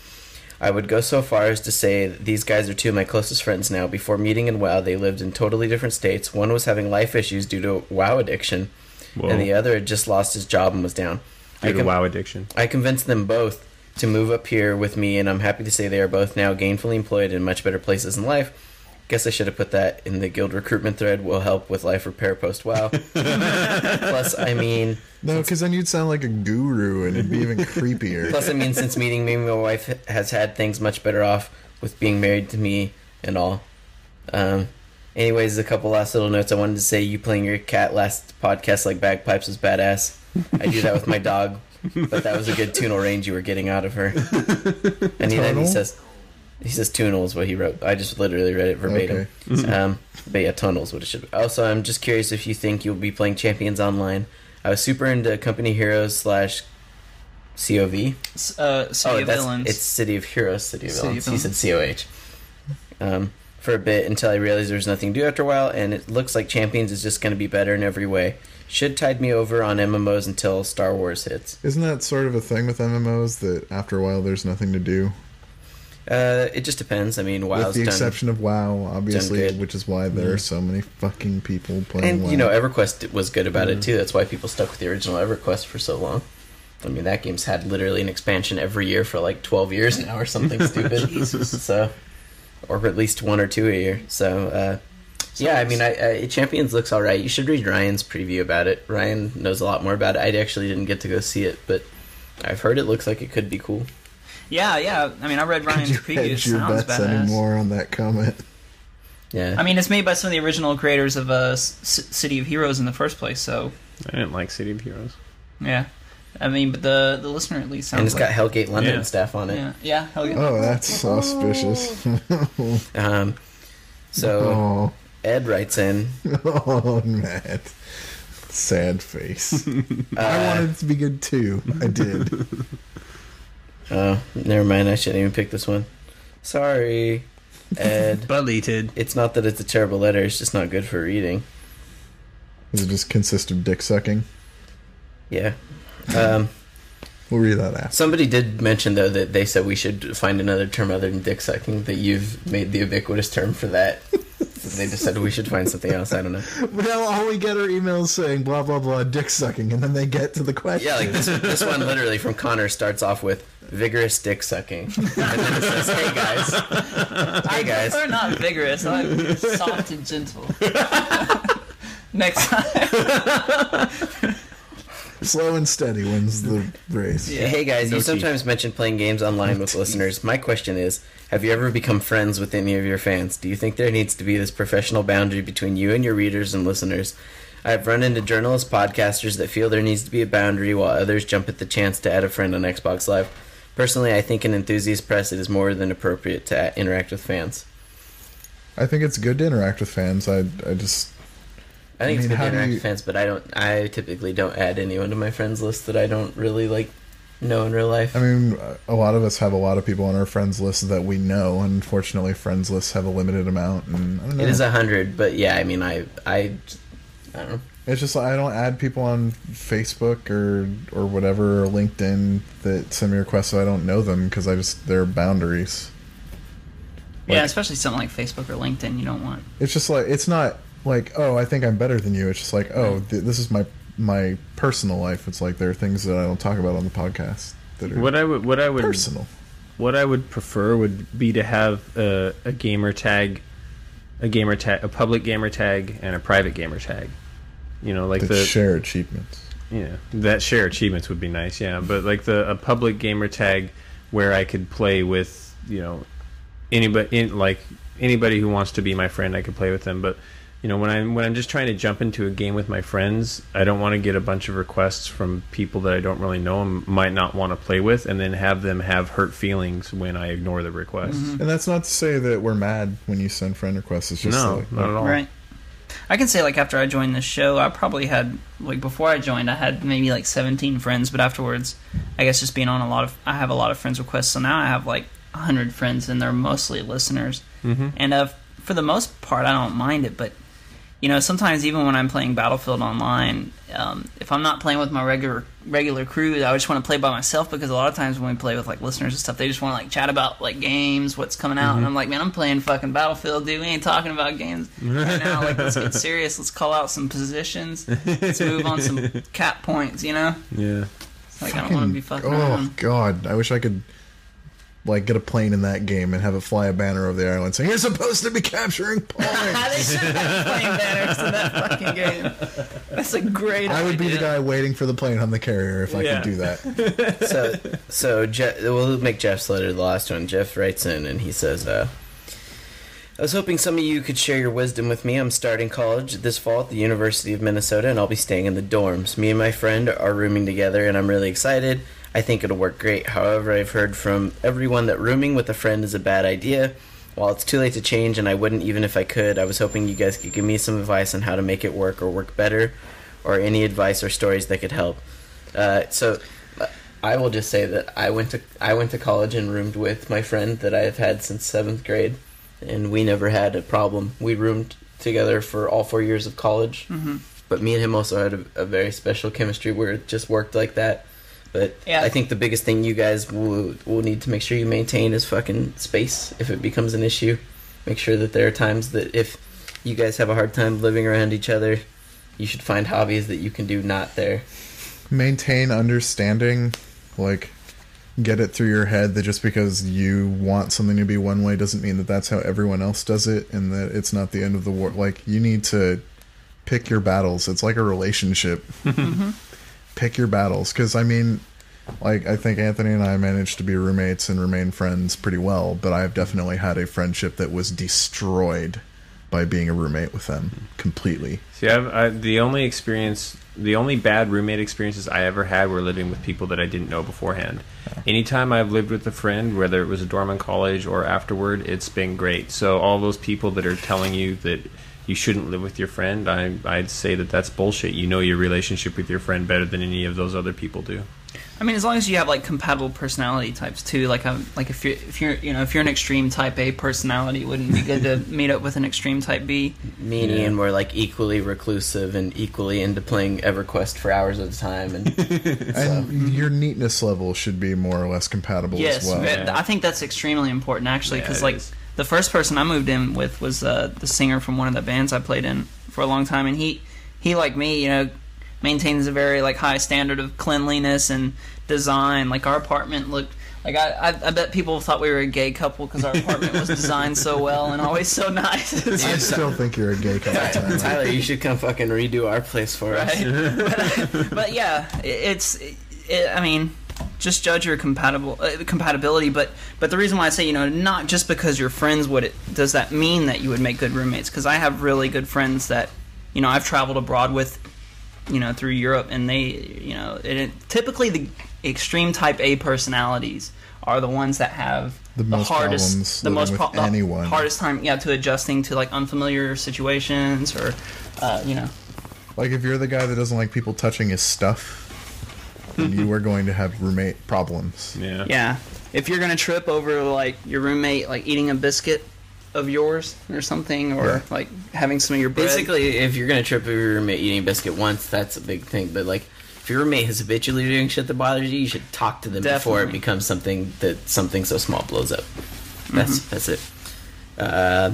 [SPEAKER 3] I would go so far as to say that these guys are two of my closest friends now. Before meeting in WoW, they lived in totally different states. One was having life issues due to WoW addiction,
[SPEAKER 4] Whoa.
[SPEAKER 3] and the other had just lost his job and was down. I
[SPEAKER 4] Due to
[SPEAKER 3] com-
[SPEAKER 4] WoW addiction.
[SPEAKER 3] I convinced them both to move up here with me, and I'm happy to say they are both now gainfully employed in much better places in life. Guess I should have put that in the guild recruitment thread. Will help with life repair post WoW. plus, I mean,
[SPEAKER 1] No, because then you'd sound like a guru and it'd be
[SPEAKER 3] (laughs)
[SPEAKER 1] even creepier.
[SPEAKER 3] plus I mean, since meeting me, my wife has had things much better off with being married to me and all. Um, anyways, a couple last little notes I wanted to say. You playing your cat last podcast like bagpipes was badass. I do that with my dog, but that was a good tonal range you were getting out of her. And he, then he
[SPEAKER 1] Tonal?
[SPEAKER 3] says, he says tonal is what he wrote. I just literally read it verbatim. Um, but yeah, tonal is what it should. Be. Also, I'm just curious if you think you'll be playing Champions Online. I was super into Company Heroes slash COV.
[SPEAKER 2] S- Uh,
[SPEAKER 1] Oh,
[SPEAKER 2] City of Villains.
[SPEAKER 3] Oh, It's City of Heroes, City of
[SPEAKER 2] City of
[SPEAKER 3] Villains. He said COH. Um, for a bit until I realized there was nothing to do after a while, and it looks like Champions is just going to be better in every way. Should tide me over on MMOs until Star Wars hits.
[SPEAKER 1] Isn't that sort of a thing with MMOs that after a while there's nothing to do?
[SPEAKER 3] Uh, it just depends. I mean, WoW's
[SPEAKER 1] with the
[SPEAKER 3] done.
[SPEAKER 1] exception of WoW, obviously,
[SPEAKER 3] good.
[SPEAKER 1] which is why there are so many fucking people playing
[SPEAKER 3] and
[SPEAKER 1] WoW. Mm.
[SPEAKER 3] you know, EverQuest was good about it too. That's why people stuck with the original EverQuest for so long. I mean, that game's had literally an expansion every year for like twelve years now, or something
[SPEAKER 1] (laughs)
[SPEAKER 3] stupid. So, or at least one or two a year. So, uh, yeah, I mean, I, I, Champions looks all right. You should read Ryan's preview about it. Ryan knows a lot more about it. I actually didn't get to go see it, but I've heard it looks like it could be cool.
[SPEAKER 2] yeah, yeah. I mean, I read Ryan's
[SPEAKER 1] you
[SPEAKER 2] preview. It
[SPEAKER 1] hedge your
[SPEAKER 2] sounds
[SPEAKER 1] bets
[SPEAKER 2] badass.
[SPEAKER 1] anymore on that
[SPEAKER 2] (laughs)
[SPEAKER 1] comment.
[SPEAKER 3] Yeah,
[SPEAKER 2] I mean, it's made by some of the original creators of uh, S- S- City of Heroes in the first place, so
[SPEAKER 4] I didn't like City of Heroes.
[SPEAKER 2] yeah. I mean, but the the listener at least sounds
[SPEAKER 3] and it's
[SPEAKER 2] like
[SPEAKER 3] got Hellgate London
[SPEAKER 4] Yeah.
[SPEAKER 3] stuff on it.
[SPEAKER 2] yeah, yeah, hell yeah.
[SPEAKER 1] Oh, that's auspicious.
[SPEAKER 3] Um, so
[SPEAKER 1] oh, (laughs)
[SPEAKER 3] Ed writes in.
[SPEAKER 1] oh, Matt.
[SPEAKER 2] (laughs)
[SPEAKER 1] Sad face.
[SPEAKER 2] Uh,
[SPEAKER 1] I wanted it to be good too. I did.
[SPEAKER 3] Oh, never mind. I shouldn't even pick this one. Sorry,
[SPEAKER 4] (laughs)
[SPEAKER 3] Ed.
[SPEAKER 4] Deleted.
[SPEAKER 3] it's not that it's a terrible letter. It's just not good for reading.
[SPEAKER 1] Does it just consist of dick sucking?
[SPEAKER 3] Yeah. Um,
[SPEAKER 1] We'll read that after.
[SPEAKER 3] somebody did mention though that they said we should find another term other than dick sucking. That you've made the ubiquitous term for that. they just said we should find something else. I don't know.
[SPEAKER 1] Well, all we get are emails saying blah blah blah dick sucking, and then they get to the question.
[SPEAKER 3] Yeah, like this, this one literally from Connor starts off with vigorous dick sucking, and then it says, "Hey guys, hey guys."
[SPEAKER 2] They're not vigorous. I like soft and gentle. Next time.
[SPEAKER 1] (laughs) slow and steady wins the race.
[SPEAKER 2] Yeah.
[SPEAKER 3] Hey guys, you
[SPEAKER 4] teeth.
[SPEAKER 3] sometimes mention playing
[SPEAKER 1] (laughs)
[SPEAKER 3] games online with listeners. My question is, have you ever become friends with any of your fans? Do you think there needs to be this professional boundary between you and your readers and listeners? I've run into journalists, podcasters that feel there needs to be a boundary while others jump at the chance to add a friend on Xbox Live. Personally, I think in Enthusiast Press it is more than appropriate to a- interact with fans.
[SPEAKER 1] I think it's good to interact with fans. I I just
[SPEAKER 3] I think
[SPEAKER 1] I
[SPEAKER 3] it's
[SPEAKER 1] mean,
[SPEAKER 3] good to
[SPEAKER 1] how do
[SPEAKER 3] interact
[SPEAKER 1] you-
[SPEAKER 3] with fans, but I don't. I typically don't add anyone to my friends list that I don't really like know in real life.
[SPEAKER 1] I mean, a lot of us have a lot of people on our friends list that we know. Unfortunately, friends lists have a limited amount, and I don't know.
[SPEAKER 3] It is a hundred, but yeah, I mean, I, I, I don't know.
[SPEAKER 1] It's just like, I don't add people on Facebook or or whatever or LinkedIn that send me requests so I don't know them because I just there are boundaries.
[SPEAKER 2] yeah, especially something like Facebook or LinkedIn. You don't want.
[SPEAKER 1] It's just like it's not like oh I think I'm better than you. It's just like oh th- this is my my personal life. It's like there are things that I don't talk about on the podcast that are
[SPEAKER 4] What I would, what I would,
[SPEAKER 1] personal.
[SPEAKER 4] what I would prefer would be to have a, a gamer tag, a gamer tag, a public gamer tag, and a private gamer tag. You know, like
[SPEAKER 1] That
[SPEAKER 4] the
[SPEAKER 1] share achievements.
[SPEAKER 4] Yeah, that share achievements would be nice. Yeah, but like the a public gamer tag where I could play with you know anybody in, like anybody who wants to be my friend, I could play with them. But you know when I'm when I'm just trying to jump into a game with my friends, I don't want to get a bunch of requests from people that I don't really know and might not want to play with, and then have them have hurt feelings when I ignore the requests.
[SPEAKER 1] And that's not to say that we're mad when you send friend requests. It's just
[SPEAKER 4] No,
[SPEAKER 1] like,
[SPEAKER 4] not at all.
[SPEAKER 2] Right. I can say like after I joined this show, I probably had like before I joined, I had maybe like 17 friends, but afterwards, I guess just being on a lot of I have a lot of friends requests, so now I have like 100 friends and they're mostly listeners. Mm-hmm. And uh, for the most part, I don't mind it, but you know, sometimes even when I'm playing Battlefield online, um, if I'm not playing with my regular regular crew, I just want to play by myself because a lot of times when we play with like listeners and stuff, they just want to like chat about like games, what's coming out,
[SPEAKER 1] Mm-hmm.
[SPEAKER 2] and I'm like, man, I'm playing fucking Battlefield, dude. We ain't talking about
[SPEAKER 1] (laughs)
[SPEAKER 2] games right now. Like, let's get serious. Let's call out some positions. Let's move on
[SPEAKER 1] (laughs)
[SPEAKER 2] some cap points. You know,
[SPEAKER 4] Yeah.
[SPEAKER 2] It's like I don't want to be fucking
[SPEAKER 1] Oh
[SPEAKER 2] (laughs) around.
[SPEAKER 1] God! I wish I could like get a plane in that game and have it fly a banner over the island saying you're supposed to be capturing
[SPEAKER 4] (laughs)
[SPEAKER 1] points.
[SPEAKER 2] they should have playing banners in that fucking game.
[SPEAKER 1] (laughs)
[SPEAKER 2] That's a great.
[SPEAKER 1] I would be the
[SPEAKER 2] idea.
[SPEAKER 1] guy waiting for the plane on the carrier if I
[SPEAKER 4] Yeah.
[SPEAKER 1] could do that.
[SPEAKER 3] so so Jeff, we'll make Jeff's letter the last one. Jeff writes in and he says, uh, "I was hoping some of you could share your wisdom with me. I'm starting college this fall at the University of Minnesota, and I'll be staying in the dorms. Me and my friend are rooming together, and I'm really excited. I think it'll work great. However, I've heard from everyone that rooming with a friend is a bad idea." While it's too late to change, and I wouldn't even if I could, I was hoping you guys could give me some advice on how to make it work or work better, or any advice or stories that could help. Uh, so uh, I will just say that I went to I went to college and roomed with my friend that I have had since seventh grade, and we never had a problem. We roomed together for all four years of college, mm-hmm. but me and him also had a, a very special chemistry where it just worked like that. But
[SPEAKER 2] Yeah.
[SPEAKER 3] I think the biggest thing you guys will will need to make sure you maintain is fucking space. If it becomes an issue, make sure that there are times that if you guys have a hard time living around each other, you should find hobbies that you can do not there.
[SPEAKER 1] Maintain understanding, like get it through your head that just because you want something to be one way doesn't mean that that's how everyone else does it and that it's not the end of the war. Like you need to pick your battles. It's like a relationship. pick your battles because I mean, like I think Anthony and I managed to be roommates and remain friends pretty well, but I've definitely had a friendship that was destroyed by being a roommate with them completely.
[SPEAKER 4] See, I've, I, the only experience, the only bad roommate experiences I ever had were living with people that I didn't know beforehand. Anytime I've lived with a friend, whether it was a dorm in college or afterward, it's been great. So all those people that are telling you that you shouldn't live with your friend, I, I'd say that that's bullshit. You know your relationship with your friend better than any of those other people do.
[SPEAKER 2] I mean, as long as you have like compatible personality types too. Like, I'm like if you're if you're you know if you're an extreme type A personality, it wouldn't be good
[SPEAKER 4] (laughs)
[SPEAKER 2] to meet up with an extreme type B.
[SPEAKER 3] me and Ian were like equally reclusive and equally into playing EverQuest for hours at a time. And
[SPEAKER 1] And your neatness level should be more or less compatible
[SPEAKER 2] Yes,
[SPEAKER 1] as well.
[SPEAKER 2] that- I think that's extremely important actually
[SPEAKER 4] Yeah,
[SPEAKER 2] because
[SPEAKER 4] it
[SPEAKER 2] like
[SPEAKER 4] is.
[SPEAKER 2] the first person I moved in with was uh, the singer from one of the bands I played in for a long time, and he he like me, you know, maintains a very like high standard of cleanliness and design. Like our apartment looked. Like I, I, I bet people thought we were a gay couple because our apartment was designed so well and always so nice. (laughs)
[SPEAKER 4] (laughs)
[SPEAKER 2] It's
[SPEAKER 1] I still think you're a gay couple times.
[SPEAKER 3] (laughs) Tyler, you should come fucking redo our place for us.
[SPEAKER 2] right? (laughs) but, but yeah, i- it's. It, I mean, just judge your compatible uh, compatibility. But but the reason why I say you know not just because you're friends would it does that mean that you would make good roommates? Because I have really good friends that you know I've traveled abroad with, you know through Europe, and they you know it, it- typically the extreme type A personalities are the ones that have
[SPEAKER 1] The most
[SPEAKER 2] hardest,
[SPEAKER 1] problems
[SPEAKER 2] the
[SPEAKER 1] living
[SPEAKER 2] most
[SPEAKER 1] with
[SPEAKER 2] pro- the
[SPEAKER 1] anyone.
[SPEAKER 2] hardest time, yeah, to adjusting to like unfamiliar situations or, uh, you know,
[SPEAKER 1] Like if you're the guy that doesn't like people touching his stuff, then you are going to have roommate problems.
[SPEAKER 4] Yeah.
[SPEAKER 2] yeah. If you're gonna trip over like your roommate like eating a biscuit of yours or something, or
[SPEAKER 1] Yeah.
[SPEAKER 2] like having some of your bread,
[SPEAKER 3] Basically, if you're gonna trip over your roommate eating a biscuit once, that's a big thing. But like, if your roommate is habitually doing shit that bothers you, you should talk to them before it
[SPEAKER 2] Definitely. Mm-hmm.
[SPEAKER 3] becomes something that something so small blows up. That's that's it. Uh,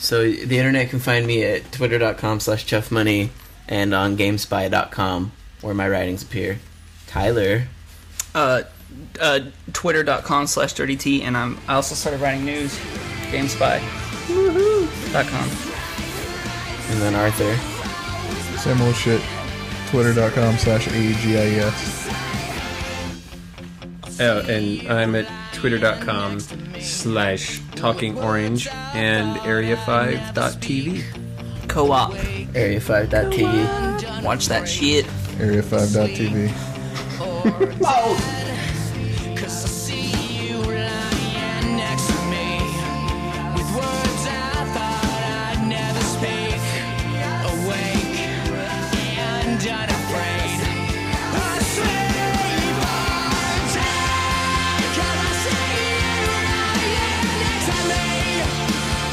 [SPEAKER 3] so the internet can find me at twitter.com/slash chuffmoney and on gamespy.com where my writings appear. Tyler,
[SPEAKER 2] uh, uh, twitter.com slash dirty t and I'm, i also started writing news gamespy.com
[SPEAKER 3] and then Arthur.
[SPEAKER 1] Same old shit. Twitter.com slash E AEGIES.
[SPEAKER 4] Oh, and I'm at twitter.com slash talking orange and area5.tv.
[SPEAKER 2] co-op
[SPEAKER 3] Area5.tv.
[SPEAKER 2] watch that shit
[SPEAKER 1] Area5.tv.
[SPEAKER 5] Cause I see you lying next to me with words I thought I'd never speak. Awake and unafraid. Asleep on time. 'Cause I see you lying next to me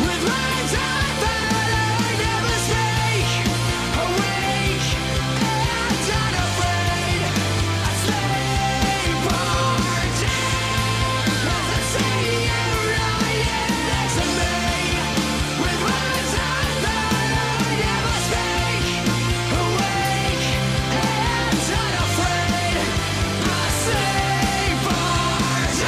[SPEAKER 5] with words I thought I'd never speak. Awake and unafraid. Asleep on Cause I see you lying next to me with words I thought I'd never speak. Awake and unafraid, I sleep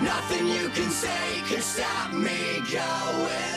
[SPEAKER 5] Nothing you can say can stop me going